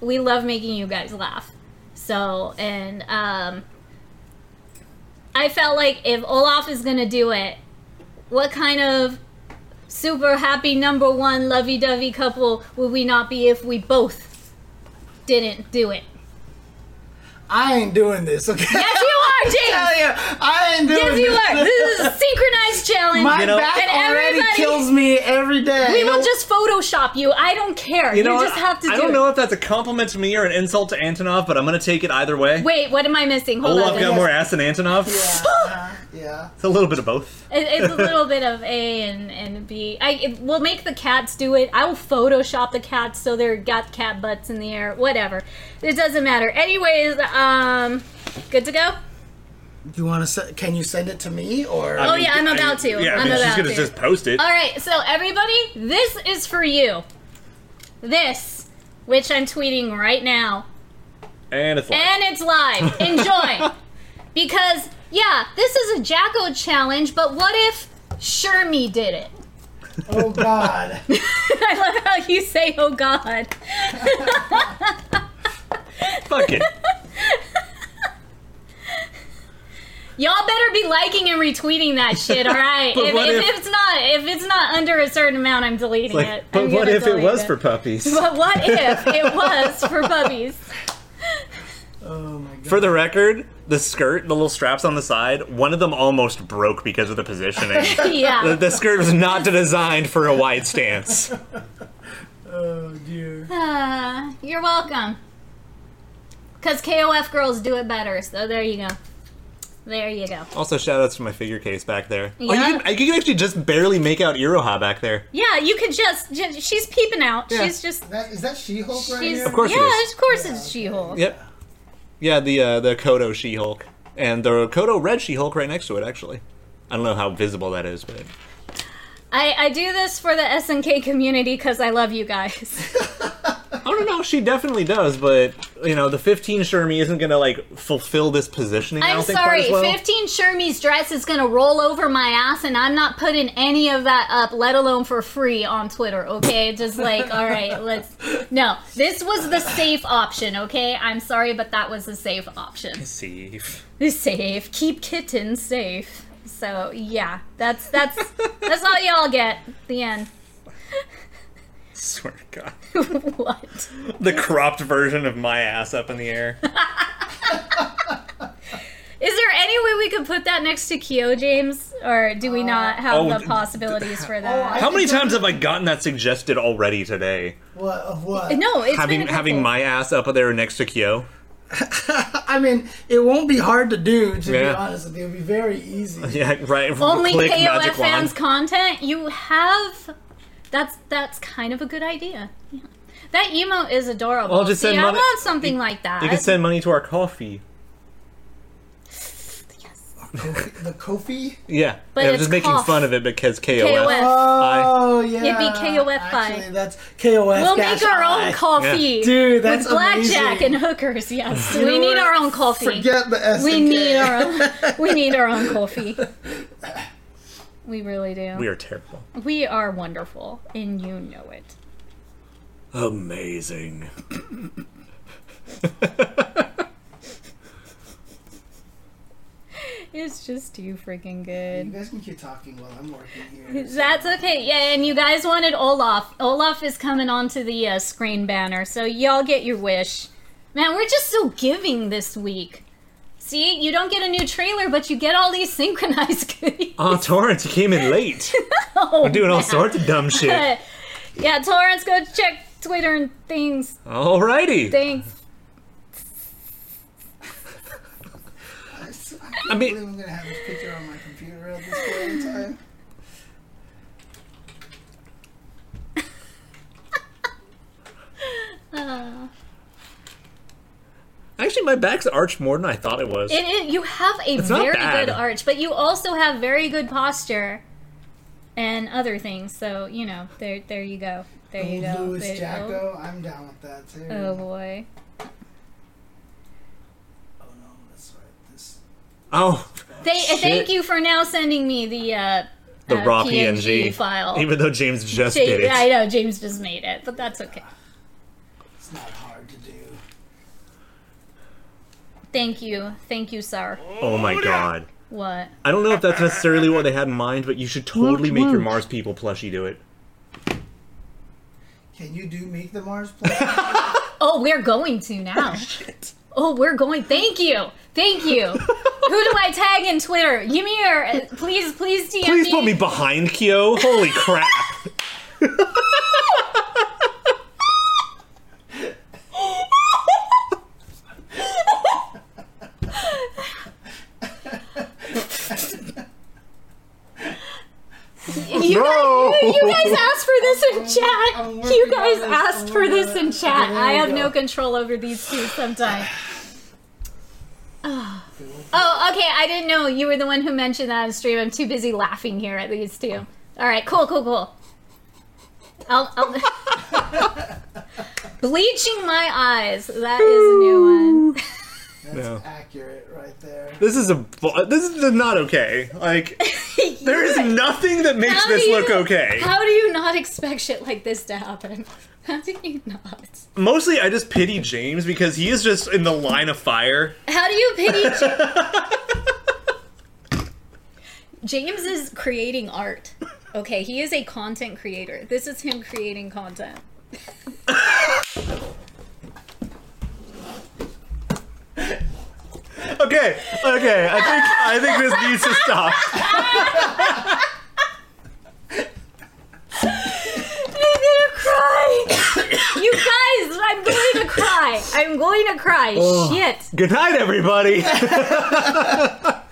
Speaker 3: we love making you guys laugh. So and um, I felt like if Olaf is gonna do it, what kind of super happy number one lovey-dovey couple would we not be if we both didn't do it?
Speaker 2: I ain't doing this, okay?
Speaker 3: Yes, you are,
Speaker 2: Hell
Speaker 3: James.
Speaker 2: yeah, I ain't doing
Speaker 3: Yes, you
Speaker 2: this.
Speaker 3: are. This is a synchronized challenge.
Speaker 2: My
Speaker 1: You know-
Speaker 2: back
Speaker 3: And
Speaker 2: already
Speaker 3: everybody-
Speaker 2: kills me every day.
Speaker 3: we will just Photoshop you. I don't care. You,
Speaker 1: You know, what?
Speaker 3: just have to.
Speaker 1: I
Speaker 3: do
Speaker 1: don't
Speaker 3: it.
Speaker 1: know if that's a compliment to me or an insult to Antonov, but I'm gonna take it either way.
Speaker 3: Wait, what am I missing? Hold
Speaker 1: Olaf
Speaker 3: on.
Speaker 1: Oh, got more ass than Antonov.
Speaker 2: Uh-huh, yeah.
Speaker 1: It's a little bit of both.
Speaker 3: It- it's a little bit of A and, and B. I it- we'll make the cats do it. I will Photoshop the cats so they're got cat butts in the air. Whatever, it doesn't matter. Anyways, um, good to go.
Speaker 2: You want to? Se- can you send it to me or?
Speaker 1: I
Speaker 3: Oh, yeah, I'm
Speaker 1: I-
Speaker 3: about to.
Speaker 1: Yeah, I
Speaker 3: I'm
Speaker 1: mean, she's
Speaker 3: about
Speaker 1: gonna
Speaker 3: to.
Speaker 1: just post it.
Speaker 3: All right, so everybody, this is for you. This, which I'm tweeting right now,
Speaker 1: and it's like,
Speaker 3: and it's live. Enjoy, because yeah, this is a Jacko challenge. But what if Shermie did it?
Speaker 2: oh God.
Speaker 3: I love how you say, "Oh God."
Speaker 1: fuck it.
Speaker 3: Y'all better be liking and retweeting that shit, all right?
Speaker 1: But
Speaker 3: if,
Speaker 1: what
Speaker 3: if,
Speaker 1: if-
Speaker 3: it's not, if it's not under a certain amount, I'm deleting it.
Speaker 1: Like, but
Speaker 3: I'm
Speaker 1: what
Speaker 3: gonna
Speaker 1: if it
Speaker 3: delete
Speaker 1: was for puppies?
Speaker 3: But what if it was for puppies?
Speaker 2: Oh my God.
Speaker 1: For the record, the skirt, the little straps on the side, one of them almost broke because of the positioning. the,
Speaker 3: Yeah.
Speaker 1: the skirt was not designed for a wide stance.
Speaker 2: oh dear.
Speaker 3: Uh, you're welcome. Cause KOF girls do it better, so there you go. There you go.
Speaker 1: Also, shout outs to my figure case back there. Oh, you,
Speaker 3: Yeah.
Speaker 1: can, you can actually just barely make out Iroha back there.
Speaker 3: Yeah, you could just, ju- she's peeping out.
Speaker 1: Yeah.
Speaker 3: She's just
Speaker 2: That is that She-Hulk right
Speaker 3: she's
Speaker 2: here?
Speaker 1: Of course it
Speaker 3: yeah,
Speaker 1: is.
Speaker 3: of course it's She-Hulk.
Speaker 1: Yep. Yeah, the uh, the Kodo She Hulk and the Kodo Red She Hulk right next to it. Actually, I don't know how visible that is, but
Speaker 3: I, I do this for the SNK community because I love you guys.
Speaker 1: I don't know. She definitely does, but you know, the 15 Shermie isn't gonna like fulfill this positioning. I
Speaker 3: I'm
Speaker 1: don't think quite
Speaker 3: sorry,
Speaker 1: as well.
Speaker 3: 15 Shermie's dress is going to roll over my ass, and I'm not putting any of that up, let alone for free on Twitter, okay? Just like, all right, let's. No, this was the safe option, okay? I'm sorry, but that was the safe option.
Speaker 1: Safe.
Speaker 3: Safe. Keep kittens safe. So, yeah, that's that's that's all y'all get. The end.
Speaker 1: Swear to God.
Speaker 3: What?
Speaker 1: The cropped version of my ass up in the air.
Speaker 3: Is there any way we could put that next to Kyo James, or do we not have
Speaker 1: oh,
Speaker 3: the
Speaker 1: d- d-
Speaker 3: possibilities for that?
Speaker 1: How many times have I gotten that suggested already today?
Speaker 2: What? of What?
Speaker 3: no, it's been
Speaker 1: Having
Speaker 3: a couple.
Speaker 1: having my ass up there next to Kyo.
Speaker 2: I mean, it won't be hard to do. To
Speaker 1: Yeah.
Speaker 2: be honest, with you. it'll be very easy.
Speaker 1: Yeah, right.
Speaker 3: only
Speaker 1: Click,
Speaker 3: KOF
Speaker 1: magic wand.
Speaker 3: fans content. You have that's that's kind of a good idea. Yeah. That emote is adorable.
Speaker 1: I'll just
Speaker 3: See,
Speaker 1: send
Speaker 3: I
Speaker 1: money-
Speaker 3: want something like that.
Speaker 1: You can send money to our coffee.
Speaker 2: Kofi- the Kofi.
Speaker 1: Yeah,
Speaker 3: But
Speaker 1: I was
Speaker 3: it's
Speaker 1: just making
Speaker 3: cough.
Speaker 1: fun of it because KOF.
Speaker 3: KOF.
Speaker 2: Oh yeah.
Speaker 3: It'd be KOF five.
Speaker 2: Actually, that's KOF.
Speaker 1: Oh,
Speaker 3: we'll make our own coffee.
Speaker 2: Dude, that's
Speaker 3: with blackjack
Speaker 2: amazing.
Speaker 3: and hookers. Yes,
Speaker 2: You
Speaker 3: we
Speaker 2: know
Speaker 3: need
Speaker 2: what?
Speaker 3: our own coffee.
Speaker 2: Forget the SNK.
Speaker 3: we need our own. We need our own coffee. We really do.
Speaker 1: We are terrible.
Speaker 3: We are wonderful, and you know it.
Speaker 1: Amazing.
Speaker 3: It's just too freaking
Speaker 2: You
Speaker 3: good.
Speaker 2: guys can keep talking while I'm working here.
Speaker 3: That's okay. Yeah, and you guys wanted Olaf. Olaf is coming onto the uh, screen banner, so y'all get your wish. Man, we're just so giving this week. See, you don't get a new trailer, but you get all these synchronized goodies.
Speaker 1: Oh, Torrance, you came in late.
Speaker 3: Oh,
Speaker 1: We're doing all
Speaker 3: man.
Speaker 1: sorts of dumb shit.
Speaker 3: yeah, Torrance, go check Twitter and things.
Speaker 1: Alrighty.
Speaker 3: Thanks.
Speaker 2: I
Speaker 1: I
Speaker 2: believe
Speaker 1: mean,
Speaker 2: I'm gonna have this picture on my computer at this point in time.
Speaker 1: actually, my back's arched more than I thought it was.
Speaker 3: It, it, you have a
Speaker 1: not
Speaker 3: very
Speaker 1: bad.
Speaker 3: good arch, but you also have very good posture and other things. So you know, there, there you go. There you go. There
Speaker 2: Louis
Speaker 3: you go.
Speaker 2: Jacko, I'm down with that too.
Speaker 3: Oh boy.
Speaker 2: Oh, no, that's right. This.
Speaker 1: Oh,
Speaker 3: They, uh, thank you for now sending me the uh,
Speaker 1: the
Speaker 3: uh,
Speaker 1: raw PNG
Speaker 3: file.
Speaker 1: Even though James just
Speaker 3: James,
Speaker 1: did it.
Speaker 3: I know James just made it, but that's okay.
Speaker 2: It's not hard to do.
Speaker 3: Thank you, thank you, sir.
Speaker 1: oh my god.
Speaker 3: What?
Speaker 1: I don't know if that's necessarily what they had in mind, but you should totally make your Mars people plushie do it.
Speaker 2: Can you do make the Mars play?
Speaker 3: Oh, we're going to now. Oh, we're going. Thank you. Thank you. Who do I tag in Twitter? Ymir, please, please DM
Speaker 1: Please put me behind Kyo. Holy crap.
Speaker 3: You
Speaker 1: No.
Speaker 3: guys, you guys asked for this in
Speaker 2: I'm
Speaker 3: chat.
Speaker 2: working
Speaker 3: You guys
Speaker 2: on this.
Speaker 3: asked
Speaker 2: I'm
Speaker 3: for
Speaker 2: working
Speaker 3: this
Speaker 2: on
Speaker 3: in
Speaker 2: it.
Speaker 3: chat.
Speaker 2: There
Speaker 3: I
Speaker 2: we
Speaker 3: have no
Speaker 2: go.
Speaker 3: control over these two sometimes. Ah. Oh, okay. I didn't know you were the one who mentioned that on stream. I'm too busy laughing here at these two. All right, cool, cool, cool. I'll, I'll... Bleaching my eyes. That is a new one.
Speaker 2: That's
Speaker 1: No.
Speaker 2: accurate right there.
Speaker 1: This is a bu- this is not okay. Like there is nothing that makes
Speaker 3: How do
Speaker 1: this
Speaker 3: you-
Speaker 1: look okay.
Speaker 3: How do you not expect shit like this to happen? How do you not?
Speaker 1: Mostly I just pity James because he is just in the line of fire.
Speaker 3: How do you pity Ja- James is creating art. Okay, he is a content creator. This is him creating content.
Speaker 1: Okay, okay. I think I think this needs to stop.
Speaker 3: I'm gonna cry! you guys, I'm going to cry. I'm going to cry. Shit.
Speaker 1: Good night everybody.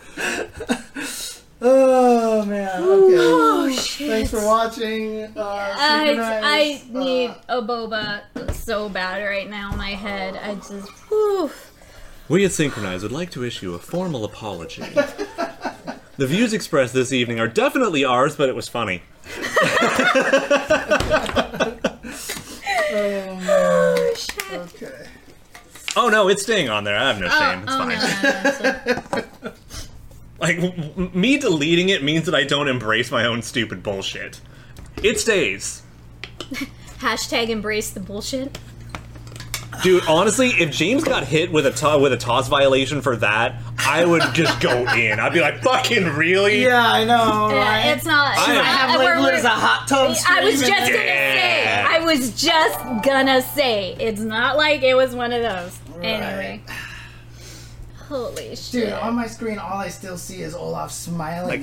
Speaker 2: Oh man. Okay.
Speaker 3: Oh, shit.
Speaker 2: Thanks for watching. Uh,
Speaker 3: I,
Speaker 2: synchronize,
Speaker 3: I need
Speaker 2: Uh,
Speaker 3: a boba so bad right now. My head, I just, whew.
Speaker 1: We at Synchronize would like to issue a formal apology. the views expressed this evening are definitely ours, but it was funny.
Speaker 3: Oh, shit.
Speaker 2: okay.
Speaker 1: Oh no, it's staying on there. I have no shame. It's
Speaker 3: oh,
Speaker 1: fine.
Speaker 3: no, no, no, so-
Speaker 1: Like w- w- me deleting it means that I don't embrace my own stupid bullshit. It stays.
Speaker 3: Hashtag embrace the bullshit.
Speaker 1: Dude, honestly, if James got hit with a to- with a toss violation for that, I would just go in. I'd be like, "Fucking really?"
Speaker 2: Yeah, I know. right?
Speaker 3: Yeah, it's not.
Speaker 1: I-
Speaker 3: it's
Speaker 1: I
Speaker 3: not-
Speaker 2: have
Speaker 3: uh, we're-
Speaker 2: labeled
Speaker 3: we're-
Speaker 2: as a hot tub.
Speaker 3: I was
Speaker 2: stream,
Speaker 3: just
Speaker 2: and
Speaker 3: gonna
Speaker 1: Yeah.
Speaker 3: say. I was just gonna say. It's not like it was one of those. Anyway. Holy shit.
Speaker 2: Dude, on my screen, all I still see is Olaf smiling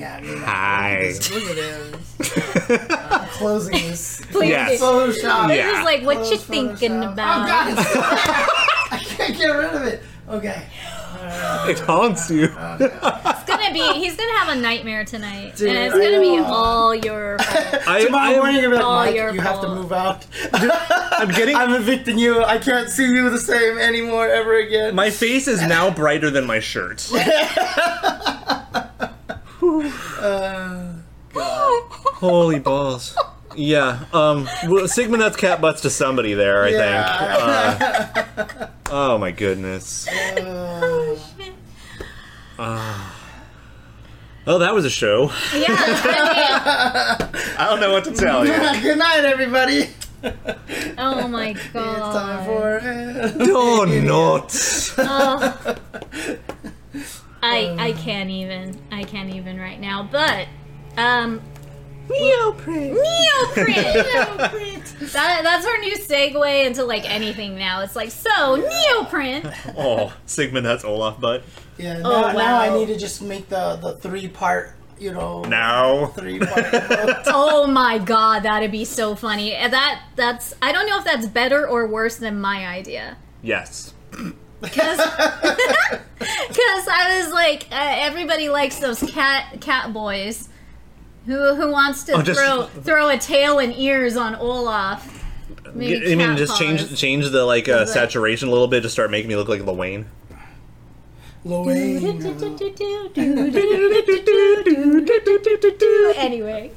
Speaker 1: Like,
Speaker 2: at me. Like,
Speaker 1: hi.
Speaker 2: Look at this. I'm closing this.
Speaker 3: Please.
Speaker 1: Yes. Yeah.
Speaker 2: Photoshop.
Speaker 3: This is like what you
Speaker 2: Close
Speaker 3: thinking
Speaker 2: Photoshop.
Speaker 3: about.
Speaker 2: Oh, God, it's still there. I can't get rid of it. Okay.
Speaker 1: It haunts you.
Speaker 2: Uh,
Speaker 3: It's gonna be. He's gonna have a nightmare tonight,
Speaker 2: Dude,
Speaker 3: and it's gonna be
Speaker 2: I-
Speaker 3: all your. fault.
Speaker 1: I,
Speaker 2: Tomorrow morning,
Speaker 1: I'm,
Speaker 2: you're gonna be
Speaker 3: all
Speaker 2: like, Mike,
Speaker 3: your
Speaker 2: you have to
Speaker 3: fault.
Speaker 2: move out.
Speaker 1: I'm getting
Speaker 2: I'm evicting you. I can't see you the same anymore ever again.
Speaker 1: my face is now brighter than my shirt. Holy balls. Yeah. Um. Well, Sigma nuts cat butts to somebody there. I think. Uh, oh my goodness. Oh, Uh, that was a show.
Speaker 3: yeah. I
Speaker 1: I don't know what to tell you.
Speaker 2: Good night, everybody.
Speaker 3: mean, oh my god.
Speaker 2: It's time for uh,
Speaker 1: No, not.
Speaker 3: Oh. I
Speaker 2: Um.
Speaker 3: I can't even I can't even right now. But um
Speaker 1: Neoprene.
Speaker 3: neoprint. that, that's our new segue into like anything now. It's like so neoprint.
Speaker 1: Oh, Sigma nuts Olaf butt.
Speaker 2: yeah. Now,
Speaker 3: Oh,
Speaker 2: now I
Speaker 3: wow.
Speaker 2: need to just make the the three part. You know.
Speaker 1: Now.
Speaker 2: Three part.
Speaker 3: Oh my god, that'd be so funny. And That that's I don't know if that's better or worse than my idea.
Speaker 1: Yes.
Speaker 3: Cause, 'cause I was like, uh, everybody likes those cat cat boys. Who who wants to
Speaker 1: Oh, just-
Speaker 3: throw throw a tail and ears on Olaf? Maybe
Speaker 1: I mean,
Speaker 3: cat
Speaker 1: just change
Speaker 3: paws.
Speaker 1: change the like uh,
Speaker 3: Right.
Speaker 1: saturation a little bit to start making me look like Lil
Speaker 2: Lorraine.
Speaker 3: anyway,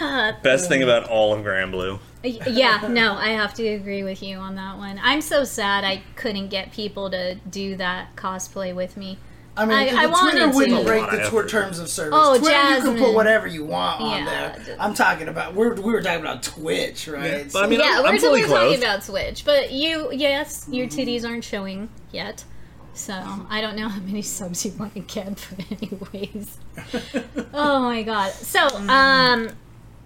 Speaker 3: uh,
Speaker 1: Best thing about all of Grand Blue.
Speaker 3: y- yeah, no, I have to agree with you on that one. I'm so sad I couldn't get people to do that cosplay with me.
Speaker 2: I mean,
Speaker 3: I-
Speaker 2: the
Speaker 3: I wanted
Speaker 2: Twitter wouldn't
Speaker 3: to.
Speaker 2: break
Speaker 1: Lot of
Speaker 2: the Twitter
Speaker 1: effort.
Speaker 2: terms of service.
Speaker 3: Oh,
Speaker 2: Twitter, you can
Speaker 3: Jasmine.
Speaker 2: put whatever you want on
Speaker 3: Yeah.
Speaker 2: there. I'm talking about. We're, we were talking about Twitch, right?
Speaker 1: But I mean,
Speaker 3: Yeah,
Speaker 1: I'm,
Speaker 3: we're
Speaker 1: I'm fully
Speaker 3: totally talking
Speaker 1: clothed.
Speaker 3: about Switch, but you, yes, your titties aren't showing yet. So I don't know how many subs you want to get, but anyways. oh my god. So, um,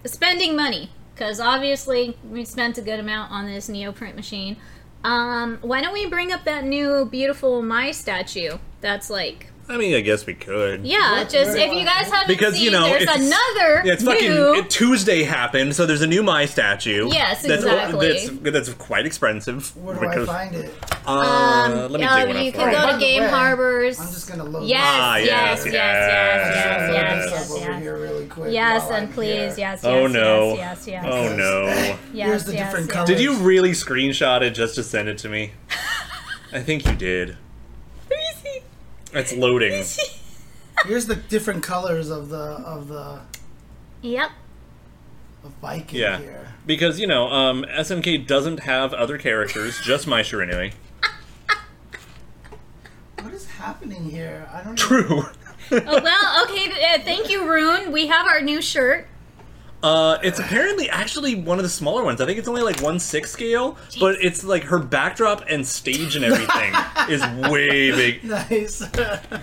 Speaker 3: spending money because obviously we spent a good amount on this neoprint machine. Um, why don't we bring up that new beautiful my statue? That's like
Speaker 1: I mean, I guess we could.
Speaker 3: yeah,
Speaker 2: What-
Speaker 3: just
Speaker 2: where-
Speaker 3: if you guys haven't
Speaker 1: Because
Speaker 3: seen,
Speaker 1: you know,
Speaker 3: there's
Speaker 1: it's,
Speaker 3: another
Speaker 1: Yeah, it's fucking
Speaker 3: new.
Speaker 1: it- Tuesday happened, so there's a new my statue.
Speaker 3: Yes,
Speaker 1: that's,
Speaker 3: exactly.
Speaker 1: That's, that's quite expensive.
Speaker 2: Where do
Speaker 1: because-
Speaker 2: I find it?
Speaker 1: Uh, let me
Speaker 3: uh,
Speaker 1: dig one
Speaker 3: you
Speaker 1: up
Speaker 3: can
Speaker 1: for
Speaker 3: go
Speaker 1: you.
Speaker 2: By
Speaker 3: to
Speaker 2: the
Speaker 3: Game
Speaker 2: way,
Speaker 3: Harbors.
Speaker 2: I'm just gonna load.
Speaker 3: Yes,
Speaker 1: Ah,
Speaker 3: yes, yes,
Speaker 1: yes,
Speaker 3: yes,
Speaker 2: Load
Speaker 3: yes,
Speaker 2: this
Speaker 3: yes,
Speaker 2: up over
Speaker 3: yes.
Speaker 2: here really quick.
Speaker 3: Yes,
Speaker 2: while
Speaker 3: and
Speaker 2: I'm
Speaker 3: please,
Speaker 2: here.
Speaker 3: yes, yes,
Speaker 1: Oh no.
Speaker 3: yes, yes, yes.
Speaker 1: Oh no.
Speaker 3: yes,
Speaker 2: Here's the
Speaker 3: yes,
Speaker 2: different
Speaker 3: yes.
Speaker 2: colors.
Speaker 1: Did you really screenshot it just to send it to me? I think you did. It's loading.
Speaker 2: Here's the different colors of the of the
Speaker 3: Yep.
Speaker 2: of Viking
Speaker 1: Yeah.
Speaker 2: here.
Speaker 1: Because, you know, um, SMK doesn't have other characters, just my Shirinui.
Speaker 2: What is happening here? I don't. Know.
Speaker 1: True.
Speaker 3: Oh well. Okay. th- Uh, thank you, Rune. We have our new shirt.
Speaker 1: Uh, it's apparently actually one of the smaller ones. I think it's only like one six scale, but it's like her backdrop and stage and everything is way big.
Speaker 2: Nice.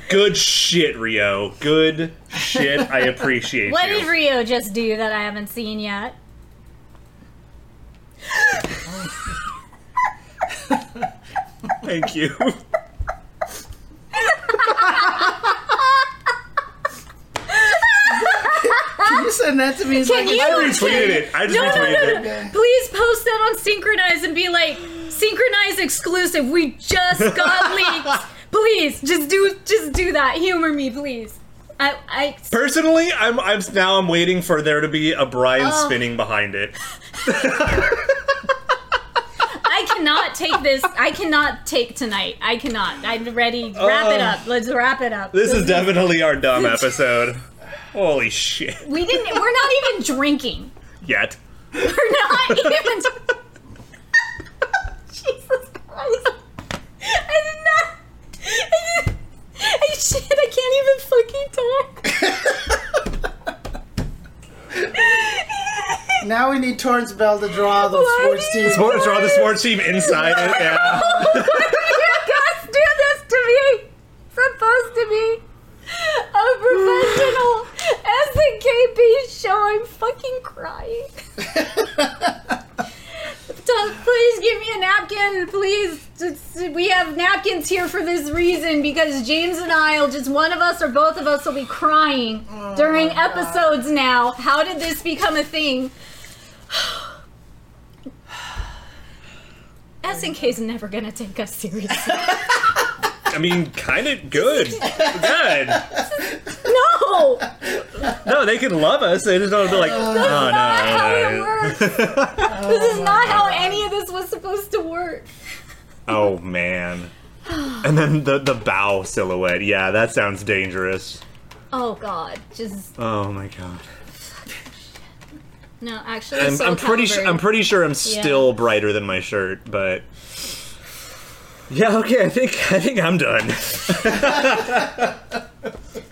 Speaker 1: Good shit, Rio. Good shit. I appreciate
Speaker 3: What
Speaker 1: you.
Speaker 3: did Rio just do that I haven't seen yet?
Speaker 1: Thank you.
Speaker 2: Can you send that to me? so I
Speaker 3: Can you?
Speaker 1: I retweeted it. I just
Speaker 3: No, no, no,
Speaker 1: retweeted it.
Speaker 2: Okay.
Speaker 3: Please post that on Synchronize and be like, Synchronize exclusive. We just got leaked. Please, just do, just do that. Humor me, please. I, I.
Speaker 1: Personally, I'm I'm now I'm waiting for there to be a Brian
Speaker 3: Oh.
Speaker 1: spinning behind it.
Speaker 3: I cannot take this. I cannot take tonight. I cannot. I'm ready. Wrap it up. Let's wrap it up.
Speaker 1: This is definitely our dumb episode. Holy shit.
Speaker 3: We didn't. We're not even drinking.
Speaker 1: Yet.
Speaker 3: We're not even. Jesus Christ! I did not. I did, I, shit! I can't even fucking talk.
Speaker 2: Now we need Torrance Bell to draw the
Speaker 3: Why
Speaker 2: sports
Speaker 3: do
Speaker 2: team.
Speaker 1: Or draw the sports team inside it. Yeah.
Speaker 3: you guys do this to me? Supposed to be a professional as the KB show. I'm fucking crying. Tom, please give me a napkin, please. Just- We have napkins here for this reason because James and I, will just one of us or both of us, will be crying during episodes now. How did this become a thing? SNK's never gonna take us seriously.
Speaker 1: I mean, kind of good. Good.
Speaker 3: no!
Speaker 1: No, they can love us. They just don't be like, oh, no.
Speaker 3: not how
Speaker 1: no,
Speaker 3: it
Speaker 1: no."
Speaker 3: works. this is not how any of this was supposed to work.
Speaker 1: Oh, man. And then the, the bow silhouette. Yeah, that sounds dangerous.
Speaker 3: Oh God, just
Speaker 1: Oh, my God.
Speaker 3: no. Actually,
Speaker 1: I'm,
Speaker 3: Soul
Speaker 1: I'm pretty
Speaker 3: Calibur-
Speaker 1: sure. I'm pretty sure I'm still brighter than my shirt, but yeah. Okay, I think I think I'm done.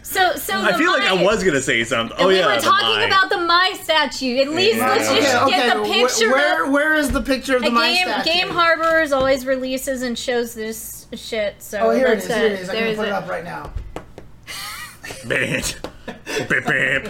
Speaker 3: so so.
Speaker 1: I
Speaker 3: the
Speaker 1: feel like I
Speaker 3: Mai-
Speaker 1: was gonna say something. Oh
Speaker 3: we
Speaker 1: yeah,
Speaker 3: were
Speaker 1: the
Speaker 3: talking
Speaker 1: Mai.
Speaker 3: about the my statue. At least
Speaker 1: Yeah.
Speaker 3: let's just get the
Speaker 2: wh-
Speaker 3: picture
Speaker 2: where,
Speaker 3: up.
Speaker 2: where is the picture of the
Speaker 3: The
Speaker 2: my
Speaker 3: game
Speaker 2: statue?
Speaker 3: Game Harbors always releases and shows this shit. So
Speaker 2: Oh, here it is.
Speaker 3: let's, uh,
Speaker 2: Here it is. I can
Speaker 3: there's
Speaker 2: put it
Speaker 3: a-
Speaker 2: up right now.
Speaker 1: Band. Bip,
Speaker 3: Oh,
Speaker 1: bip.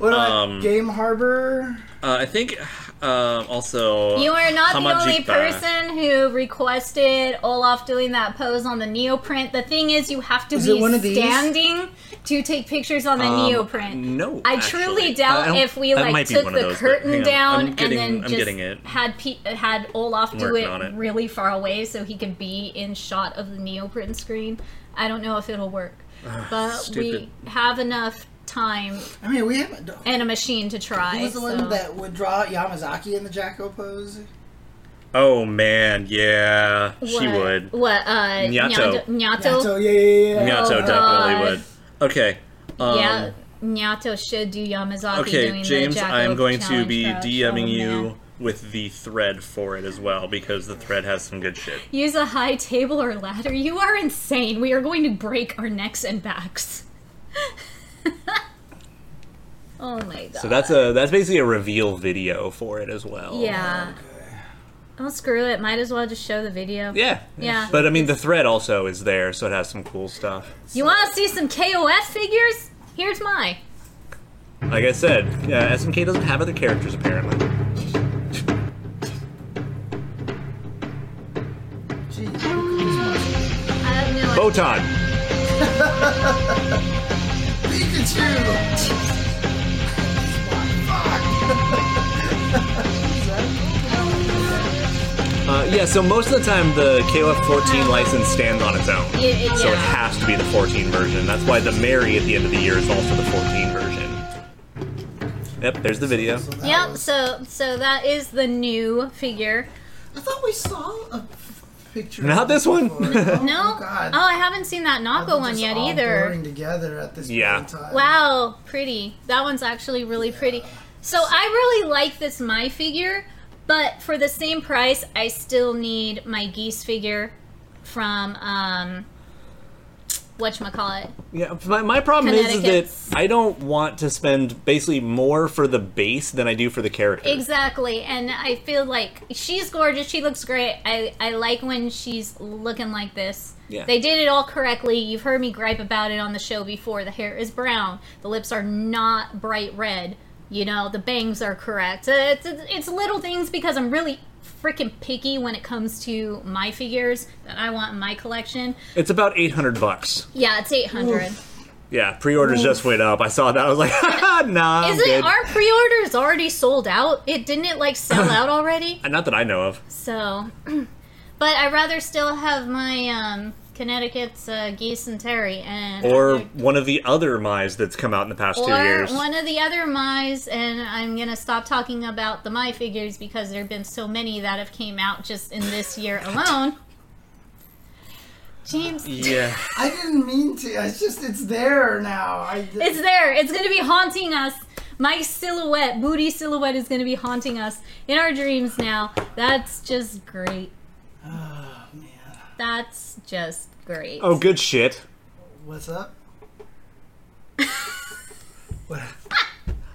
Speaker 2: What about
Speaker 1: Um,
Speaker 2: Game Harbor?
Speaker 1: Uh, I think um, also
Speaker 3: You are not the only
Speaker 1: Hamajipa.
Speaker 3: person who requested Olaf doing that pose on the neoprint. The thing is, you have to
Speaker 2: Is
Speaker 3: be
Speaker 2: it one of these?
Speaker 3: standing to take pictures on the
Speaker 1: Um,
Speaker 3: neoprint.
Speaker 1: No,
Speaker 3: I truly
Speaker 1: actually. I
Speaker 3: doubt
Speaker 1: don't-
Speaker 3: if we
Speaker 1: that
Speaker 3: like
Speaker 1: might be
Speaker 3: took
Speaker 1: one
Speaker 3: the
Speaker 1: of those, but hang
Speaker 3: curtain
Speaker 1: on.
Speaker 3: down
Speaker 1: I'm getting-
Speaker 3: and then
Speaker 1: I'm
Speaker 3: just
Speaker 1: getting it.
Speaker 3: had Pe- had Olaf do
Speaker 1: working
Speaker 3: it,
Speaker 1: on it.
Speaker 3: really far away so he could be in shot of the neoprint screen. I don't know if it'll work, but
Speaker 1: Ah, stupid.
Speaker 3: we have enough time
Speaker 2: I mean, we haven't.
Speaker 3: and a machine to try.
Speaker 2: Who was the
Speaker 3: so-
Speaker 2: one that would draw Yamazaki in the Jacko pose?
Speaker 1: Oh man, yeah, she
Speaker 3: What-
Speaker 1: would.
Speaker 3: What? Uh,
Speaker 1: Nyato.
Speaker 3: Nyato. Nyato.
Speaker 2: So yeah, yeah, yeah. yeah.
Speaker 1: Miyato
Speaker 3: Oh, God.
Speaker 1: definitely would. Okay. Um,
Speaker 3: yeah. Nyato should do Yamazaki
Speaker 1: Okay,
Speaker 3: doing
Speaker 1: James,
Speaker 3: the Jacko
Speaker 1: I am going to
Speaker 3: challenge
Speaker 1: be
Speaker 3: crouch.
Speaker 1: DMing
Speaker 3: Oh,
Speaker 1: you
Speaker 3: man.
Speaker 1: with the thread for it as well because the thread has some good shit.
Speaker 3: Use a high table or ladder. You are insane. We are going to break our necks and backs. oh my god.
Speaker 1: So that's a that's basically a reveal video for it as well.
Speaker 3: yeah. Oh screw it. Might as well just show the video.
Speaker 1: Yeah.
Speaker 3: Yeah.
Speaker 1: But I mean, the thread also is there, so it has some cool stuff.
Speaker 3: You want to see some KOF figures? Here's my.
Speaker 1: Like I said, yeah, SMK doesn't have other characters apparently. Photon.
Speaker 2: Pikachu!
Speaker 1: Uh, yeah, so most of the time the KLF 14 license stands on its own.
Speaker 3: It- it-
Speaker 1: So it
Speaker 3: yeah.
Speaker 1: has to be the 14 version. That's why the Mary at the end of the year is also the 14 version. Yep, there's the video.
Speaker 2: So that
Speaker 3: Yep.
Speaker 2: was-
Speaker 3: So so that is the new figure.
Speaker 2: I thought we saw a picture.
Speaker 1: Not
Speaker 2: of it
Speaker 1: this one.
Speaker 2: before. Oh,
Speaker 3: No.
Speaker 2: my God.
Speaker 3: Oh, I haven't seen that
Speaker 2: They're
Speaker 3: Naga one
Speaker 2: just
Speaker 3: yet
Speaker 2: all
Speaker 3: either.
Speaker 2: blurring together at this
Speaker 1: Yeah.
Speaker 2: point in time.
Speaker 3: Wow, pretty. That one's actually really pretty. So I really like this my figure, but for the same price, I still need my geese figure from um, what call it?
Speaker 1: Yeah, my, my problem is, is
Speaker 3: Connecticut's.
Speaker 1: that I don't want to spend basically more for the base than I do for the character.
Speaker 3: Exactly, and I feel like she's gorgeous. She looks great. I, I like when she's looking like this.
Speaker 1: Yeah.
Speaker 3: They did it all correctly. You've heard me gripe about it on the show before. The hair is brown. The lips are not bright red. You know, the bangs are correct. Uh, It's, it's, it's little things because I'm really freaking picky when it comes to my figures that I want in my collection.
Speaker 1: It's about 800 bucks.
Speaker 3: Yeah, it's 800.
Speaker 1: Yeah, pre-orders just went up. I saw that. I was like, "Haha, nah, I'm
Speaker 3: Isn't
Speaker 1: good."
Speaker 3: our pre-orders already sold out? It didn't it like sell out already?
Speaker 1: Uh, Not that I know of.
Speaker 3: So, but I rather still have my um, Connecticut's uh, geese and Terry, and
Speaker 1: Or one of the other Mi's that's come out in the past two
Speaker 3: Or
Speaker 1: years.
Speaker 3: one of the other Mi's, and I'm gonna stop talking about the My figures because there have been so many that have came out just in this year alone. James,
Speaker 1: Yeah.
Speaker 2: I didn't mean to. It's just it's there now. I just,
Speaker 3: it's there. It's gonna be haunting us. My silhouette, booty silhouette, is gonna be haunting us in our dreams now. That's just great.
Speaker 2: man.
Speaker 3: That's just great.
Speaker 1: Oh, good shit.
Speaker 2: What's up?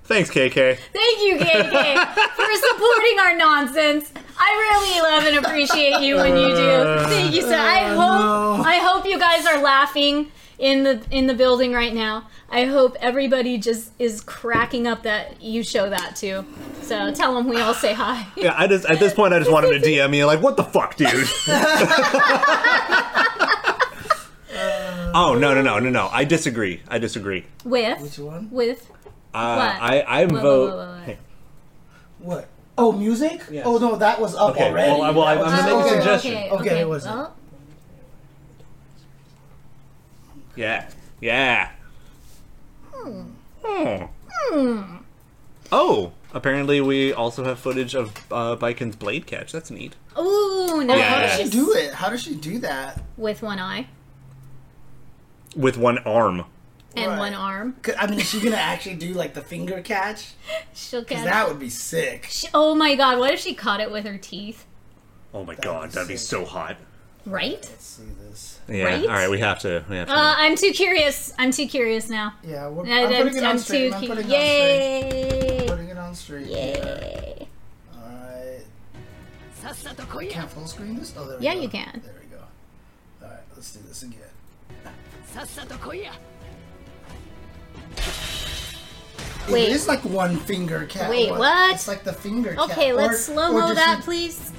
Speaker 1: Thanks, KK.
Speaker 3: Thank you, KK, for supporting our nonsense. I really love and appreciate you when you
Speaker 2: Uh,
Speaker 3: do. Thank you so. I hope I hope you guys are laughing in the in the building right now. I hope everybody just is cracking up that you show that too. So tell them we all say hi.
Speaker 1: Yeah, I just at this point I just wanted to DM you like, what the fuck, dude? oh no no no no no! I disagree. I disagree.
Speaker 3: With
Speaker 2: One.
Speaker 3: with
Speaker 1: Uh,
Speaker 3: What?
Speaker 1: I I
Speaker 3: Whoa, whoa,
Speaker 1: vote.
Speaker 3: whoa, whoa, whoa.
Speaker 1: Hey.
Speaker 2: What? Oh, music?
Speaker 1: Yes.
Speaker 2: Oh no, that was up
Speaker 1: Okay,
Speaker 2: already.
Speaker 1: well, I- well, I'm-
Speaker 2: That was
Speaker 1: I'm gonna make
Speaker 2: up.
Speaker 1: a
Speaker 3: Oh, okay,
Speaker 1: suggestion.
Speaker 3: okay,
Speaker 2: Okay,
Speaker 3: okay.
Speaker 2: what is it?
Speaker 3: Well,
Speaker 1: Yeah. Yeah. Hmm. Oh, apparently we also have footage of uh, Biken's blade catch. That's neat.
Speaker 3: ooh, no.
Speaker 2: How
Speaker 1: Yeah.
Speaker 2: does she do it? How does she do that?
Speaker 3: With one eye
Speaker 1: With one arm.
Speaker 3: and
Speaker 2: Right.
Speaker 3: one arm,
Speaker 2: 'Cause, I mean, is she gonna actually do like the finger catch?
Speaker 3: she'll
Speaker 2: 'Cause
Speaker 3: catch.
Speaker 2: That would be sick.
Speaker 3: She- oh my god! What if she caught it with her teeth?
Speaker 1: Oh my god, that'd be so hot.
Speaker 3: Right?
Speaker 2: Let's see this.
Speaker 1: Yeah.
Speaker 3: Right?
Speaker 1: All right, we have to. We have to.
Speaker 3: Uh, I'm too curious. I'm too curious now.
Speaker 2: Yeah, we're,
Speaker 3: I-
Speaker 2: I'm, putting it on
Speaker 3: I'm
Speaker 2: stream. I'm
Speaker 3: cu-
Speaker 2: putting it on stream.
Speaker 3: Yay!
Speaker 2: Putting it on stream.
Speaker 3: Yay!
Speaker 2: All right.
Speaker 4: さっさと来い
Speaker 2: Can I full screen this? Oh, there we
Speaker 3: Yeah,
Speaker 2: go.
Speaker 3: you can.
Speaker 2: There we go. All right, let's do this again.
Speaker 4: さっさと来いや
Speaker 3: Wait.
Speaker 2: It is like one finger catch.
Speaker 3: Wait, what?
Speaker 2: It's like the finger catch.
Speaker 3: Okay, let's
Speaker 2: Or-
Speaker 3: slow
Speaker 2: or
Speaker 3: mo
Speaker 2: does
Speaker 3: that,
Speaker 2: she,
Speaker 3: please.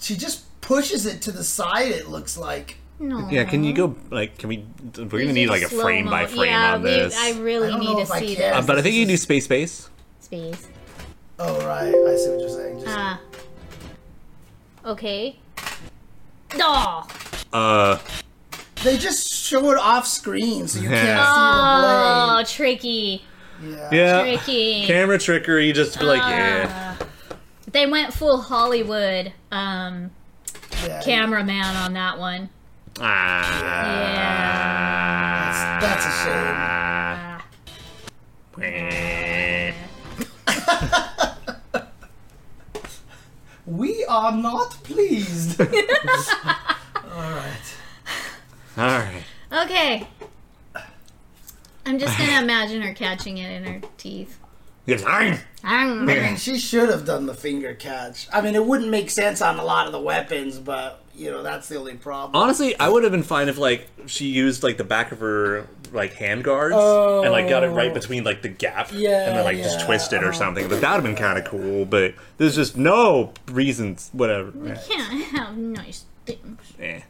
Speaker 2: She just pushes it to the side, it looks like.
Speaker 3: No.
Speaker 1: yeah, can you go like can we we're going to
Speaker 3: You
Speaker 1: need
Speaker 3: do
Speaker 1: like a
Speaker 3: slow
Speaker 1: frame
Speaker 3: mo.
Speaker 1: by frame
Speaker 3: yeah,
Speaker 1: on
Speaker 3: we-
Speaker 1: this.
Speaker 3: I
Speaker 2: I
Speaker 3: really
Speaker 2: don't
Speaker 3: need
Speaker 2: know
Speaker 3: to
Speaker 2: if I
Speaker 3: see
Speaker 2: can.
Speaker 1: Uh,
Speaker 3: this.
Speaker 1: but I think you do space space.
Speaker 3: Space.
Speaker 2: Oh, right. I see what you're saying. Just,
Speaker 3: Ah. Okay. Oh,
Speaker 1: Uh
Speaker 2: They just show it off screen so you can't
Speaker 3: oh tricky.
Speaker 2: see the blade. Yeah.
Speaker 1: yeah.
Speaker 3: Tricky. Uh.
Speaker 1: Camera trickery just to be like, yeah.
Speaker 3: They went full Hollywood um,
Speaker 2: yeah.
Speaker 3: cameraman on that one.
Speaker 1: Ah.
Speaker 3: Yeah.
Speaker 2: That's, that's a shame. We are not pleased. All right.
Speaker 1: All right.
Speaker 3: Okay. I'm just gonna imagine her catching it in her teeth.
Speaker 1: Yes, I'm-
Speaker 3: Arrgh.
Speaker 2: And she should have done the finger catch. I mean, it wouldn't make sense on a lot of the weapons, but you know that's the only problem.
Speaker 1: Honestly, I would have been fine if like she used like the back of her like hand guards and like got it
Speaker 3: Oh.
Speaker 1: right between like the gap and
Speaker 2: Yeah,
Speaker 1: then like just
Speaker 2: yeah,
Speaker 1: twist it or something. But that would have been kind of cool. But there's just no reasons. Whatever.
Speaker 3: Can't have nice things.
Speaker 1: Eh.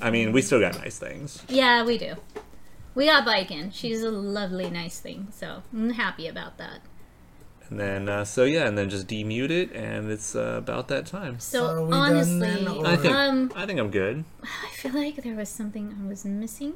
Speaker 1: I mean, we still got nice things.
Speaker 3: Yeah, we do. We got Biken. She's a lovely, nice thing, so I'm happy about that.
Speaker 1: And then, uh, so yeah, and then just demute it, and it's uh, about that time.
Speaker 2: Are
Speaker 3: So
Speaker 2: we done
Speaker 3: honestly,
Speaker 2: then, or-
Speaker 1: I think
Speaker 3: Um,
Speaker 1: I think I'm good.
Speaker 3: I feel like there was something I was missing.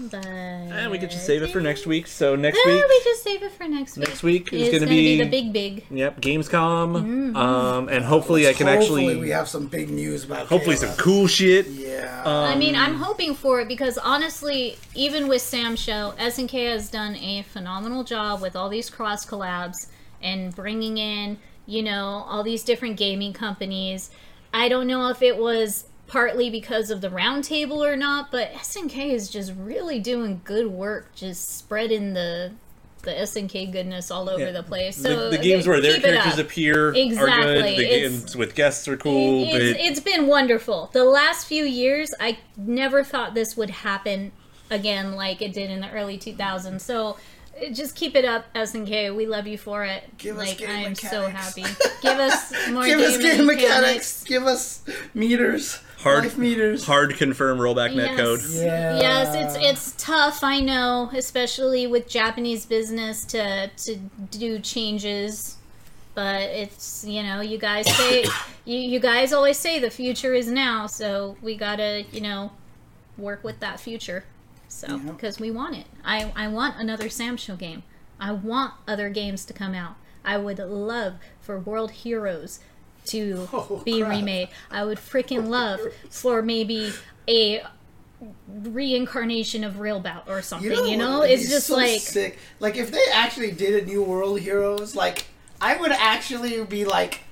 Speaker 3: But
Speaker 1: And we could just save it for next week. So next
Speaker 3: Eh,
Speaker 1: week,
Speaker 3: we just save it for next week.
Speaker 1: Next week is
Speaker 3: It's
Speaker 1: gonna
Speaker 3: gonna be...
Speaker 1: be-
Speaker 3: the big big.
Speaker 1: yep,
Speaker 3: Mm-hmm.
Speaker 1: Gamescom, um, and hopefully I can
Speaker 2: hopefully
Speaker 1: actually,
Speaker 2: we have some big news about.
Speaker 1: hopefully
Speaker 2: Kayla.
Speaker 1: some cool shit.
Speaker 2: Yeah.
Speaker 3: I mean, I'm
Speaker 1: Um,
Speaker 3: hoping for it because honestly, even with Sam Show, SNK has done a phenomenal job with all these cross collabs and bringing in, you know, all these different gaming companies. I don't know if it was partly because of the roundtable or not, but SNK is just really doing good work, just spreading the the SNK goodness all over
Speaker 1: Yeah.
Speaker 3: the place.
Speaker 1: The,
Speaker 3: So
Speaker 1: the games where their
Speaker 3: keep it
Speaker 1: characters
Speaker 3: up.
Speaker 1: appear are
Speaker 3: Exactly,
Speaker 1: good. The
Speaker 3: it's-
Speaker 1: games with guests are cool,
Speaker 3: It-
Speaker 1: but
Speaker 3: it's, it's been wonderful. The last few years, I never thought this would happen again like it did in the early 2000s. So uh, just keep it up, SNK. We love you for it.
Speaker 2: Give us
Speaker 3: like,
Speaker 2: game
Speaker 3: I am so
Speaker 2: mechanics.
Speaker 3: happy. Give us more
Speaker 2: Give us game mechanics.
Speaker 3: mechanics.
Speaker 2: Give us meters.
Speaker 1: hard
Speaker 2: Life meters.
Speaker 1: hard confirm rollback
Speaker 3: Yes.
Speaker 1: netcode.
Speaker 2: Yeah.
Speaker 3: Yes, it's it's tough. I know, especially with Japanese business to to do changes. But it's you know you guys say you, you guys always say the future is now, so we gotta you know work with that future. So
Speaker 2: Yep.
Speaker 3: because we want it, I I want another Sam Show game. I want other games to come out. I would love for World Heroes to
Speaker 2: Oh,
Speaker 3: be
Speaker 2: crap.
Speaker 3: remade. I would freaking love for maybe a reincarnation of Real Bout or something. You know,
Speaker 2: what would
Speaker 3: it's
Speaker 2: be
Speaker 3: just
Speaker 2: so
Speaker 3: like
Speaker 2: sick. Like if they actually did a New World Heroes, like I would actually be like,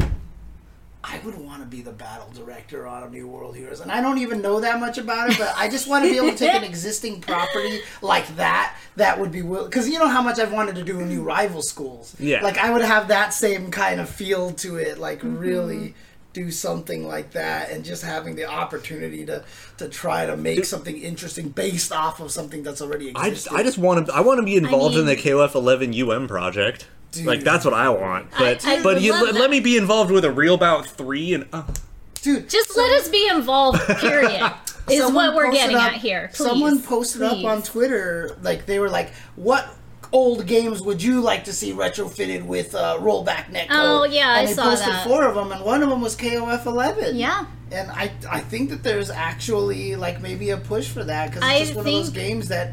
Speaker 2: I would want to be the battle director on a New World Heroes, and I don't even know that much about it, but I just want to be able to take an existing property like that. That would be because you know how much I've wanted to do in New Rival Schools.
Speaker 1: Yeah.
Speaker 2: like I would have that same kind of feel to it. Like
Speaker 3: Mm-hmm.
Speaker 2: really. Do something like that, and just having the opportunity to to try to make something interesting based off of something that's already
Speaker 1: I
Speaker 2: existed.
Speaker 1: just I just want to I want to be involved in
Speaker 3: mean-
Speaker 1: the KOF 11 UM project. Like that's what I want. But
Speaker 3: I
Speaker 1: but
Speaker 3: would
Speaker 1: you,
Speaker 3: love
Speaker 1: let,
Speaker 3: that.
Speaker 1: let me be involved with a real about 3 and uh,
Speaker 2: dude,
Speaker 3: just let us be involved. Period is
Speaker 2: someone
Speaker 3: what we're
Speaker 2: posted
Speaker 3: getting
Speaker 2: up-
Speaker 3: at here. Please,
Speaker 2: Someone posted
Speaker 3: please.
Speaker 2: up on Twitter, like they were like, "What old games would you like to see retrofitted with uh, rollback netcode?"
Speaker 3: Oh, yeah,
Speaker 2: and
Speaker 3: I
Speaker 2: they
Speaker 3: saw
Speaker 2: posted
Speaker 3: that.
Speaker 2: four of them, and one of them was KOF 11.
Speaker 3: Yeah.
Speaker 2: and I I think that there's actually like maybe a push for that because
Speaker 3: I
Speaker 2: it's just one of those
Speaker 3: think-
Speaker 2: games that.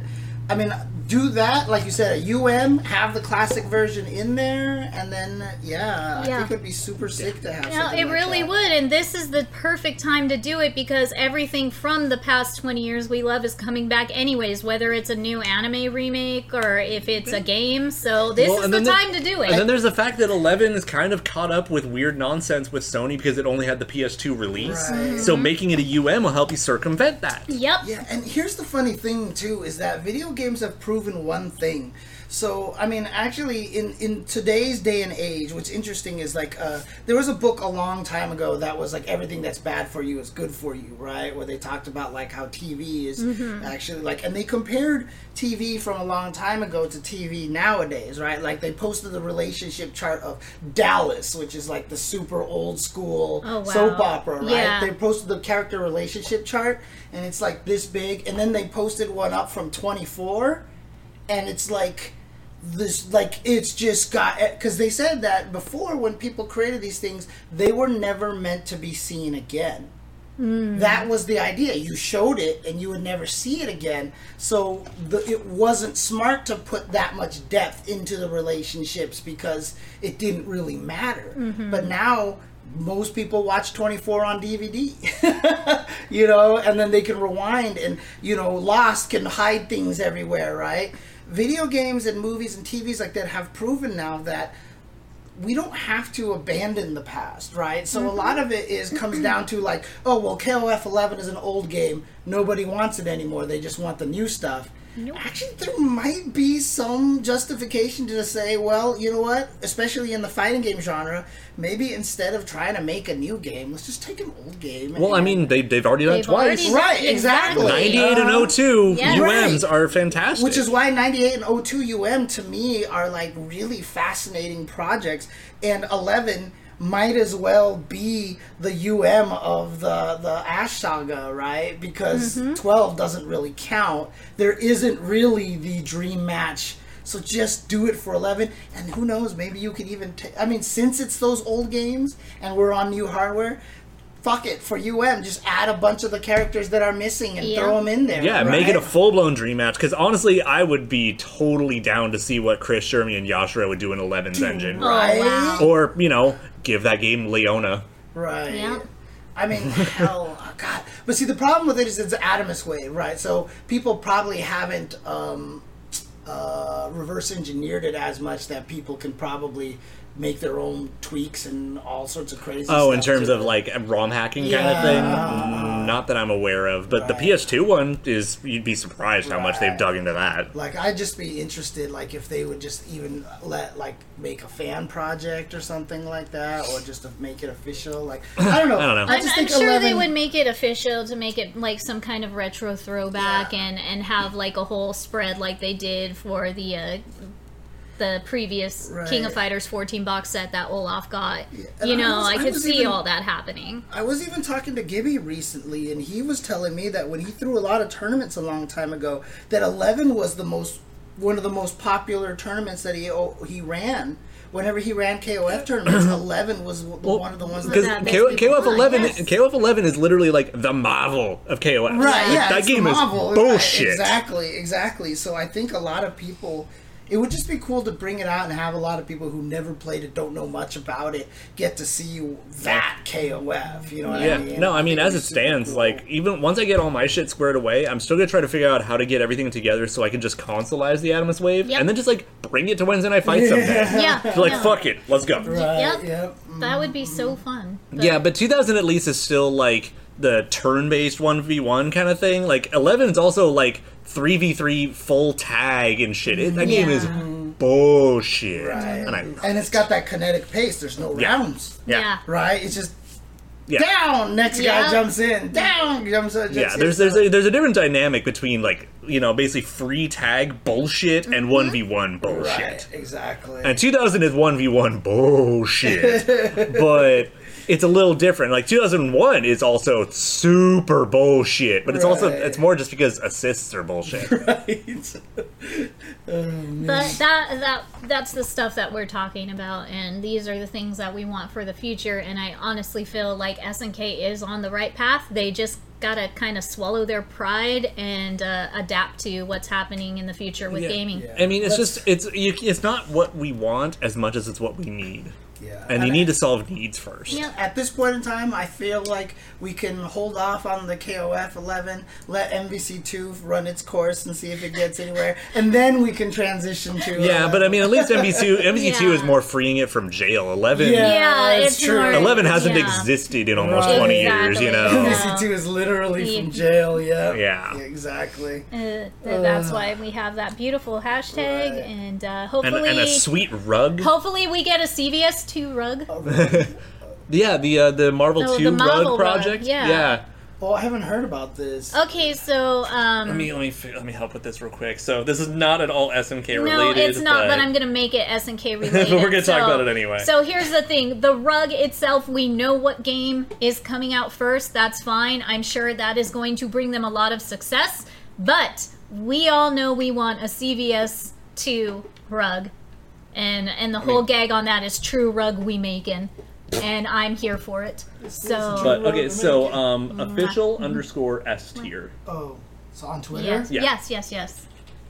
Speaker 2: I mean, do that, like you said, a UM, have the classic version in there, and then, yeah, I
Speaker 3: Yeah.
Speaker 2: think it would be super sick to have
Speaker 3: No,
Speaker 2: something
Speaker 3: it
Speaker 2: like
Speaker 3: really
Speaker 2: that.
Speaker 3: would, and this is the perfect time to do it because everything from the past 20 years we love is coming back, anyways, whether it's a new anime remake or if it's a game. So, this
Speaker 1: Well,
Speaker 3: is
Speaker 1: and
Speaker 3: the
Speaker 1: then the-
Speaker 3: time to do it.
Speaker 1: And then there's the fact that 11 is kind of caught up with weird nonsense with Sony because it only had the PS2 release.
Speaker 2: Right.
Speaker 1: So making it a UM will help you circumvent that.
Speaker 3: yep.
Speaker 2: Yeah, and here's the funny thing too is that video games have proven one thing. So I mean, actually, in in today's day and age, what's interesting is like uh, there was a book a long time ago that was like everything that's bad for you is good for you, right? Where they talked about like how TV is actually like, and they compared TV from a long time ago to TV nowadays, right? Like they posted the relationship chart of Dallas, which is like the super old school
Speaker 3: Oh, wow.
Speaker 2: soap opera, right?
Speaker 3: Yeah.
Speaker 2: They posted the character relationship chart and it's like this big and then they posted one up from 24 and it's like this like it's just got because they said that before when people created these things they were never meant to be seen again that was the idea you showed it and you would never see it again so the, it wasn't smart to put that much depth into the relationships because it didn't really matter but now most people watch 24 on dvd you know and then they can rewind and you know lost can hide things everywhere right video games and movies and tvs like that have proven now that we don't have to abandon the past, right? So a lot of it is comes down to like, oh well, KOF 11 is an old game. Nobody wants it anymore. They just want the new stuff. Actually, there might be some justification to say, well, you know what? Especially in the fighting game genre, maybe instead of trying to make a new game, let's just take an old game.
Speaker 1: Well, I
Speaker 2: and-
Speaker 1: mean, they, they've already done it
Speaker 3: They've already
Speaker 1: twice.
Speaker 3: done-
Speaker 2: Right, exactly.
Speaker 1: 98 and 02
Speaker 3: Yeah.
Speaker 1: UMs
Speaker 2: Right.
Speaker 1: are fantastic.
Speaker 2: Which is why oh 98 and 02 UM to me are like really fascinating projects. And 11 might as well be the UM of the the Ash Saga, right? Because
Speaker 3: Mm-hmm.
Speaker 2: 12 doesn't really count. There isn't really the dream match. So just do it for 11 and who knows, maybe you can even ta- I mean since it's those old games and we're on new hardware, fuck it for UM, just add a bunch of the characters that are missing and
Speaker 3: Yeah.
Speaker 2: throw them in there.
Speaker 1: Yeah, make it a
Speaker 2: right?
Speaker 1: full blown dream match. Because honestly, I would be totally down to see what Chris Sherman and Yashiro would do in 11's engine,
Speaker 2: Right.
Speaker 3: Oh, wow.
Speaker 1: or you know, give that game Leona.
Speaker 2: Right.
Speaker 3: Yeah.
Speaker 2: I mean, hell, oh, God. But see, the problem with it is it's Adamus way, right? So people probably haven't um, uh, reverse engineered it as much that people can probably make their own tweaks and all sorts of crazy.
Speaker 1: Oh, in
Speaker 2: stuff
Speaker 1: terms
Speaker 2: to
Speaker 1: of
Speaker 2: it.
Speaker 1: like ROM hacking kind
Speaker 2: Yeah.
Speaker 1: of thing, Mm, not that I'm aware of. But the PS2 one is you'd be surprised how much they've
Speaker 2: Right.
Speaker 1: dug into that.
Speaker 2: Like I'd just be interested, like if they would just even let like make a fan project or something like that, or just to make it official. Like I don't know.
Speaker 1: I don't know.
Speaker 2: I
Speaker 3: I'm,
Speaker 2: just
Speaker 3: I'm
Speaker 2: think
Speaker 3: sure
Speaker 2: 11
Speaker 3: they would make it official to make it like some kind of retro throwback and and have like a whole spread like they did for the uh, the previous King
Speaker 2: Right.
Speaker 3: of Fighters 14 box set that Olaf got.
Speaker 2: and
Speaker 3: You
Speaker 2: I
Speaker 3: know,
Speaker 2: was-
Speaker 3: I,
Speaker 2: I
Speaker 3: could
Speaker 2: was
Speaker 3: see
Speaker 2: even-
Speaker 3: all that happening.
Speaker 2: I was even talking to Gibby recently, and he was telling me that when he threw a lot of tournaments a long time ago, that eleven was the most one of the most popular tournaments that he oh, he ran. Whenever he ran KOF tournaments, eleven was w- one of the ones
Speaker 1: Because
Speaker 2: that.
Speaker 3: that makes
Speaker 1: KOF
Speaker 3: people
Speaker 1: 11,
Speaker 3: want, yes.
Speaker 1: KOF 11 is literally like the marvel of KOF.
Speaker 2: Right, yeah,
Speaker 1: that
Speaker 2: it's
Speaker 1: game
Speaker 2: the
Speaker 1: is
Speaker 2: Marvel, right,
Speaker 1: bullshit.
Speaker 2: Exactly, exactly. So I think a lot of people, it would just be cool to bring it out and have a lot of people who never played it, don't know much about it, get to see that KOF. You know what
Speaker 1: Yeah.
Speaker 2: I mean?
Speaker 1: No, I mean,
Speaker 2: think
Speaker 1: as it
Speaker 2: it'd be super
Speaker 1: stands,
Speaker 2: cool.
Speaker 1: like even once I get all my shit squared away, I'm still gonna try to figure out how to get everything together so I can just consoleize the Atomus Wave
Speaker 3: Yep.
Speaker 1: and then just like bring it to Wednesday Night Fight someday.
Speaker 3: Yeah.
Speaker 1: Like
Speaker 3: no,
Speaker 1: fuck it, let's go.
Speaker 2: Right,
Speaker 3: Yep.
Speaker 2: yep.
Speaker 3: That would be so fun.
Speaker 1: Yeah, but 2000 at least is still like the turn-based 1v1 kind of thing. Like 11 is also like 3v3 full tag and shit. It, that game is
Speaker 3: Yeah.
Speaker 1: bullshit,
Speaker 2: Right.
Speaker 1: and I
Speaker 2: and it's got that kinetic pace. There's no
Speaker 1: Yeah.
Speaker 2: rounds,
Speaker 1: yeah.
Speaker 2: right? It's just
Speaker 1: Yeah.
Speaker 2: down. Next
Speaker 3: Yeah.
Speaker 2: guy jumps in. Down jumps in. Jumps
Speaker 1: Yeah,
Speaker 2: in.
Speaker 1: there's there's a, there's a different dynamic between like you know basically free tag bullshit and one v one bullshit.
Speaker 2: right, exactly.
Speaker 1: And 2000 is one v one bullshit, but it's a little different. Like 2001 is also super bullshit, but it's also
Speaker 2: Right.
Speaker 1: it's more just because assists are bullshit.
Speaker 3: But that that that's the stuff that we're talking about, and these are the things that we want for the future. And I honestly feel like SNK is on the right path. They just gotta kind of swallow their pride and uh, adapt to what's happening in the future with
Speaker 1: Yeah.
Speaker 3: gaming.
Speaker 1: I mean, it's just it's you, it's not what we want as much as it's what we need,
Speaker 2: yeah.
Speaker 1: and you need to solve needs first.
Speaker 3: Yep.
Speaker 2: At this point in time, I feel like we can hold off on the KOF 11, let MVC2 run its course and see if it gets anywhere, and then we can transition to. uh,
Speaker 1: Yeah,
Speaker 2: 11.
Speaker 1: but I mean, at least MVC MVC two
Speaker 3: Yeah.
Speaker 1: is more freeing it from jail. Eleven.
Speaker 2: Yeah.
Speaker 3: Yeah,
Speaker 2: it's
Speaker 3: it's,
Speaker 2: true.
Speaker 3: more-
Speaker 1: Eleven hasn't
Speaker 3: yeah.
Speaker 1: existed in almost
Speaker 2: Right.
Speaker 1: twenty years, you
Speaker 3: Exactly.
Speaker 1: know.
Speaker 3: Yeah.
Speaker 2: MVC2 is literally from
Speaker 3: Yeah.
Speaker 2: jail. Yeah.
Speaker 1: Yeah.
Speaker 2: Exactly.
Speaker 3: Uh, that's why we have that beautiful hashtag,
Speaker 2: Right.
Speaker 3: and uh,
Speaker 1: And,
Speaker 3: hopefully,
Speaker 1: and a sweet rug.
Speaker 3: hopefully we get a CVS two rug.
Speaker 1: Yeah, the uh, the Marvel
Speaker 3: Oh,
Speaker 1: Two
Speaker 3: the Marvel
Speaker 1: rug
Speaker 3: rug,
Speaker 1: project.
Speaker 3: yeah.
Speaker 2: Oh, I haven't heard about this.
Speaker 3: Okay, so um,
Speaker 1: Let me let me fi- let me help with this real quick. So this is not at all SMK
Speaker 3: No,
Speaker 1: related.
Speaker 3: it's not, but, I'm going to make it SNK related.
Speaker 1: But we're gonna talk
Speaker 3: So-
Speaker 1: about it anyway.
Speaker 3: So here's the thing the rug itself, we know what game is coming out first. That's fine. I'm sure that is going to bring them a lot of success. But we all know we want a CVS 2 rug. And, and the whole gag on that is true rug we making. And I'm here for it. So
Speaker 1: But okay, so um, official
Speaker 3: Mm-hmm.
Speaker 1: underscore S tier.
Speaker 2: Oh, so on Twitter?
Speaker 3: yes,
Speaker 1: Yeah.
Speaker 3: yes, yes, yes.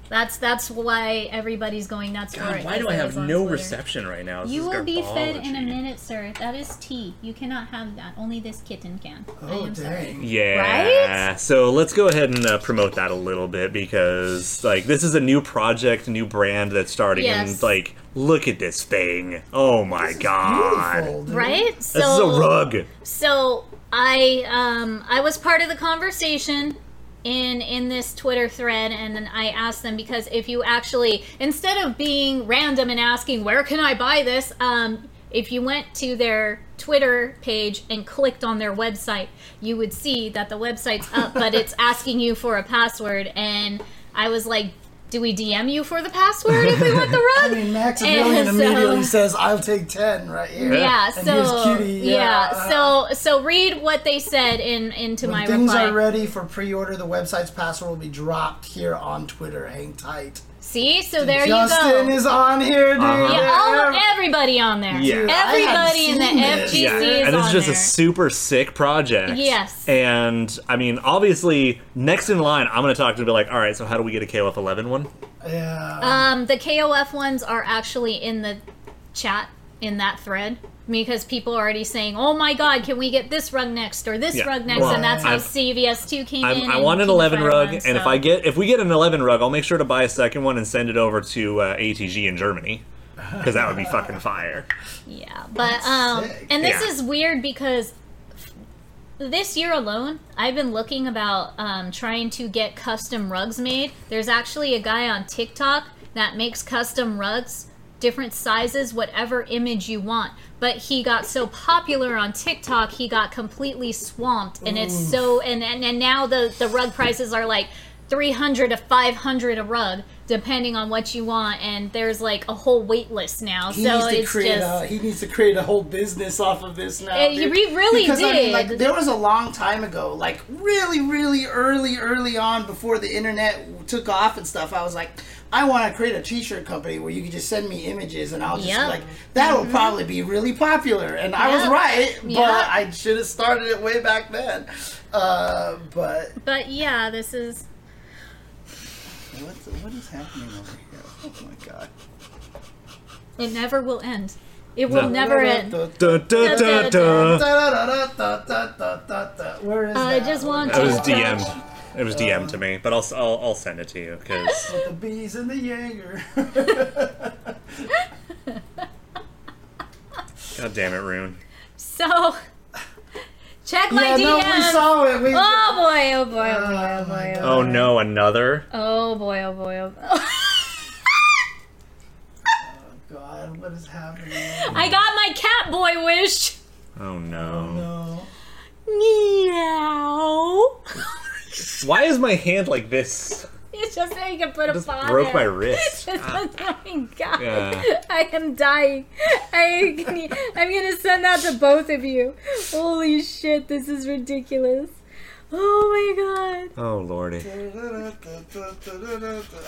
Speaker 3: That's that's why everybody's going nuts for it.
Speaker 1: Why do
Speaker 3: 'cause
Speaker 1: I
Speaker 3: it
Speaker 1: have
Speaker 3: is on
Speaker 1: no
Speaker 3: Twitter.
Speaker 1: reception right now? This is
Speaker 3: You will be fed in a
Speaker 1: garbology.
Speaker 3: minute, sir. That is tea. You cannot have that. Only this kitten can. I
Speaker 2: Oh,
Speaker 3: am sorry.
Speaker 2: dang.
Speaker 1: Yeah. So let's go ahead and uh, promote that a little bit because like this is a new project, new brand that's starting, and
Speaker 3: Yes.
Speaker 1: like look at this thing. Oh my god.
Speaker 2: Beautiful, dude.
Speaker 3: Right? So,
Speaker 1: This is a rug.
Speaker 3: So I um I was part of the conversation in in this Twitter thread and then I asked them because if you actually instead of being random and asking where can I buy this um if you went to their Twitter page and clicked on their website you would see that the website's up but it's asking you for a password and I was like do we DM you for the password if we want the
Speaker 2: I
Speaker 3: rug?
Speaker 2: mean,
Speaker 3: And
Speaker 2: Maximilian
Speaker 3: so-
Speaker 2: immediately says, "I'll take ten right here."
Speaker 3: yeah,
Speaker 2: And
Speaker 3: so
Speaker 2: gives Cutie,
Speaker 3: yeah.
Speaker 2: yeah.
Speaker 3: so so read what they said in into my
Speaker 2: Things
Speaker 3: reply.
Speaker 2: are ready for pre-order. The website's password will be dropped here on Twitter. Hang tight.
Speaker 3: See, so there
Speaker 2: Justin
Speaker 3: you go. Uh-huh.
Speaker 2: is on here, dude.
Speaker 3: yeah, oh, all of everybody on there.
Speaker 1: Yeah. Dude, I
Speaker 3: Everybody in the
Speaker 2: haven't seen this.
Speaker 3: FGC
Speaker 1: Yeah,
Speaker 3: is
Speaker 1: and it's
Speaker 3: on
Speaker 1: just
Speaker 3: there.
Speaker 1: a super sick project.
Speaker 3: Yes.
Speaker 1: and I mean, obviously, next in line, I'm gonna talk to them and be like, all right, so how do we get a KOF 11 one?
Speaker 2: yeah.
Speaker 3: Um, the KOF ones are actually in the chat in that thread because people are already saying, "Oh my God, can we get this rug next or this
Speaker 1: Yeah.
Speaker 3: rug next?"
Speaker 1: Well,
Speaker 3: and that's how
Speaker 1: I've-
Speaker 3: CVS two came in.
Speaker 1: I'm, I
Speaker 3: and
Speaker 1: want an
Speaker 3: King of
Speaker 1: 11
Speaker 3: Fire
Speaker 1: rug,
Speaker 3: one,
Speaker 1: and if
Speaker 3: so-
Speaker 1: I get if we get an 11 rug, I'll make sure to buy a second one and send it over to uh, ATG in Germany because that would be fucking fire.
Speaker 3: yeah, but um,
Speaker 2: sick.
Speaker 3: and this
Speaker 1: Yeah.
Speaker 3: is weird because this year alone, I've been looking about um, trying to get custom rugs made. There's actually a guy on TikTok that makes custom rugs, different sizes, whatever image you want. But he got so popular on TikTok, he got completely swamped, and it's so and and, and now the the rug prices are like. 300 to 500 a rug depending on what you want and there's like a whole wait list now
Speaker 2: He
Speaker 3: so
Speaker 2: needs to
Speaker 3: it's
Speaker 2: create
Speaker 3: just
Speaker 2: a he needs to create a whole business off of this now.
Speaker 3: Uh, he
Speaker 2: dude.
Speaker 3: re- really
Speaker 2: because, I mean, like
Speaker 3: did.
Speaker 2: there was a long time ago, like really, really early, early on before the internet took off and stuff. I was like, I want to create a T-shirt company where you can just send me images and I'll just
Speaker 3: Yep. Mm-hmm.
Speaker 2: like that will probably be really popular. And I was
Speaker 3: Yep.
Speaker 2: right, but
Speaker 3: Yep.
Speaker 2: I should have started it way back then. Uh, but
Speaker 3: but yeah this is
Speaker 2: what's, what is happening over here? Oh my god!
Speaker 3: It never will end. It will
Speaker 1: No.
Speaker 3: never end.
Speaker 1: Dun, dun, dun, dun.
Speaker 2: Where is
Speaker 3: I
Speaker 2: that?
Speaker 3: just want
Speaker 1: That was
Speaker 3: to
Speaker 1: DM.
Speaker 3: touch-
Speaker 1: It was DM to me, but I'll I'll, I'll send it to you because
Speaker 2: The bees and the Jaeger.
Speaker 1: god damn it, Rune.
Speaker 3: So check my
Speaker 2: yeah,
Speaker 3: DM.
Speaker 2: no, we saw it. Uh. We,
Speaker 3: Oh boy! Oh boy! Oh boy! Oh boy!
Speaker 1: Oh no, another.
Speaker 3: Oh boy! Oh boy! Oh boy.
Speaker 2: God, what is happening?
Speaker 3: I got my cat boy wish.
Speaker 1: Oh no.
Speaker 2: No.
Speaker 3: Meow.
Speaker 1: Why is my hand like this?
Speaker 3: It's just how you can put a
Speaker 1: Just
Speaker 3: paw
Speaker 1: broke
Speaker 3: there.
Speaker 1: my wrist.
Speaker 3: Just- oh my god!
Speaker 1: Ah. Yeah.
Speaker 3: I am dying. I e, I'm gonna send that to both of you. Holy shit! This is ridiculous. Oh my god.
Speaker 1: Oh lordy.
Speaker 2: I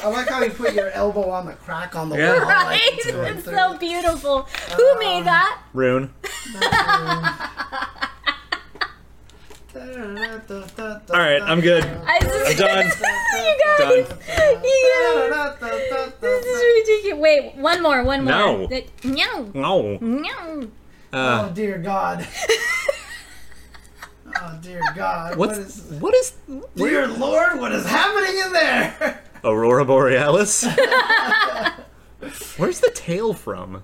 Speaker 2: like how you put your elbow on the crack on the
Speaker 1: Yeah.
Speaker 2: wall. like,
Speaker 3: Right?
Speaker 2: it's going
Speaker 3: It's
Speaker 2: through.
Speaker 3: so beautiful. Who made that?
Speaker 1: Rune. All right, I'm good.
Speaker 3: I just,
Speaker 1: done.
Speaker 3: you guys. You guys. This is ridiculous. Wait, one more, one more.
Speaker 1: No.
Speaker 3: That- No.
Speaker 1: No.
Speaker 3: No.
Speaker 1: Uh,
Speaker 2: Oh dear God. Oh dear God.
Speaker 1: What's
Speaker 2: what is
Speaker 1: what is
Speaker 2: Dear Lord, what is happening in there?
Speaker 1: Aurora Borealis? Where's the tail from?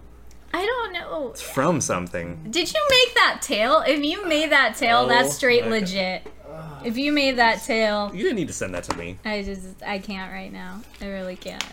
Speaker 3: I don't know.
Speaker 1: From something.
Speaker 3: Did you make that tail? If you made that tail,
Speaker 1: Oh
Speaker 3: that's straight
Speaker 1: my God.
Speaker 3: legit. If you made that tail,
Speaker 1: You didn't need to send that to me.
Speaker 3: I just I can't right now. I really can't.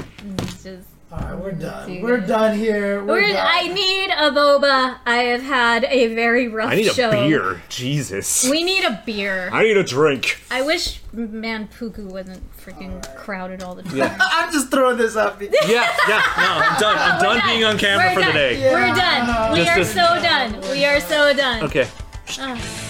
Speaker 3: It's just
Speaker 2: Alright, we're done.
Speaker 3: Dude.
Speaker 2: We're done here. We're,
Speaker 3: We're-
Speaker 2: done.
Speaker 3: I need a boba. I have had a very rough
Speaker 1: I need a
Speaker 3: show.
Speaker 1: beer. Jesus.
Speaker 3: We need a beer.
Speaker 1: I need a drink.
Speaker 3: I wish Manpuku wasn't freaking crowded all the time.
Speaker 2: I'm just throwing this up because
Speaker 1: Yeah, yeah. No, I'm done. I'm done being on camera
Speaker 3: We're
Speaker 1: for
Speaker 3: done.
Speaker 1: the day.
Speaker 3: We're done. We
Speaker 1: Just
Speaker 3: are
Speaker 1: a-
Speaker 3: so done. We are so done.
Speaker 1: Okay.
Speaker 3: Ah.